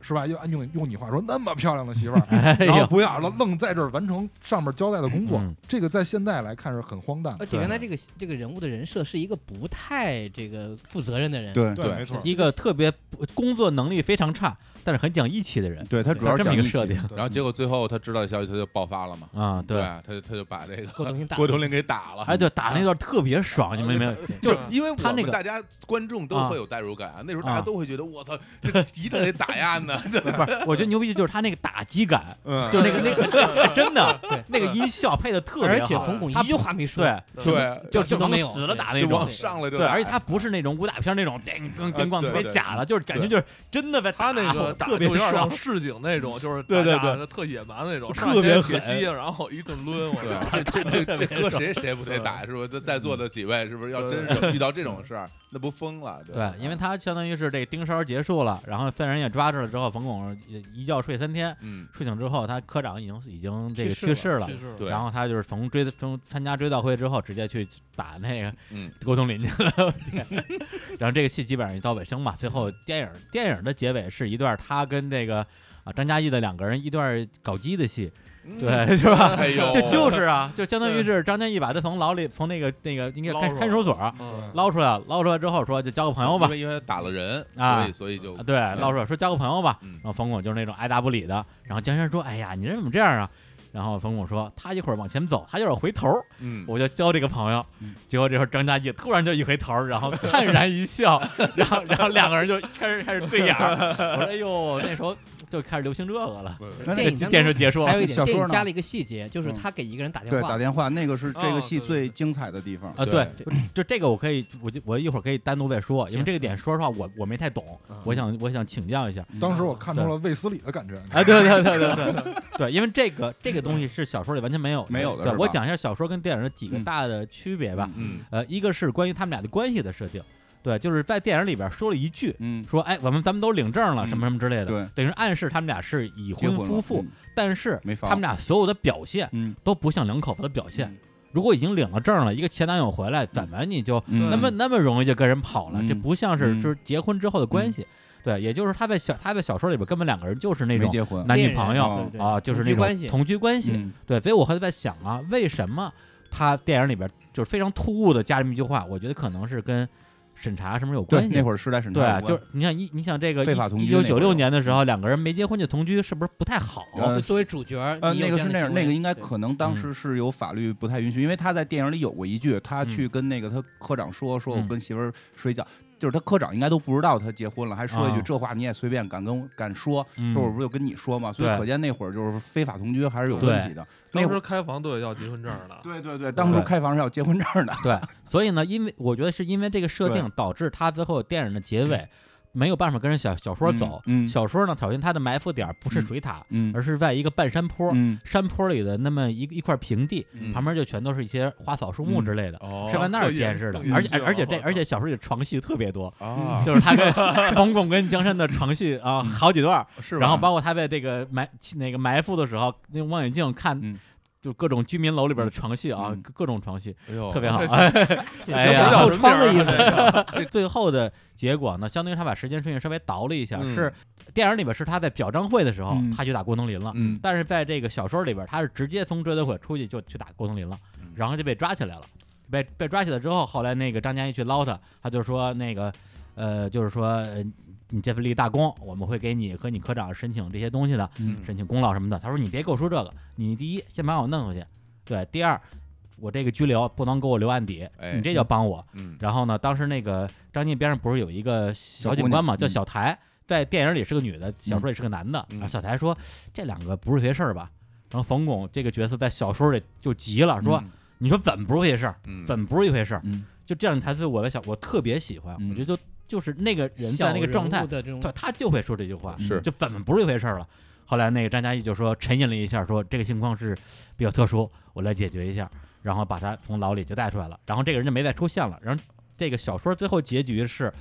Speaker 6: 是吧？又按用用你话说，那么漂亮的媳妇儿，
Speaker 1: 哎
Speaker 6: 然后
Speaker 1: 呦，
Speaker 6: 不要了，愣在这儿完成上面交代的工作
Speaker 1: 嗯，
Speaker 6: 这个在现在来看是很荒诞的
Speaker 3: 而。且原来这个这个人物的人设是一个不太这个负责任的人，
Speaker 5: 对
Speaker 6: 对，没错，
Speaker 1: 一个特别不工作能力非常差，但是很讲义气的人，
Speaker 5: 对，他主要
Speaker 1: 这么
Speaker 5: 讲
Speaker 1: 一个
Speaker 5: 义气
Speaker 1: 设定
Speaker 6: 对
Speaker 2: 然后结果最后他知道的消息，他就爆发了嘛，
Speaker 1: 啊，
Speaker 2: 对
Speaker 1: 对，
Speaker 2: 吧，他就他就把这
Speaker 3: 郭
Speaker 2: 个
Speaker 3: 冬 临打
Speaker 2: 郭冬临给打了，
Speaker 1: 哎，对，打那段特别爽，你们有没有？
Speaker 2: 就是
Speaker 4: 是吧
Speaker 2: 因为
Speaker 1: 他
Speaker 2: 我
Speaker 1: 那
Speaker 2: 们
Speaker 1: 个
Speaker 2: 大家观众都
Speaker 1: 啊
Speaker 2: 会有代入感啊，那时候大家
Speaker 1: 啊
Speaker 2: 都会觉得我操，这一定得打压 呢，
Speaker 1: 不是，我觉得牛逼就是他那个打击感，
Speaker 2: 嗯
Speaker 1: 就那个那个真的那个音效配的特
Speaker 3: 而
Speaker 1: 别
Speaker 3: 且
Speaker 1: 好，
Speaker 3: 冯巩
Speaker 1: 他
Speaker 3: 一句话没说，
Speaker 1: 对，
Speaker 2: 对，
Speaker 1: 就
Speaker 3: 什么
Speaker 1: 就
Speaker 3: 都没有
Speaker 1: 死了打那
Speaker 2: 就
Speaker 1: 种
Speaker 2: 往。上来就
Speaker 1: 对，
Speaker 2: 打
Speaker 1: 而且他不是那种武打片那种叮咣叮咣
Speaker 2: 啊对
Speaker 1: 特别
Speaker 2: 对
Speaker 1: 假的，就是感觉
Speaker 2: 对
Speaker 1: 就是真的在
Speaker 4: 他那个
Speaker 1: 打
Speaker 4: 打
Speaker 1: 我，特别
Speaker 4: 就有点 像
Speaker 1: 爽，
Speaker 4: 市井那种，就是
Speaker 1: 对对
Speaker 4: 打架
Speaker 1: 对
Speaker 4: 特野蛮那种，
Speaker 1: 特别
Speaker 4: 上街铁
Speaker 1: 狠
Speaker 4: 西，然后一顿抡，我操！
Speaker 2: 对，啊 这这这这搁谁谁不得
Speaker 1: 嗯
Speaker 2: 打是不是？在在座的几位是不是要真 是遇到这种事儿，那不疯了？对啊吧
Speaker 1: 对，因为他相当于是这个盯梢结束了，然后犯人也抓住了之后，冯巩一觉睡三天，
Speaker 2: 嗯，
Speaker 1: 睡醒之后，他科长已经已经这个
Speaker 3: 去
Speaker 1: 去
Speaker 3: 世
Speaker 1: 世了
Speaker 4: 去。世了
Speaker 2: 对
Speaker 1: 然后他就是从追从参加追悼会之后，直接去打那个
Speaker 2: 嗯
Speaker 1: 郭冬临去了。我天然后这个戏基本上一刀尾声嘛。最后电影电影的结尾是一段他跟那个啊张嘉译的两个人一段搞基的戏，
Speaker 2: 嗯，
Speaker 1: 对， 是吧？
Speaker 2: 哎呦，
Speaker 1: 这就是啊，就相当于是张嘉译把他从牢里从那个那个应该
Speaker 4: 捞
Speaker 1: 看
Speaker 4: 出来
Speaker 1: 看守所
Speaker 4: 嗯
Speaker 1: 捞出来了，捞出来之后说就交个朋友吧
Speaker 2: 因，为因为打了人，
Speaker 1: 啊
Speaker 2: 所以所以就
Speaker 1: 啊，对，捞出来说交个朋友吧。
Speaker 2: 嗯
Speaker 1: 然后冯巩就是那种爱答不理的，然后江山说：“哎呀，你人怎么这样啊？”然后冯巩说：“他一会儿往前走，他一会儿回头，
Speaker 2: 嗯，
Speaker 1: 我就交这个朋友。”结果这时候张嘉译突然就一回头，然后灿然一 笑，然后然后两个人就开始开始对眼儿。我说：“哎呦，那时候就开始流行这个了。
Speaker 2: 不
Speaker 5: 那
Speaker 3: 电
Speaker 5: 那
Speaker 3: 影当中
Speaker 1: 电视结束了
Speaker 3: 还有一点，
Speaker 5: 小说
Speaker 3: 电影
Speaker 5: 呢
Speaker 3: 加了一个细节，就是
Speaker 5: 嗯
Speaker 3: 他给一个人打电
Speaker 5: 对打
Speaker 3: 话，
Speaker 5: 电话那个是这个
Speaker 4: 哦
Speaker 5: 戏
Speaker 4: 对对
Speaker 5: 最
Speaker 4: 对
Speaker 5: 精彩的地方。
Speaker 1: 啊，
Speaker 2: 对
Speaker 1: 对，就这个我可以，我就我一会儿可以单独再说，因为
Speaker 3: 行
Speaker 1: 这个
Speaker 5: 嗯
Speaker 1: 点说实话我我没太懂，我想我想请教一 下。
Speaker 6: 当时我看出了卫斯理的感觉，
Speaker 1: 啊，对对对对对对，因为这个这个东西是小说里完全没有的
Speaker 5: 没有的
Speaker 1: 对
Speaker 5: 是
Speaker 1: 我
Speaker 5: 吧
Speaker 1: 讲一下小说跟电影的几个
Speaker 5: 嗯
Speaker 1: 大的区别吧。
Speaker 2: 嗯
Speaker 1: 呃，一个是关于他们俩的关系的设定，对，就是在电影里边说了一句，
Speaker 5: 嗯，
Speaker 1: 说哎，我们咱们都领证了，
Speaker 5: 嗯
Speaker 1: 什么什么之类的，
Speaker 5: 对
Speaker 1: 等于是暗示他们俩是已
Speaker 5: 结
Speaker 1: 婚
Speaker 5: 婚了嗯
Speaker 1: 夫妇，，但是
Speaker 5: 没法
Speaker 1: 他们俩所有的表现
Speaker 5: 嗯，
Speaker 1: 都不像两口子的表现。
Speaker 5: 嗯
Speaker 1: 如果已经领了证了，一个前男友回来，怎么你就
Speaker 5: 嗯
Speaker 1: 那么那么容易就跟人跑了？
Speaker 5: 嗯
Speaker 1: 这不像是
Speaker 5: 嗯
Speaker 1: 就是结婚之后的关系。对，也就是他在小他在小说里边根本两个人就是那
Speaker 5: 没
Speaker 1: 种
Speaker 5: 结婚，
Speaker 1: 男女
Speaker 3: 恋人
Speaker 1: 朋友
Speaker 5: 哦
Speaker 3: 对对
Speaker 1: 啊，就是
Speaker 3: 同居
Speaker 1: 那
Speaker 3: 关
Speaker 1: 种
Speaker 3: 系
Speaker 1: 同居关系。
Speaker 5: 嗯
Speaker 1: 对，所以我还在想啊，为什么他电影里边就是非常突兀的加这么一句话？我觉得可能是跟审查什么有
Speaker 5: 对
Speaker 1: 关，
Speaker 5: 那
Speaker 1: 系。
Speaker 5: 会儿时代审查
Speaker 1: 对
Speaker 5: 有，关，
Speaker 1: 就是你想一，你想这个
Speaker 5: 非法同
Speaker 1: 一
Speaker 5: 居
Speaker 1: 九
Speaker 5: 那会
Speaker 1: 九
Speaker 5: 儿
Speaker 1: 六
Speaker 5: 有嗯
Speaker 1: 年的时候，两个人没结婚就同居，是不是不太好？
Speaker 5: 呃
Speaker 3: 作为主角，
Speaker 5: 呃，
Speaker 3: 你有
Speaker 5: 那个是
Speaker 3: 这
Speaker 5: 那
Speaker 3: 样
Speaker 5: 样，
Speaker 3: 的行
Speaker 5: 那
Speaker 3: 为
Speaker 5: 个应该
Speaker 3: 对
Speaker 5: 可能当
Speaker 1: 嗯
Speaker 5: 时是有法律不太允许，因为他在电影里有过一句，他去跟那个他科长说，说我
Speaker 1: 嗯
Speaker 5: 跟媳妇儿睡觉，就是他科长应该都不知道他结婚了，还说一句
Speaker 1: 啊
Speaker 5: 这话你也随便敢跟我敢说，
Speaker 1: 嗯
Speaker 5: 这我不是就跟你说嘛，所以
Speaker 1: 对
Speaker 5: 可见那会儿就是非法同居还是有
Speaker 1: 对
Speaker 5: 问题的，那
Speaker 4: 当
Speaker 5: 会
Speaker 4: 时
Speaker 5: 儿
Speaker 4: 开房都得要结婚证的，
Speaker 5: 对对对，当初
Speaker 1: 对
Speaker 5: 开房是要结婚证的，
Speaker 1: 对，所以呢，因为我觉得是因为这个设定导致他最后电影的结尾没有办法跟着小小说走。
Speaker 5: 嗯嗯嗯
Speaker 1: 小说呢，首先它的埋伏点不是
Speaker 5: 嗯
Speaker 1: 水塔，
Speaker 5: 嗯
Speaker 1: 而是在一个半山坡，
Speaker 5: 嗯
Speaker 1: 山坡里的那么一一块平地，
Speaker 2: 嗯
Speaker 1: 旁边就全都是一些花草树木之类的，
Speaker 2: 哦
Speaker 1: 是在那儿监视的
Speaker 4: 更。严
Speaker 1: 而且
Speaker 4: 更严
Speaker 1: 而且这
Speaker 4: 我操
Speaker 1: 而且小说里的床戏特别多，
Speaker 2: 啊，
Speaker 1: 就是他跟冯巩跟江山的床戏啊好几段儿，
Speaker 2: 是吧
Speaker 1: 然后包括他在这个埋那个埋伏的时候，用望远镜看
Speaker 5: 嗯。
Speaker 1: 就各种居民楼里边的床戏啊，
Speaker 5: 嗯
Speaker 1: 各各种床戏
Speaker 2: 哎呦
Speaker 1: 特别好。
Speaker 4: 这
Speaker 1: 哎
Speaker 3: 就
Speaker 1: 哎呀
Speaker 3: 小狗窗的意思，
Speaker 1: 最后的结果呢，相当于他把时间顺序稍微倒了一下，
Speaker 2: 嗯
Speaker 1: 是电影里边是他在表彰会的时候，
Speaker 5: 嗯
Speaker 1: 他去打郭冬临了，
Speaker 5: 嗯
Speaker 1: 但是在这个小说里边，他是直接从追悼会出去就去打郭冬临了
Speaker 2: 嗯，
Speaker 1: 然后就被抓起来了。被被抓起来之后，后来那个张嘉译去捞他，他就说那个，呃，就是说呃你这份立大功，我们会给你和你科长申请这些东西的，
Speaker 5: 嗯
Speaker 1: 申请功劳什么的。他说你别给我说这个，你第一先把我弄回去，对，第二我这个拘留不能给我留案底，
Speaker 2: 哎
Speaker 1: 你这叫帮我。
Speaker 2: 嗯
Speaker 1: 然后呢，当时那个张晋边上不是有一个小
Speaker 5: 小
Speaker 1: 警
Speaker 5: 姑
Speaker 1: 官
Speaker 5: 娘
Speaker 1: 嘛，叫
Speaker 5: 嗯
Speaker 1: 小台，在电影里是个女的，小说里是个男的。
Speaker 2: 嗯
Speaker 1: 然后小台说这两个不是一回事儿吧？然后冯巩这个角色在小说里就急了，说、你说怎么不是一回事儿？
Speaker 2: 嗯
Speaker 1: 怎么不是一回事儿？
Speaker 5: 嗯
Speaker 1: 就这样才是我的小，我特别喜欢，
Speaker 5: 嗯
Speaker 1: 我觉得就就是那个人在那个状态，
Speaker 3: 的这种
Speaker 1: 对，他就会说这句话，
Speaker 2: 是
Speaker 1: 嗯就怎么不是一回事儿了。后来那个张嘉译就说沉吟了一下，说这个情况是比较特殊，我来解决一下，然后把他从牢里就带出来了。然后这个人就没再出现了。然后这个小说最后结局是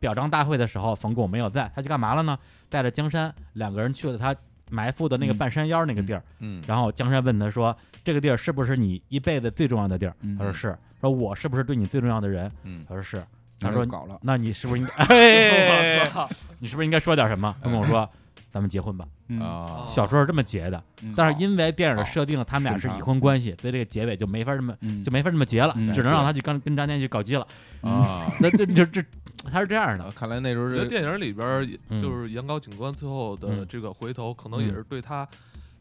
Speaker 1: 表彰大会的时候，冯巩没有在，他去干嘛了呢？带着江山两个人去了他埋伏的那个
Speaker 5: 嗯
Speaker 1: 半山腰那个地儿。
Speaker 2: 嗯
Speaker 1: 然后江山问他说：“这个地儿是不是你一辈子最重要的地儿？”
Speaker 5: 嗯
Speaker 1: 他说：“是。”说：“我是不是对你最重要的人？”
Speaker 2: 嗯
Speaker 1: 他说：“是。”
Speaker 5: 那
Speaker 1: 他
Speaker 5: 就
Speaker 1: 说：“
Speaker 5: 搞了，
Speaker 1: 那你是不是应该？哎
Speaker 4: 我操！
Speaker 1: 你是不是应该说点什么？他跟我说，咱们结婚吧。
Speaker 5: 嗯
Speaker 2: 啊，
Speaker 1: 小说是这么结的，
Speaker 5: 嗯
Speaker 1: 但是因为电影的
Speaker 5: 好
Speaker 1: 设定，他们俩是
Speaker 5: 顺
Speaker 1: 已
Speaker 5: 畅
Speaker 1: 婚关系，所以这个结尾就没法这么
Speaker 5: 嗯
Speaker 1: 就没法这么结了
Speaker 5: 嗯，
Speaker 1: 只能让他去跟跟张天去搞基了。
Speaker 2: 啊，
Speaker 1: 那这这这他是这样的
Speaker 2: 啊，看来那时候
Speaker 4: 我觉得
Speaker 2: 这
Speaker 4: 电影里边儿也
Speaker 1: 嗯
Speaker 4: 就是杨高警官最后的
Speaker 1: 嗯
Speaker 4: 这个回头，可能也
Speaker 1: 嗯
Speaker 4: 是对他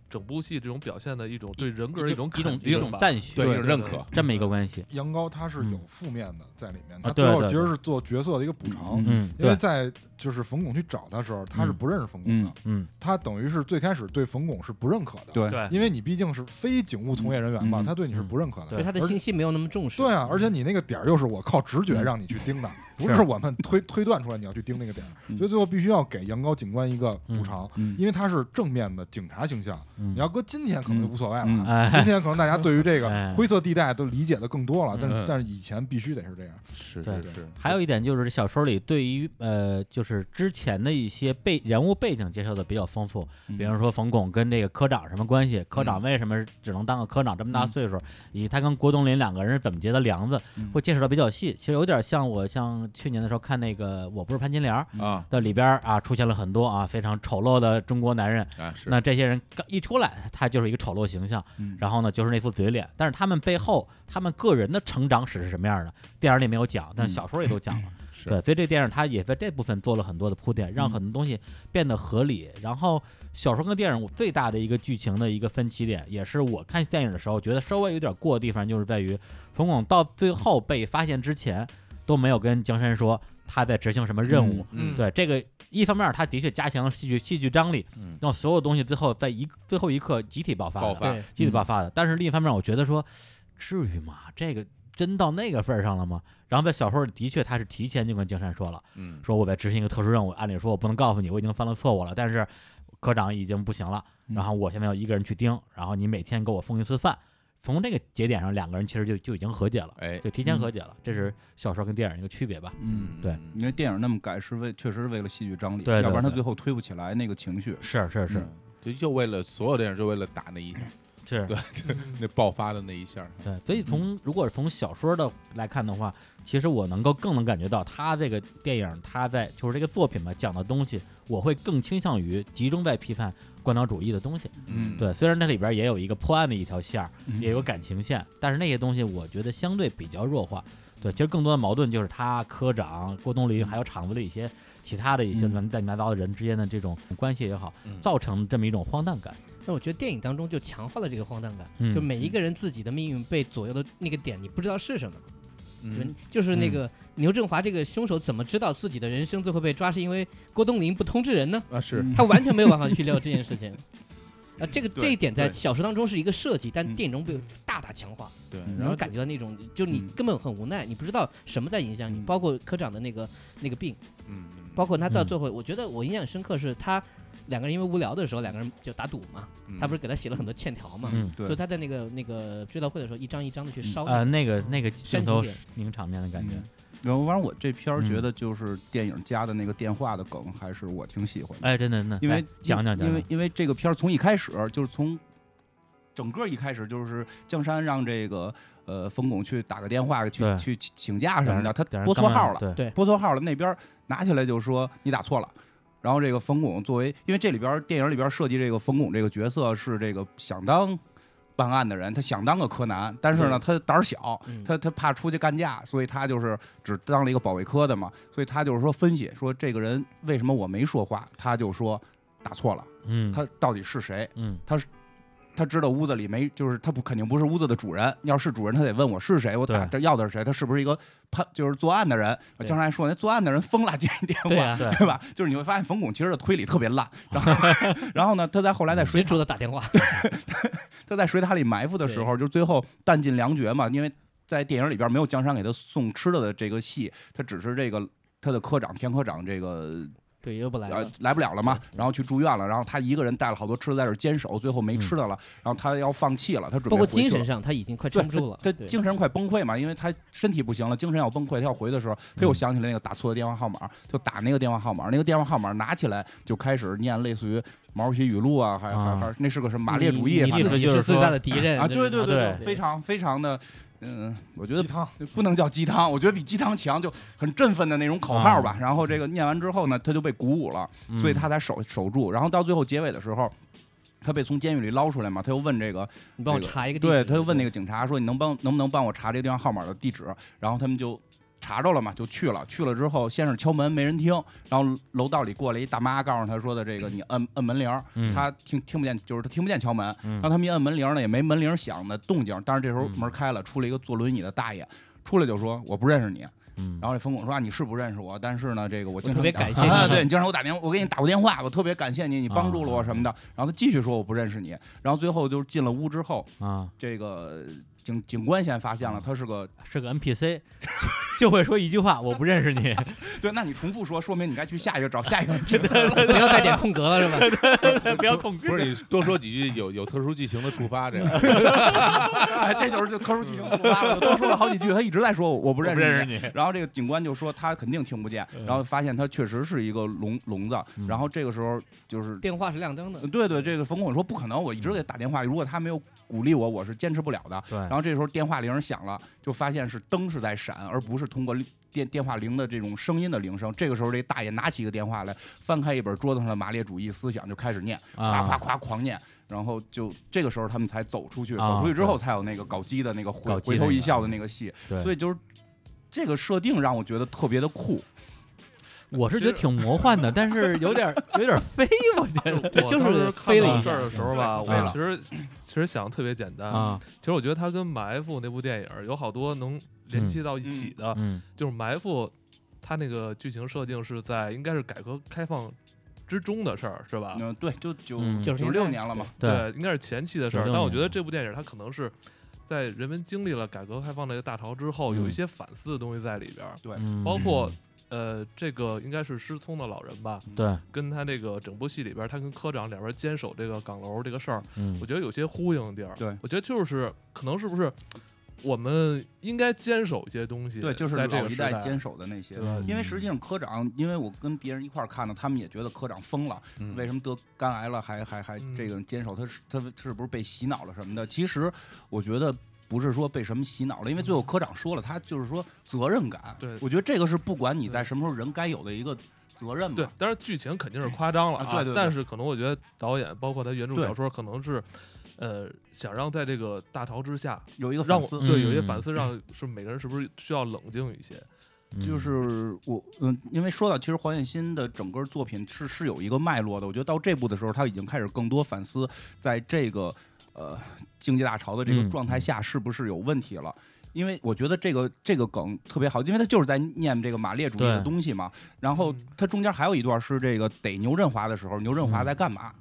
Speaker 4: 整部戏这种表现的一种对人格的
Speaker 1: 一
Speaker 4: 种
Speaker 1: 一
Speaker 4: 肯
Speaker 1: 种一
Speaker 4: 定
Speaker 1: 种
Speaker 4: 吧。
Speaker 1: 赞许，
Speaker 2: 对
Speaker 4: 对
Speaker 2: 一种
Speaker 4: 对
Speaker 2: 认
Speaker 4: 对
Speaker 2: 可，
Speaker 1: 这么一个关系。
Speaker 6: 杨高他是有
Speaker 1: 嗯
Speaker 6: 负面的在里面，他
Speaker 1: 对
Speaker 6: 最后
Speaker 1: 对
Speaker 6: 其实
Speaker 1: 对
Speaker 6: 是做角色的一个补偿，
Speaker 1: 嗯，
Speaker 6: 因
Speaker 1: 对，
Speaker 6: 为在就是冯巩去找他的时候，他是
Speaker 1: 嗯
Speaker 6: 不认识冯巩的，
Speaker 1: 嗯
Speaker 6: 他等于是最开始对冯巩是不认可的，
Speaker 5: 对
Speaker 4: 对
Speaker 6: 因为你毕竟是非警务从业人员嘛，
Speaker 5: 嗯
Speaker 6: 他对你是不认可的，
Speaker 1: 对
Speaker 3: 对他的
Speaker 6: 而且
Speaker 3: 信息没有那么重视。
Speaker 6: 对啊，而且你那个点儿又是我靠直觉
Speaker 5: 嗯
Speaker 6: 让你去盯的，不
Speaker 5: 是
Speaker 6: 是我们推推断出来你要去盯那个点儿，
Speaker 5: 嗯
Speaker 6: 所以最后必须要给杨高警官一个补偿，
Speaker 5: 嗯
Speaker 6: 因为他是正面的警察形象。
Speaker 1: 嗯
Speaker 6: 你，要搁今天可能就无所谓了
Speaker 5: 嗯
Speaker 6: 啊，今
Speaker 1: 哎，
Speaker 6: 天可能大家对于 这
Speaker 1: 哎
Speaker 6: 个灰色地带都理解的更多了，但
Speaker 2: 嗯
Speaker 6: 是但是以前必须得是这样。
Speaker 2: 是
Speaker 1: 对
Speaker 2: 是是，
Speaker 1: 还有一点就是小说里对于呃，就是之前的一些背人物背景介绍的比较丰富，比方说冯巩跟这个科长什么关系，科长为什么只能当个科长这么大岁数，以及他跟郭冬临两个人是怎么结的梁子，
Speaker 5: 嗯
Speaker 1: 会介绍的比较细。其实有点像我像去年的时候看那个《我不是潘金莲》
Speaker 2: 啊
Speaker 1: 的里边儿啊，出现了很多啊非常丑陋的中国男人。
Speaker 2: 啊是，
Speaker 1: 那这些人刚一出来，他就是一个丑陋形象，
Speaker 5: 嗯
Speaker 1: 然后呢就是那副嘴脸。但是他们背后，他们个人的成长史是什么样的？电影里没有讲，但
Speaker 5: 嗯
Speaker 1: 小说里都讲了。
Speaker 2: 是
Speaker 1: 对，所以这电影它也在这部分做了很多的铺垫，让很多东西变得合理。然后小说跟电影我最大的一个剧情的一个分歧点，也是我看电影的时候觉得稍微有点过的地方，就是在于冯巩到最后被发现之前都没有跟江山说他在执行什么任务。
Speaker 4: 嗯，
Speaker 1: 对这个，一方面他的确加强了戏剧戏剧张力，
Speaker 2: 嗯
Speaker 1: 让所有东西最后在一最后一刻集体爆发的，
Speaker 2: 爆发
Speaker 3: 对，
Speaker 1: 集体爆发的。但是另一方面，我觉得说，至于吗？这个真到那个份儿上了吗？然后在小说里的确他是提前就跟江山说了，
Speaker 2: 嗯
Speaker 1: 说我在执行一个特殊任务，按理说我不能告诉你我已经犯了错误了，但是科长已经不行了，
Speaker 5: 嗯
Speaker 1: 然后我现在要一个人去盯，然后你每天给我送一次饭。从这个节点上，两个人其实就就已经和解了，
Speaker 2: 哎
Speaker 1: 就提前
Speaker 5: 嗯
Speaker 1: 和解了。这是小说跟电影一个区别吧？
Speaker 5: 嗯，
Speaker 1: 对
Speaker 2: 嗯
Speaker 5: 因为电影那么改是为确实是为了戏剧张力，
Speaker 1: 对对
Speaker 5: 要不然他
Speaker 1: 对
Speaker 5: 最后推不起来那个情绪。
Speaker 1: 是是是
Speaker 2: 就就为了所有电影就为了打那一下，
Speaker 1: 是，
Speaker 2: 对，那爆发的那一下，
Speaker 1: 对，所以
Speaker 3: 嗯
Speaker 1: 从如果是从小说的来看的话，其实我能够更能感觉到他这个电影，他在就是这个作品吧讲的东西，我会更倾向于集中在批判官僚主义的东西。
Speaker 2: 嗯，
Speaker 1: 对，虽然它里边也有一个破案的一条线儿，
Speaker 5: 嗯
Speaker 1: 也有感情线，但是那些东西我觉得相对比较弱化。对，其实更多的矛盾就是他科长郭冬
Speaker 3: 嗯
Speaker 1: 临还有厂子里一些其他的一些
Speaker 5: 嗯
Speaker 1: 乱七八糟的人之间的这种关系也好，
Speaker 2: 嗯
Speaker 1: 造成这么一种荒诞感。
Speaker 3: 但我觉得电影当中就强化了这个荒诞感，
Speaker 1: 嗯
Speaker 3: 就每一个人自己的命运被左右的那个点，你不知道是什么。就
Speaker 2: 嗯
Speaker 3: 就是那个牛振华这个凶手怎么知道自己的人生最后被抓，是因为郭冬临不通知人呢？
Speaker 2: 啊是
Speaker 5: 嗯
Speaker 3: 他完全没有办法去料这件事情。 啊，这个
Speaker 2: 对
Speaker 3: 这一点在
Speaker 2: 对
Speaker 3: 小说当中是一个设计，但
Speaker 5: 嗯
Speaker 3: 电影中被大大强化，
Speaker 2: 对，
Speaker 5: 嗯
Speaker 2: 然
Speaker 3: 能
Speaker 2: 后
Speaker 3: 感觉到那种，就你
Speaker 5: 嗯
Speaker 3: 根本很无奈，你不知道什么在影响你，
Speaker 5: 嗯
Speaker 3: 包括科长的那个那个病，
Speaker 2: 嗯嗯
Speaker 3: 包括他到
Speaker 1: 嗯
Speaker 3: 最后，我觉得我印象深刻是他两个人因为无聊的时候，两个人就打赌嘛，
Speaker 2: 嗯
Speaker 3: 他不是给他写了很多欠条嘛，
Speaker 1: 嗯，
Speaker 5: 对
Speaker 3: 所以他在那个那个追悼会的时候，一张一张的去烧那
Speaker 1: 呃，
Speaker 3: 个，
Speaker 1: 那个那个镜
Speaker 3: 煽
Speaker 1: 头
Speaker 3: 情点
Speaker 1: 名场面的感觉
Speaker 5: 嗯，然后，反正我这片儿
Speaker 1: 嗯
Speaker 5: 觉得就是电影加的那个电话的梗，还是我挺喜欢的。
Speaker 1: 哎，真的，那
Speaker 5: 因
Speaker 1: 来
Speaker 5: 为
Speaker 1: 讲讲讲，
Speaker 5: 因为因为这个片儿从一开始就是从整个一开始就是江山让这个呃冯巩去打个电话去
Speaker 1: 对
Speaker 5: 去请假什
Speaker 1: 讲
Speaker 5: 么的，他
Speaker 1: 讲
Speaker 5: 拨错
Speaker 1: 刚才
Speaker 5: 号了，
Speaker 1: 对，
Speaker 3: 对
Speaker 5: 拨错号了，那边儿拿起来就说你打错了。然后这个冯巩作为，因为这里边儿电影里边儿设计这个冯巩这个角色是这个想当办案的人，他想当个柯南，但是呢他胆儿小，
Speaker 3: 嗯
Speaker 5: 他他怕出去干架，所以他就是只当了一个保卫科的嘛，所以他就是说分析说这个人为什么我没说话，他就说打错了，
Speaker 1: 嗯，
Speaker 5: 他到底是谁？
Speaker 1: 嗯
Speaker 5: 他知道屋子里没，就是他不肯定不是屋子的主人，要是主人他得问我是谁，我打
Speaker 1: 对
Speaker 5: 这要的是谁，他是不是一个判就是作案的人？
Speaker 3: 对
Speaker 5: 江山还说那作案的人疯了接你电话。
Speaker 3: 对啊，
Speaker 1: 对
Speaker 5: 对吧？ 就是你会发现冯巩其实的推理特别烂，然后 然后呢，他在后来在水
Speaker 3: 谁主的打电 话？
Speaker 5: 他在水塔里埋伏的时候，就最后弹尽粮绝嘛，因为在电影里边没有江山给他送吃的的这个戏，他只是这个他的科长田科长这个
Speaker 3: 对，又不来
Speaker 5: 呃
Speaker 3: 了，
Speaker 5: 来不了了嘛，然后去住院了，然后他一个人带了好多吃的在这儿坚守，最后没吃的了，然后他要放弃了，他准备
Speaker 3: 嗯包括
Speaker 5: 回去
Speaker 3: 精
Speaker 5: 了
Speaker 3: 神上他已经快撑不住了，
Speaker 5: 他
Speaker 3: 对
Speaker 5: 精神快崩溃嘛，因为他身体不行了，精神要崩溃，他要回的时候，他又
Speaker 1: 嗯
Speaker 5: 想起来那个打错的电话号码，就打那个电话号码，那个电话号码拿起来就开始念类似于毛主席语录啊，还还
Speaker 1: 啊
Speaker 5: 还那是个什么马列主义
Speaker 3: 你你
Speaker 5: 反
Speaker 1: 意
Speaker 5: 正
Speaker 1: 思
Speaker 3: 自己
Speaker 1: 就是
Speaker 3: 是最
Speaker 1: 说
Speaker 3: 大的敌人
Speaker 5: 啊，对对
Speaker 1: 对对
Speaker 5: 非常非常的，嗯，我觉
Speaker 6: 鸡
Speaker 5: 得
Speaker 6: 汤，
Speaker 5: 不能叫鸡汤，我觉得比鸡汤强，就很振奋的那种口号吧
Speaker 1: 啊。
Speaker 5: 然后这个念完之后呢，他就被鼓舞了，
Speaker 1: 嗯
Speaker 5: 所以他才守守住。然后到最后结尾的时候。他被从监狱里捞出来嘛，他又问这个，
Speaker 3: 你帮我
Speaker 5: 这个
Speaker 3: 查一个地址。
Speaker 5: 对，他就问那个警察说：“你能帮能不能帮我查这个地方号码的地址？”然后他们就查着了嘛，就去了。去了之后，先是敲门没人听，然后楼道里过来一大妈，告诉他说的这个你摁摁门铃儿，
Speaker 1: 嗯
Speaker 5: 他听听不见，就是他听不见敲门。
Speaker 1: 嗯
Speaker 5: 然后他们一按门铃呢，也没门铃响的动静。但是这时候
Speaker 1: 嗯
Speaker 5: 门开了，出来一个坐轮椅的大爷，出来就说：“我不认识你。”
Speaker 1: 嗯
Speaker 5: 然后这冯巩说：“啊，你是不认识我，但是呢，这个我经常
Speaker 3: 特别
Speaker 5: 打
Speaker 3: 感谢
Speaker 5: 啊，
Speaker 3: 你
Speaker 5: 对你经常给我打电，我给你打过电话，我特别感谢你，你帮助了我什么的。
Speaker 3: 啊
Speaker 5: 然后他继续说：“我不认识你。”然后最后就是进了屋之后，
Speaker 1: 啊
Speaker 5: 这个警警官先发现了他是个
Speaker 1: 是个 NPC，就就会说一句话，我不认识你。
Speaker 5: 对，那你重复说，说明你该去下一个找下一个
Speaker 3: 不要再点空格了 是吧？
Speaker 1: 不要恐惧
Speaker 2: 不是你多说几句有有特殊剧情的触发，这样
Speaker 5: 哎，这就是就特殊剧情触发了，我多说了好几句，他一直在说我 我不认识
Speaker 1: 我不认识你
Speaker 5: 然后这个警官就说他肯定听不见，然后发现他确实是一个聋聋子
Speaker 1: 嗯，
Speaker 5: 然后这个时候就是。
Speaker 3: 电话是亮灯的，
Speaker 5: 对对，这个冯巩说不可能，我一直给他打电话，如果他没有鼓励我，我是坚持不了的。
Speaker 1: 对
Speaker 5: 然后这时候电话铃响了，就发现是灯是在闪，而不是通过电电话铃的这种声音的铃声。这个时候，这大爷拿起一个电话来，翻开一本桌子上的马列主义思想，就开始念，夸夸
Speaker 1: 啊，
Speaker 5: 夸狂念，然后就这个时候他们才走出去，
Speaker 1: 啊
Speaker 5: 走出去之后才有那个搞基的那个回
Speaker 1: 搞基
Speaker 5: 回
Speaker 1: 那
Speaker 5: 头
Speaker 1: 个
Speaker 5: 一笑的那个戏，
Speaker 1: 对
Speaker 5: 所以就是这个设定让我觉得特别的酷。
Speaker 1: 我是觉得挺魔幻的，但是有点有点飞，我 觉得
Speaker 4: 我
Speaker 3: 就是
Speaker 4: 当时
Speaker 3: 飞了
Speaker 4: 看到
Speaker 3: 一
Speaker 4: 这
Speaker 3: 下
Speaker 4: 儿的时候吧，
Speaker 1: 对飞
Speaker 4: 我
Speaker 1: 了
Speaker 4: 其实其实想的特别简单。
Speaker 1: 啊，
Speaker 4: 其实我觉得它跟《埋伏》那部电影儿有好多能联系到一起的，
Speaker 1: 嗯
Speaker 4: 就是《埋伏》，它那个剧情设定是在应该是改革开放之中的事儿，是吧？
Speaker 5: 嗯，对，就九
Speaker 1: 啊嗯
Speaker 3: 就是
Speaker 5: 九六年了嘛，
Speaker 1: 对，
Speaker 4: 应该是前期的事儿。
Speaker 1: 96
Speaker 4: 但我觉得
Speaker 1: 年
Speaker 4: 这部电影它可能是在人们经历了改革开放这个大潮之后，
Speaker 1: 嗯
Speaker 4: 有一些反思的东西在里边儿。
Speaker 1: 嗯
Speaker 4: 包括呃，这个应该是失聪的老人吧，
Speaker 1: 对，
Speaker 4: 跟他这个整部戏里边儿，他跟科长两边坚守这个岗楼这个事儿，
Speaker 1: 嗯
Speaker 4: 我觉得有些呼应的地儿。
Speaker 5: 对
Speaker 4: 我觉得就是可能是不是我们应该坚守一些东西？
Speaker 5: 对，就是
Speaker 4: 在这
Speaker 5: 老
Speaker 4: 个
Speaker 5: 一
Speaker 4: 时
Speaker 5: 代
Speaker 4: 代
Speaker 5: 坚守的那些
Speaker 4: 对。吧
Speaker 1: 嗯
Speaker 5: 因为实际上科长，因为我跟别人一块儿看的，他们也觉得科长疯了，
Speaker 2: 嗯
Speaker 5: 为什么得肝癌了还还还
Speaker 4: 嗯
Speaker 5: 这个坚守？他是他是不是被洗脑了什么的？其实我觉得。不是说被什么洗脑了，因为最后科长说了，他就是说责任感。
Speaker 4: 嗯对
Speaker 5: 我觉得这个是不管你在什么时候人该有的一个责任嘛。
Speaker 4: 对，当然剧情肯定是夸张了
Speaker 5: 啊对对对
Speaker 4: 但是可能我觉得导演包括他原著
Speaker 5: 对
Speaker 4: 小说可能是，呃，想让在这个大潮之下，
Speaker 5: 有 一个
Speaker 4: 让
Speaker 5: 反
Speaker 4: 我
Speaker 5: 思，
Speaker 4: 对有一些
Speaker 1: 嗯
Speaker 4: 反思，让是每个人是不是需要冷静一些？
Speaker 1: 嗯
Speaker 5: 就是我嗯，因为说到其实黄建新的整个作品是是有一个脉络的，我觉得到这步的时候，他已经开始更多反思，在这个呃经济大潮的这个
Speaker 1: 嗯
Speaker 5: 状态下是不是有问题了。因为我觉得这个这个梗特别好，因为他就是在念这个马列主义的
Speaker 1: 对
Speaker 5: 东西嘛。然后
Speaker 4: 嗯
Speaker 5: 他中间还有一段是这个逮牛振华的时候，牛振华在干嘛？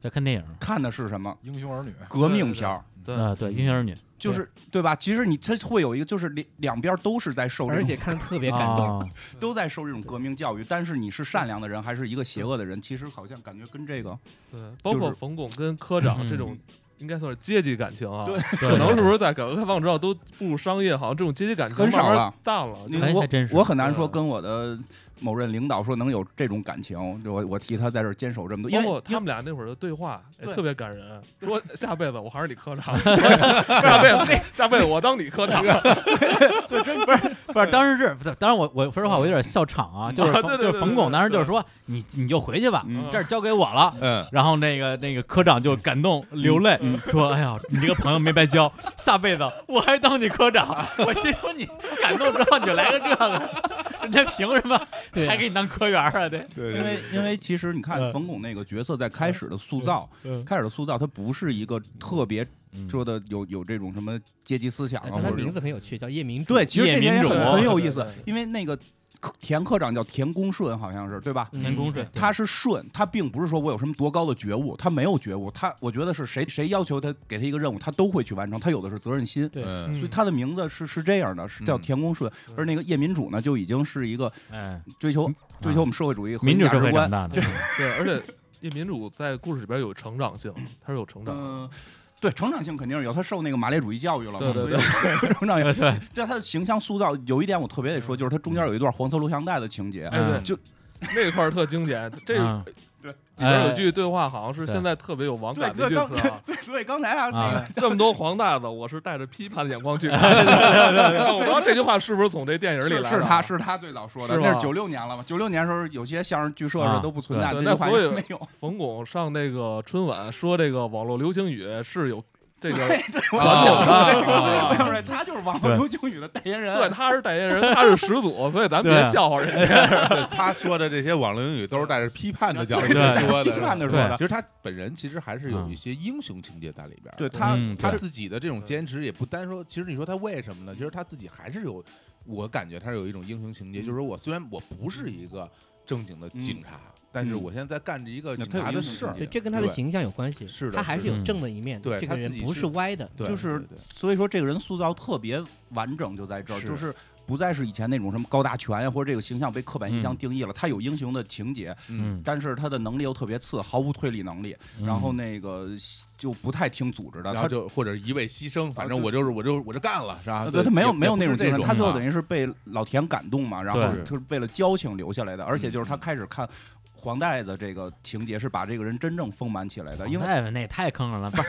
Speaker 1: 在看电影，
Speaker 5: 看的是什么
Speaker 6: 英雄儿女，
Speaker 5: 革命片儿？
Speaker 4: 对，
Speaker 1: 啊，对，英雄儿女，
Speaker 5: 就是对吧？其实你他会有一个，就是两两边都是在受这
Speaker 3: 而
Speaker 5: 种
Speaker 3: 且看的特别感动。
Speaker 1: 啊，
Speaker 5: 都在受这种革命教育，但是你是善良的人还是一个邪恶的人，其实好像感觉跟这个
Speaker 4: 对，包括冯巩跟科长这种
Speaker 5: 嗯，
Speaker 4: 应该算是阶级感情啊。
Speaker 5: 对
Speaker 1: 可
Speaker 4: 可能是不是在改革开放之后都步入商业，好像这种阶级感情
Speaker 5: 很少
Speaker 4: 慢慢
Speaker 5: 了
Speaker 4: 淡了。
Speaker 5: 你
Speaker 4: 就
Speaker 1: 哎
Speaker 5: 我
Speaker 1: 还真是
Speaker 5: 我很难说
Speaker 4: 对
Speaker 5: 跟我的某任领导说能有这种感情，就我我替他在这儿坚守这么多，因
Speaker 4: 包
Speaker 5: 为
Speaker 4: 括
Speaker 5: 因
Speaker 4: 他们俩那会儿的对话也
Speaker 5: 对
Speaker 4: 特别感 人，说下辈子我还是你科长，下辈子下辈子我当你科长，
Speaker 1: 不是，当时是，当然我我说实话，我有点笑场 啊，就是冯就是冯巩当时就是说，你你就回去吧，
Speaker 5: 嗯
Speaker 1: 这儿交给我了。
Speaker 2: 嗯，
Speaker 1: 然后那个那个科长就感动流泪，说：“哎呀，你这个朋友没白交， 下辈子我还当你科长。” 我心说你感动之后你就来个这个， 人家凭什么
Speaker 3: 对啊
Speaker 1: 还给你当科员啊？ 对，
Speaker 2: 对
Speaker 5: 因为因为其实你看
Speaker 1: 嗯
Speaker 5: 冯巩那个角色在开始的塑造，
Speaker 1: 嗯
Speaker 5: 开始的塑造他不是一个特别
Speaker 1: 嗯
Speaker 5: 说的有有这种什么阶级思想
Speaker 3: 哎
Speaker 5: 啊，
Speaker 3: 但
Speaker 5: 或
Speaker 3: 他
Speaker 5: 者
Speaker 3: 名字很有趣，叫夜明珠。
Speaker 5: 对，其实这点也
Speaker 1: 夜民
Speaker 5: 很
Speaker 1: 主
Speaker 5: 很有意
Speaker 4: 啊对
Speaker 5: 思
Speaker 4: 对对，
Speaker 5: 因为那个科田科长叫田公顺，好像是对吧？
Speaker 3: 嗯
Speaker 1: 田宫顺，
Speaker 5: 他是顺，他并不是说我有什么多高的觉悟，他没有觉悟，他我觉得是谁谁要求他给他一个任务，他都会去完成，他有的是责任心。
Speaker 3: 对
Speaker 2: 嗯
Speaker 4: 嗯
Speaker 5: 所以他的名字是是这样的，是叫
Speaker 2: 嗯
Speaker 5: 田公顺，
Speaker 4: 对
Speaker 5: 而那个叶民主呢，就已经是一个
Speaker 1: 哎，
Speaker 5: 追求
Speaker 1: 嗯
Speaker 5: 追求我们社会主义和
Speaker 1: 民主
Speaker 5: 价
Speaker 1: 社
Speaker 5: 值
Speaker 1: 会
Speaker 5: 观
Speaker 1: 长。大的，
Speaker 4: 对，而且叶民主在故事里边有成长性，他是有成长的。
Speaker 5: 嗯，对，成长性肯定是有，他受那个马列主义教育了嘛，
Speaker 4: 对对对
Speaker 5: 所以成长 性。
Speaker 1: 对，
Speaker 5: 对他的形象塑造有一点我特
Speaker 4: 嗯
Speaker 5: 别得说，就是他中间有一段黄色录像带的情节，
Speaker 4: 哎，对，
Speaker 1: 嗯
Speaker 4: 就那块儿特经典。这
Speaker 1: 嗯
Speaker 4: 里边有
Speaker 1: 哎
Speaker 4: 句对话，好像是
Speaker 1: 对
Speaker 4: 现在特别有网
Speaker 5: 对，
Speaker 4: 感的
Speaker 5: 这
Speaker 4: 一句
Speaker 5: 刚。
Speaker 4: 词啊
Speaker 5: 对，所以刚才啊，那
Speaker 1: 啊
Speaker 5: 个，
Speaker 4: 这么多黄大子，我是带着批判的眼光去看的。我不知道这句话是不是从这电影里
Speaker 5: 是
Speaker 4: 来的。
Speaker 5: 是他是他最早说的，
Speaker 4: 是
Speaker 5: 那
Speaker 4: 吧
Speaker 5: 啊是九六年了吧？九六年的时候，有些相声剧社
Speaker 1: 啊
Speaker 5: 是都不存在，
Speaker 4: 对
Speaker 5: 这
Speaker 4: 那
Speaker 5: 句话
Speaker 4: 所
Speaker 5: 也
Speaker 4: 以
Speaker 5: 没 有。
Speaker 4: 冯巩上那个春晚说这个网络流行语是有这个，
Speaker 5: 对对， 我
Speaker 4: 啊
Speaker 5: 想说这个，
Speaker 4: 啊
Speaker 5: 我想说他就是网络
Speaker 1: 对
Speaker 5: 流行语的代言人。
Speaker 4: 对，他是代言人，他是始祖，所以咱别
Speaker 1: 对
Speaker 4: 笑话人家。
Speaker 2: 对他说的这些网络英语都是带着批判的角度去
Speaker 1: 对
Speaker 2: 说的，
Speaker 5: 批判的说
Speaker 1: 对
Speaker 5: 的
Speaker 2: 其，实他本人其实还是有
Speaker 1: 嗯
Speaker 2: 一些英雄情节在里边儿。
Speaker 5: 对他
Speaker 1: 嗯
Speaker 2: 他
Speaker 1: 对
Speaker 2: 自己的这种坚持也不单说，其实你说他为什么
Speaker 5: 嗯
Speaker 2: 呢？其实他自己还是有，我感觉他是有一种英雄
Speaker 5: 嗯
Speaker 2: 情节，就是说我虽然我不是一个正经的警察，但是我现在在干着一个警察的事儿
Speaker 5: 嗯
Speaker 3: 对，，这跟他的
Speaker 2: 对
Speaker 3: 形象有关系，
Speaker 2: 是的
Speaker 3: 他还
Speaker 1: 是
Speaker 3: 是
Speaker 1: 的
Speaker 3: 有正的一面的，
Speaker 2: 对
Speaker 3: 这
Speaker 2: 他
Speaker 3: 个人
Speaker 2: 自己
Speaker 3: 不
Speaker 2: 是
Speaker 3: 是歪的，
Speaker 2: 对
Speaker 5: 就是
Speaker 2: 对对
Speaker 5: 所以说这个人塑造特别完整，就在这儿，
Speaker 2: 是
Speaker 5: 就是不再是以前那种什么高大全呀，或者这个形象被刻板印象
Speaker 1: 嗯
Speaker 5: 定义了。他有英雄的情节，
Speaker 2: 嗯，
Speaker 1: 嗯，
Speaker 5: 但是他的能力又特别次，毫无推理能力，
Speaker 4: 嗯
Speaker 5: 然后那个就不太听组织的，
Speaker 2: 然
Speaker 5: 啊他啊
Speaker 2: 后就或者一味牺牲，反正
Speaker 5: 对啊
Speaker 2: 我就是我就我就干了，是吧？
Speaker 5: 对他没有
Speaker 2: 也
Speaker 5: 没有那
Speaker 2: 也不
Speaker 5: 种
Speaker 2: 是
Speaker 5: 精神，
Speaker 2: 这
Speaker 5: 他最后
Speaker 2: 啊
Speaker 5: 等于是被老田感动嘛，然后
Speaker 2: 对
Speaker 5: 就是为了交情留下来的，而且就是他
Speaker 2: 嗯
Speaker 5: 开始看黄带子这个情节是把这个人真正丰满起来的，因为
Speaker 1: 大夫那也太坑人了，不是？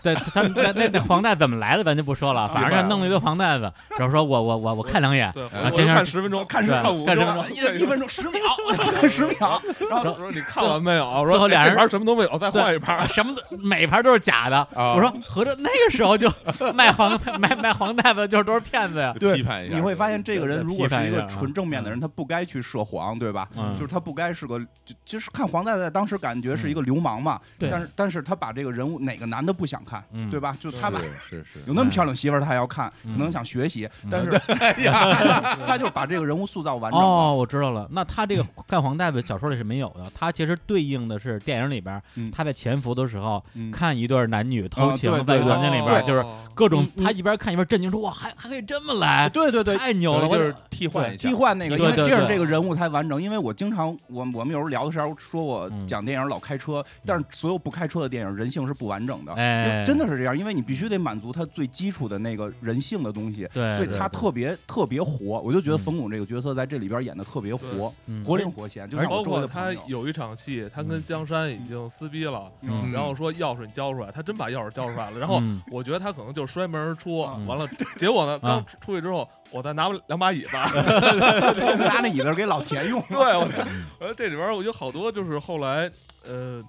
Speaker 1: 对，他们那那那黄带怎么来的，咱就不说了，反正他弄了一堆黄带子，然后说我我我我看两眼，
Speaker 4: 对，
Speaker 2: 哎
Speaker 4: 我
Speaker 1: 这
Speaker 4: 就
Speaker 1: 样
Speaker 4: 看十分钟，
Speaker 5: 看
Speaker 1: 十
Speaker 4: 看
Speaker 1: 看
Speaker 4: 五
Speaker 1: 十
Speaker 4: 分
Speaker 1: 分钟
Speaker 5: 一一分钟十秒十秒，然后
Speaker 4: 我说你看完没有？我说
Speaker 1: 最后俩人
Speaker 4: 这盘什么都没有，再换一盘。
Speaker 1: 啊什么都每盘都是假的。
Speaker 2: 啊
Speaker 1: 我说合着那个时候就卖黄卖卖黄带子就是都是骗子呀。
Speaker 5: 对
Speaker 2: 批判一下，
Speaker 5: 你会发现这个人如果是一
Speaker 1: 批判
Speaker 5: 个
Speaker 1: 一下啊
Speaker 5: 纯正面的人，他不该去涉黄，对吧？
Speaker 1: 嗯
Speaker 5: 就是他不该是个，就其实看黄带在当时感觉是一个流氓嘛，
Speaker 3: 对
Speaker 5: 但是但是他把这个人物哪个男的不想看，
Speaker 1: 嗯
Speaker 5: 对吧？就他把
Speaker 2: 是是是
Speaker 5: 有那么漂亮媳妇儿，他要看，可能想学习，
Speaker 1: 嗯
Speaker 5: 但是 他就把这个人物塑造完整了。
Speaker 1: 哦，我知道了。那他这个干黄带子小说里是没有的，他其实对应的是电影里边
Speaker 5: 嗯
Speaker 1: 他在潜伏的时候
Speaker 5: 嗯
Speaker 1: 看一对男女偷
Speaker 5: 啊
Speaker 1: 情
Speaker 5: 对
Speaker 1: 在
Speaker 5: 对
Speaker 1: 房间里边，就是
Speaker 4: 哦
Speaker 1: 各种
Speaker 5: 嗯
Speaker 1: 他一边看一边震惊说哇还还可以这么来，
Speaker 5: 对对对，
Speaker 1: 太牛
Speaker 2: 有
Speaker 1: 了！
Speaker 2: 了
Speaker 1: 我
Speaker 2: 就是替换一下，
Speaker 5: 替换那个，因
Speaker 1: 对
Speaker 5: 为
Speaker 1: 对
Speaker 5: 这样
Speaker 1: 对
Speaker 5: 这个人物才完整。因为我经常，我我们有时候聊的时候说我
Speaker 1: 嗯
Speaker 5: 讲电影老开车，但是所有不开车的电影人性是不完整的，
Speaker 1: 哎
Speaker 5: 因为啊真的是这样，因为你必须得满足他最基础的那个人性的东西。
Speaker 1: 对
Speaker 5: 所
Speaker 1: 哎
Speaker 5: 以
Speaker 1: 对
Speaker 5: 他
Speaker 1: 对
Speaker 5: 特别特别活，我就觉得
Speaker 1: 嗯
Speaker 5: 冯巩这个角色在这里边演的特别活，
Speaker 1: 嗯
Speaker 5: 活灵活现，就像
Speaker 4: 包
Speaker 5: 我周围
Speaker 4: 括
Speaker 5: 的朋
Speaker 4: 他
Speaker 5: 友。
Speaker 4: 有一场戏，他跟
Speaker 1: 嗯
Speaker 4: 江山已经撕逼了，
Speaker 1: 嗯
Speaker 4: 然后说钥匙你交出来，他真把钥匙交出来了。然后
Speaker 1: 嗯
Speaker 4: 我觉得他可能就摔门而出，
Speaker 1: 嗯
Speaker 4: 完了，结果呢，
Speaker 1: 啊
Speaker 4: 刚出出去之后，我再拿两把椅子。，
Speaker 5: 拿那椅子给老田 用
Speaker 4: 对，我觉得我觉得这里边儿我有好多就是后来呃，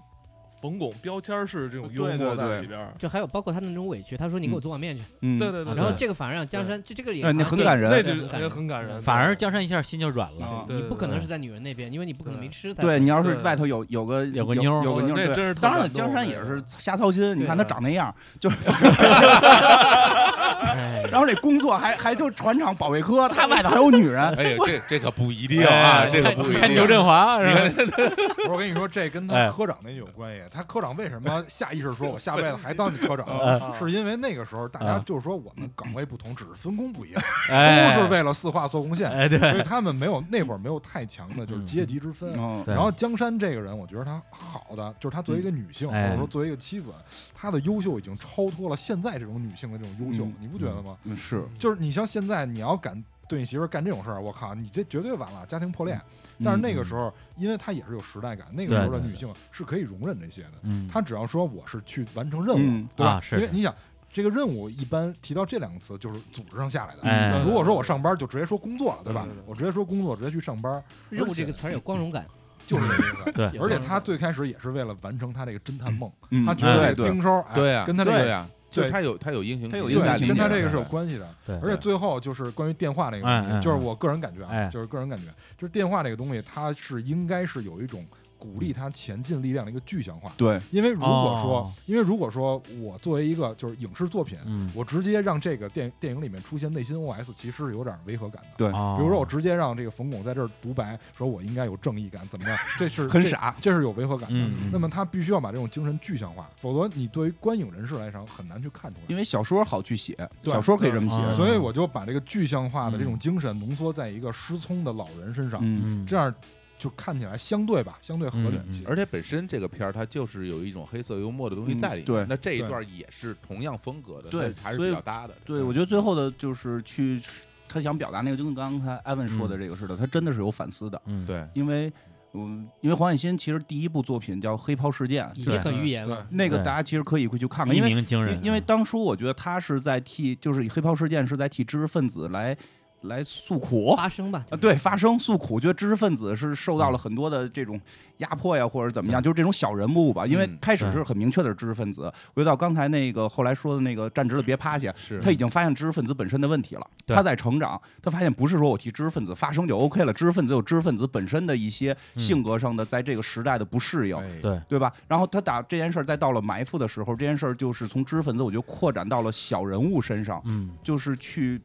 Speaker 4: 冯巩标签式这种幽
Speaker 5: 对
Speaker 4: 默
Speaker 5: 对
Speaker 4: 在
Speaker 5: 对
Speaker 4: 里边儿。
Speaker 3: 就还有包括他的那种委屈，他说你给我做碗面去，
Speaker 5: 嗯
Speaker 4: 对对对，
Speaker 3: 然后
Speaker 4: 对
Speaker 3: 这个反而让江山这这个也
Speaker 5: 哎那很
Speaker 3: 对
Speaker 5: 感人
Speaker 4: 那
Speaker 3: 对
Speaker 4: 就
Speaker 3: 很感
Speaker 4: 也
Speaker 3: 人
Speaker 4: 很感人，
Speaker 1: 反而江山一下心就软了。
Speaker 5: 啊
Speaker 4: 对
Speaker 3: 你不可能
Speaker 1: 对
Speaker 3: 是在女人那边，因为你不可能没吃才
Speaker 5: 对你要是
Speaker 4: 对
Speaker 5: 外头有有个
Speaker 1: 有个妞儿
Speaker 5: 有个妞
Speaker 4: 那
Speaker 5: 儿，
Speaker 4: 真
Speaker 5: 对
Speaker 4: 是，特
Speaker 5: 当然了，
Speaker 4: 感动
Speaker 5: 江山
Speaker 4: 那
Speaker 5: 也
Speaker 4: 个
Speaker 5: 是瞎操心。你看他长那样，就是，
Speaker 1: 哎
Speaker 5: 然后这工作还还就船厂保卫科，他外头还有女人，
Speaker 2: 哎呀，这这可不一定啊，
Speaker 1: 哎
Speaker 2: 这可不一
Speaker 1: 看
Speaker 2: 定。
Speaker 1: 刘 振华是吧？
Speaker 6: 不是我跟你说，这跟
Speaker 1: 哎
Speaker 6: 他科长那有关系。他科长为什么下意识说我下辈子还当你 科
Speaker 4: 啊
Speaker 6: 长，是因为那个时候大家
Speaker 1: 啊
Speaker 6: 就是说我们岗位不同，只是分工不一样，
Speaker 1: 哎，
Speaker 6: 都是为了四化做贡献，
Speaker 1: 哎对
Speaker 6: 所以他们没有那会儿没有太强的就是阶级之分。
Speaker 5: 嗯
Speaker 1: 对
Speaker 6: 然后江山这个人，我觉得她好的就是她作为一个女性，
Speaker 1: 嗯
Speaker 6: 或
Speaker 1: 哎
Speaker 6: 者说作为一个妻子，她的优秀已经超脱了现在这种女性的这种优秀
Speaker 5: 嗯，
Speaker 6: 你不觉得吗？
Speaker 5: 嗯是，
Speaker 6: 就是你像现在，你要敢对你媳妇儿干这种事儿，我靠，你这绝对完了，家庭破裂。
Speaker 5: 嗯
Speaker 6: 但是那个时候，因为她也是有时代感，那个时候的
Speaker 1: 对对
Speaker 6: 女性是可以容忍这些的。
Speaker 1: 嗯，
Speaker 6: 她只要说我是去完成任务，
Speaker 5: 嗯
Speaker 6: 对吧？
Speaker 1: 啊是
Speaker 6: 因为
Speaker 1: 是
Speaker 6: 你想，这个任务一般提到这两个词，就是组织上下来的。
Speaker 1: 哎
Speaker 6: 如果说我上班，就直接说工作了，对吧？
Speaker 4: 对对对
Speaker 6: 我直接说工作，直接去上班，
Speaker 3: 任务这
Speaker 6: 而且
Speaker 3: 个词儿有光荣 感，
Speaker 6: 就是这个意思。
Speaker 1: 对
Speaker 3: 有光
Speaker 6: 而且
Speaker 3: 荣
Speaker 6: 他
Speaker 3: 感
Speaker 6: 最开始也是为了完成他这个侦探梦，
Speaker 5: 嗯
Speaker 6: 他觉得
Speaker 5: 嗯
Speaker 6: 这
Speaker 5: 对
Speaker 6: 个
Speaker 5: 对
Speaker 6: 盯梢，哎
Speaker 2: 对啊
Speaker 6: 跟他这
Speaker 2: 对
Speaker 6: 个
Speaker 2: 呀，
Speaker 6: 对
Speaker 2: 就他有他有英雄
Speaker 5: 他
Speaker 2: 情
Speaker 5: 有
Speaker 2: 节
Speaker 5: 英雄
Speaker 2: 在
Speaker 5: 情
Speaker 2: 里
Speaker 5: 节
Speaker 6: 对，
Speaker 2: 面，
Speaker 6: 跟他这个是有关系的。
Speaker 1: 对，
Speaker 6: 而且最后就是关于电话这个
Speaker 1: 哎哎
Speaker 6: 东
Speaker 1: 哎
Speaker 6: 西，就是我个人感觉啊
Speaker 1: 哎，
Speaker 6: 就是个人感觉，就是电话这个东西，它是应该是有一种鼓励他前进力量的一个具象化。
Speaker 5: 对，
Speaker 6: 因为如果说
Speaker 1: 哦，
Speaker 6: 因为如果说我作为一个就是影视作品，
Speaker 1: 嗯，
Speaker 6: 我直接让这个电电影里面出现内心 OS，其实是有点违和感的。
Speaker 5: 对
Speaker 1: 哦
Speaker 6: 比如说，我直接让这个冯巩在这儿独白，说我应该有正义感，怎么 样？这是
Speaker 5: 很
Speaker 6: 这
Speaker 5: 傻
Speaker 6: 这是有违和感的。
Speaker 1: 嗯嗯
Speaker 6: 那么他必须要把这种精神具象化，否则你对于观影人士来讲很难去看出来。
Speaker 5: 因为小说好去写，
Speaker 6: 对
Speaker 5: 小说可以这么
Speaker 1: 对
Speaker 5: 写，
Speaker 6: 所以我就把这个具象化的
Speaker 1: 嗯
Speaker 6: 这种精神浓缩在一个失聪的老人身上，
Speaker 5: 嗯，
Speaker 1: 嗯，
Speaker 6: 这样就看起来相对吧，相对合理一些。
Speaker 2: 而且本身这个片儿它就是有一种黑色幽默的东西在里面，
Speaker 5: 嗯对
Speaker 2: 那这一段也是同样风格的，
Speaker 5: 对
Speaker 2: 那还是
Speaker 5: 所以
Speaker 2: 比较搭的。
Speaker 5: 对，我觉得最后的就是去他想表达那个，就跟刚才艾文说的这个似的，他真的是有反思的，
Speaker 1: 嗯，
Speaker 2: 对
Speaker 5: 因为嗯，因为黄海欣其实第一部作品叫《黑袍事件
Speaker 3: 已》，
Speaker 5: 对
Speaker 3: 经很预言
Speaker 6: 对
Speaker 3: 了。
Speaker 5: 那个
Speaker 1: 嗯对
Speaker 5: 大家其实可以去看看，
Speaker 1: 一
Speaker 5: 因为
Speaker 1: 鸣惊人
Speaker 5: 因，因为当初我觉得他是在替，就是以黑袍事件是在替知识分子来来诉苦。
Speaker 3: 发声吧，
Speaker 5: 啊，对，发声诉苦，觉得知识分子是受到了很多的这种压迫呀，或者怎么样，就是这种小人物吧。因为
Speaker 2: 嗯
Speaker 5: 开始
Speaker 1: 对
Speaker 5: 是很明确的是知识分子，回到刚才那个后来说的那个站直了别趴下，
Speaker 2: 是
Speaker 5: 他已经发现知识分子本身的问题了，
Speaker 1: 对
Speaker 5: 他在成长，他发现不是说我替知识分子发声就 OK 了，知识分子有知识分子本身的一些
Speaker 1: 嗯
Speaker 5: 性格上的在这个时代的不适应。
Speaker 2: 哎
Speaker 1: 对
Speaker 5: 对吧？然后他打这件事儿，再到了埋伏的时候，这件事儿就是从知识分子，我觉得扩展到了小人物身上，
Speaker 1: 嗯
Speaker 5: 就是去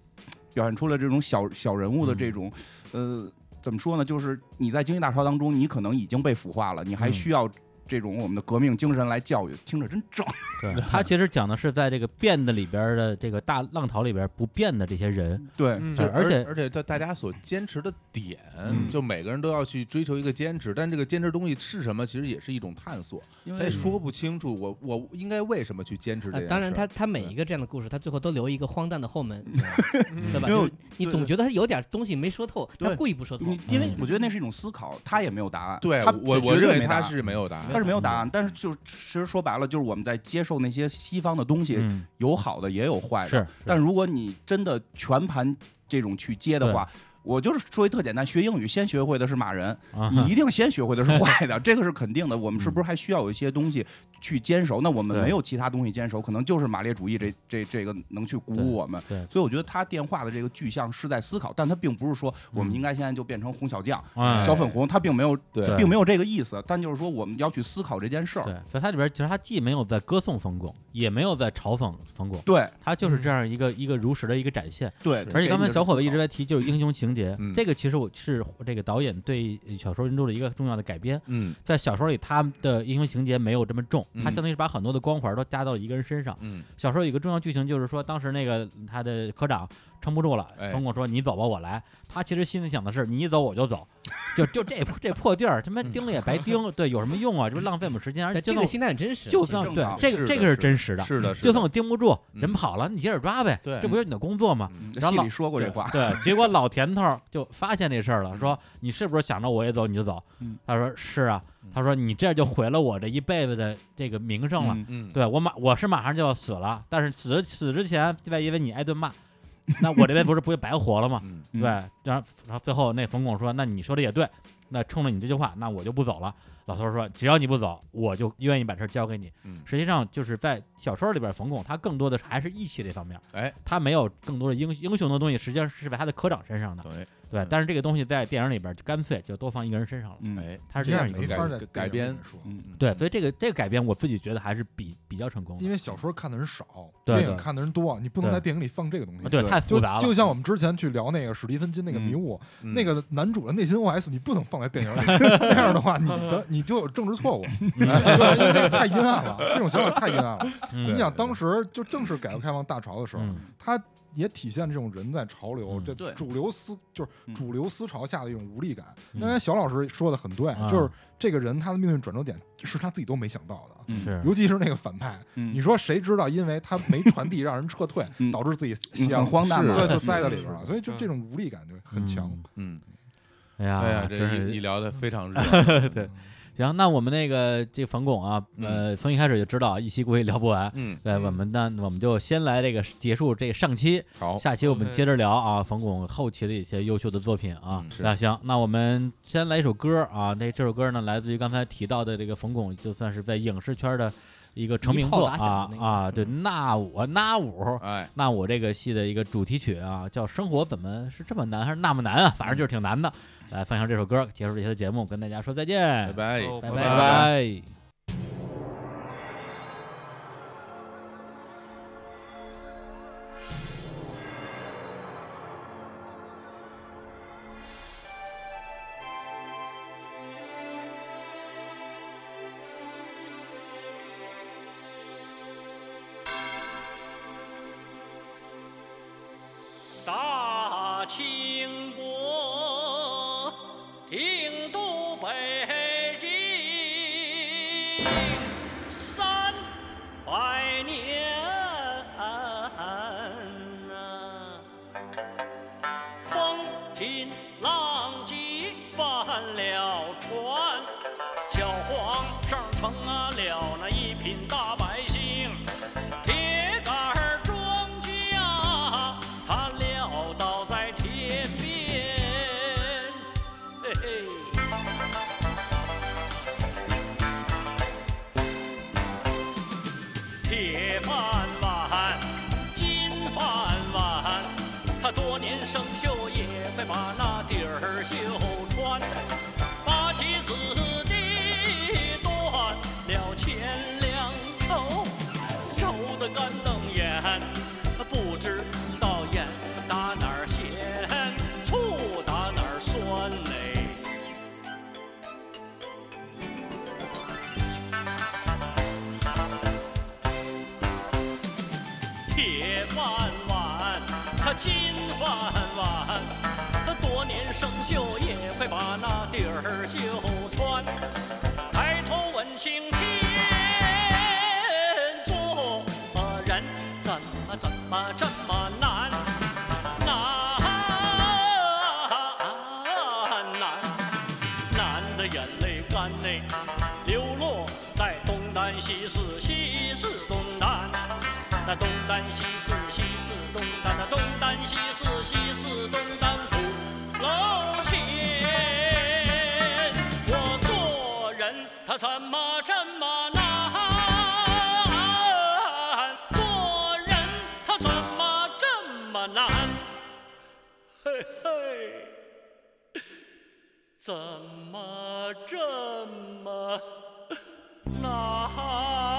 Speaker 5: 表现出了这种小小人物的这种，
Speaker 2: 嗯
Speaker 5: 呃，怎么说呢？就是你在经济大潮当中，你可能已经被腐化了，你还
Speaker 1: 嗯
Speaker 5: 需要这种我们的革命精神来教育，听着真正。
Speaker 1: 对， 他其实讲的是在这个变的里边儿的这个大浪潮里边儿不变的这些 人，
Speaker 5: 对，
Speaker 4: 嗯
Speaker 1: 对
Speaker 2: 就
Speaker 1: 而且
Speaker 2: 而且大大家所坚持的点
Speaker 1: 嗯，
Speaker 2: 就每个人都要去追求一个坚持，但这个坚持东西是什么，其实也是一种探索，
Speaker 5: 因
Speaker 2: 他也说不清楚我我应该为什么去坚持这
Speaker 3: 呃
Speaker 2: 件事。
Speaker 3: 当然他，他每一个这样的故事，他最后都留一个荒诞的后门，对吧？
Speaker 5: 因为
Speaker 3: 就
Speaker 5: 我
Speaker 3: 是你
Speaker 5: 对
Speaker 3: 总
Speaker 5: 对
Speaker 3: 觉得他有点东西没说透，他
Speaker 5: 对
Speaker 3: 故意不说透。
Speaker 5: 你因为
Speaker 1: 嗯
Speaker 5: 我觉得那是一种思考，他也没有答案。
Speaker 2: 对
Speaker 5: 他
Speaker 2: 我我
Speaker 5: 绝对
Speaker 2: 认为
Speaker 5: 没答
Speaker 2: 他
Speaker 5: 案
Speaker 2: 是没有答嗯案，
Speaker 5: 他是没有答案，但是就是其实说白了，就是我们在接受那些西方的东西，
Speaker 1: 嗯，
Speaker 5: 有好的也有坏的。
Speaker 1: 是，
Speaker 5: 但如果你真的全盘这种去接的话，我就是说一特简单，学英语先学会的是骂人，
Speaker 1: 啊
Speaker 5: 你一定先学会的是 坏的，这个是肯定的。我们是不是还需要有一些东西去坚守？那我们
Speaker 1: 对
Speaker 5: 没有其他东西坚守，可能就是马列主义这这这个能去鼓
Speaker 1: 对
Speaker 5: 舞我们。
Speaker 1: 对
Speaker 5: 所以我觉得他电话的这个具象是在思考，但他并不是说我们
Speaker 1: 嗯
Speaker 5: 应该现在就变成红小将、
Speaker 1: 啊
Speaker 5: 小粉红，他并没有
Speaker 2: 对
Speaker 1: 对
Speaker 5: 并没有这个意思。但就是说我们要去思考这件事儿。
Speaker 1: 对，所以它里边儿其实它既没有在歌颂冯巩，也没有在嘲讽冯巩，
Speaker 5: 对
Speaker 1: 它
Speaker 6: 嗯
Speaker 1: 就是这样一个、一个如实的一个展现。
Speaker 5: 对，
Speaker 1: 而且刚才小伙
Speaker 5: 子
Speaker 1: 子一直在提就是英雄情节，
Speaker 2: 嗯
Speaker 1: 这个其实我是这个导演对小说原著的一个重要的改编。
Speaker 2: 嗯
Speaker 1: 在小说里，他的英雄情节没有这么重，
Speaker 2: 嗯
Speaker 1: 他相当于是把很多的光环都加到一个人身上。
Speaker 2: 嗯，
Speaker 1: 小说有一个重要剧情就是说，当时那个他的科长撑不住了，
Speaker 2: 哎
Speaker 1: 冯巩说：“你走吧，我来。”他其实心里想的是：“你一走我就走， 就就这这破地儿，他
Speaker 2: 嗯
Speaker 1: 妈盯了也白 盯，对，有什么用啊？这不浪费我们时间？而且
Speaker 3: 但
Speaker 1: 就
Speaker 3: 这
Speaker 1: 算
Speaker 3: 个心态很真实，
Speaker 1: 就
Speaker 5: 挺
Speaker 1: 算
Speaker 5: 正
Speaker 1: 对
Speaker 5: 常的
Speaker 1: 这个
Speaker 2: 是
Speaker 1: 这
Speaker 2: 的
Speaker 1: 个是
Speaker 2: 是的
Speaker 1: 真实的，
Speaker 2: 是的，是
Speaker 1: 就
Speaker 2: 的
Speaker 1: 算我盯不住，
Speaker 2: 嗯
Speaker 1: 人跑了，你接着抓呗，
Speaker 2: 对
Speaker 1: 这不就是你的工作吗？
Speaker 2: 嗯
Speaker 1: 然后
Speaker 5: 戏
Speaker 1: 老
Speaker 5: 里说过这
Speaker 1: 对
Speaker 5: 话，
Speaker 1: 对，结果老田头儿就发现这事儿了，说你是不是想着我也走你就走
Speaker 5: 嗯？
Speaker 1: 他说是啊，他说你这就毁了我这一辈子的这个名声了。
Speaker 5: 嗯
Speaker 2: 嗯，
Speaker 1: 对我马我是马上就要死了，但是死死之前，万一因为你挨顿骂，那我这边不是不就白活了吗？
Speaker 2: 嗯
Speaker 5: 嗯
Speaker 1: 对，然后然后最后那冯巩说，那你说的也对，那冲着你这句话，那我就不走了。老头儿说，只要你不走，我就愿意把事儿交给你。
Speaker 2: 嗯
Speaker 1: 实际上就是在小说里边，冯巩他更多的还是义气这方面，
Speaker 2: 哎，
Speaker 1: 他没有更多的英英雄的东西，实际上是在他的科长身上的。
Speaker 2: 对，
Speaker 6: 嗯
Speaker 1: 对，但是这个东西在电影里边就干脆就都放一个人身上了，
Speaker 5: 嗯，
Speaker 2: 哎，
Speaker 1: 他是这样一
Speaker 6: 没
Speaker 1: 个。
Speaker 6: 法在
Speaker 2: 改
Speaker 6: 电影里
Speaker 2: 编
Speaker 6: 说，
Speaker 5: 嗯
Speaker 1: 对，所以这个这个改编，我自己觉得还是比比较成功的
Speaker 6: 因。为小说看的人少，
Speaker 1: 对
Speaker 6: 电影
Speaker 1: 对
Speaker 6: 看的人多，你不能
Speaker 1: 对
Speaker 6: 在电影里放这个东西
Speaker 1: 啊。对，太复
Speaker 6: 就
Speaker 1: 杂了。
Speaker 6: 就像我们之前去聊那个史蒂芬金那个
Speaker 5: 嗯
Speaker 6: 迷雾，
Speaker 2: 嗯
Speaker 6: 那个男主的内心 OS 你不能放在电影 里，那样的话你的你就有政治错误， 对因为那个太阴暗了，这种想法太阴暗了。
Speaker 1: 嗯
Speaker 6: 你想当时就正是改革开放大潮的时候
Speaker 1: 嗯，
Speaker 6: 他也体现这种人在潮流
Speaker 1: 嗯，
Speaker 6: 这
Speaker 5: 对
Speaker 6: 主流思就是
Speaker 5: 嗯
Speaker 6: 主流思潮下的一种无力感。
Speaker 1: 嗯
Speaker 6: 刚才小老师说的很对
Speaker 1: 啊，
Speaker 6: 哎就是这个人他的命运转折点是他自己都没想到的，
Speaker 5: 嗯
Speaker 1: 啊是
Speaker 6: 尤其是那个反派，
Speaker 5: 嗯
Speaker 6: 你说谁知道？因为他没传递，让人撤退
Speaker 5: 嗯，
Speaker 6: 导致自己
Speaker 5: 嗯
Speaker 6: 邪恶
Speaker 5: 很荒诞嘛
Speaker 6: 对，就
Speaker 5: 嗯
Speaker 6: 栽在里边了。所以就
Speaker 4: 嗯
Speaker 6: 这种无力感就很强。
Speaker 1: 嗯
Speaker 2: 嗯，
Speaker 1: 哎呀，
Speaker 2: 哎呀，这
Speaker 1: 真
Speaker 2: 你
Speaker 1: 是
Speaker 2: 聊的非常热，
Speaker 1: 对。行，那我们那个这冯巩啊，呃，从一开始就知道一期估计聊不完。
Speaker 2: 嗯，
Speaker 1: 对，我们那我们就先来这个结束这上期，
Speaker 2: 好，
Speaker 1: 下期我们
Speaker 4: OK
Speaker 1: 接着聊啊，冯巩后期的一些优秀的作品啊
Speaker 2: 嗯。是
Speaker 1: 那行，那我们先来一首歌啊，那这首歌呢来自于刚才提到的这个冯巩，就算是在影视圈的一个成名
Speaker 3: 一炮
Speaker 1: 作
Speaker 3: 打响
Speaker 1: 啊
Speaker 3: 的那个
Speaker 1: 啊，对，
Speaker 2: 嗯
Speaker 1: 那我那我
Speaker 2: 哎，
Speaker 1: 那我这个戏的一个主题曲啊，叫《生活怎么是这么难》还是那么难啊？反正就是挺难的。来放一下这首歌，结束这期的节目，跟大家说再见，
Speaker 2: 拜拜。
Speaker 4: 哦
Speaker 3: 拜
Speaker 4: 拜
Speaker 1: 拜拜
Speaker 7: 大清国，定都北京，啊啊兵，铁杆儿庄稼他撂倒在田边，嘿嘿。铁饭碗、金饭碗，他多年生锈也会把那底儿锈穿。八旗子弟断了钱粮愁，愁得干瞪眼，不知道眼打哪儿咸，醋打哪儿酸嘞。铁饭碗，它金饭碗，它多年生锈也会把那底儿锈穿。抬头问青天，做人怎么怎么这么难？难难难的眼泪干内流落在东南西四西四东南。那东南西四西四东南，那东南西四西四东南鼓楼前，我做人他怎么这么难？做人他怎么这么难？嘿嘿，怎么这么难？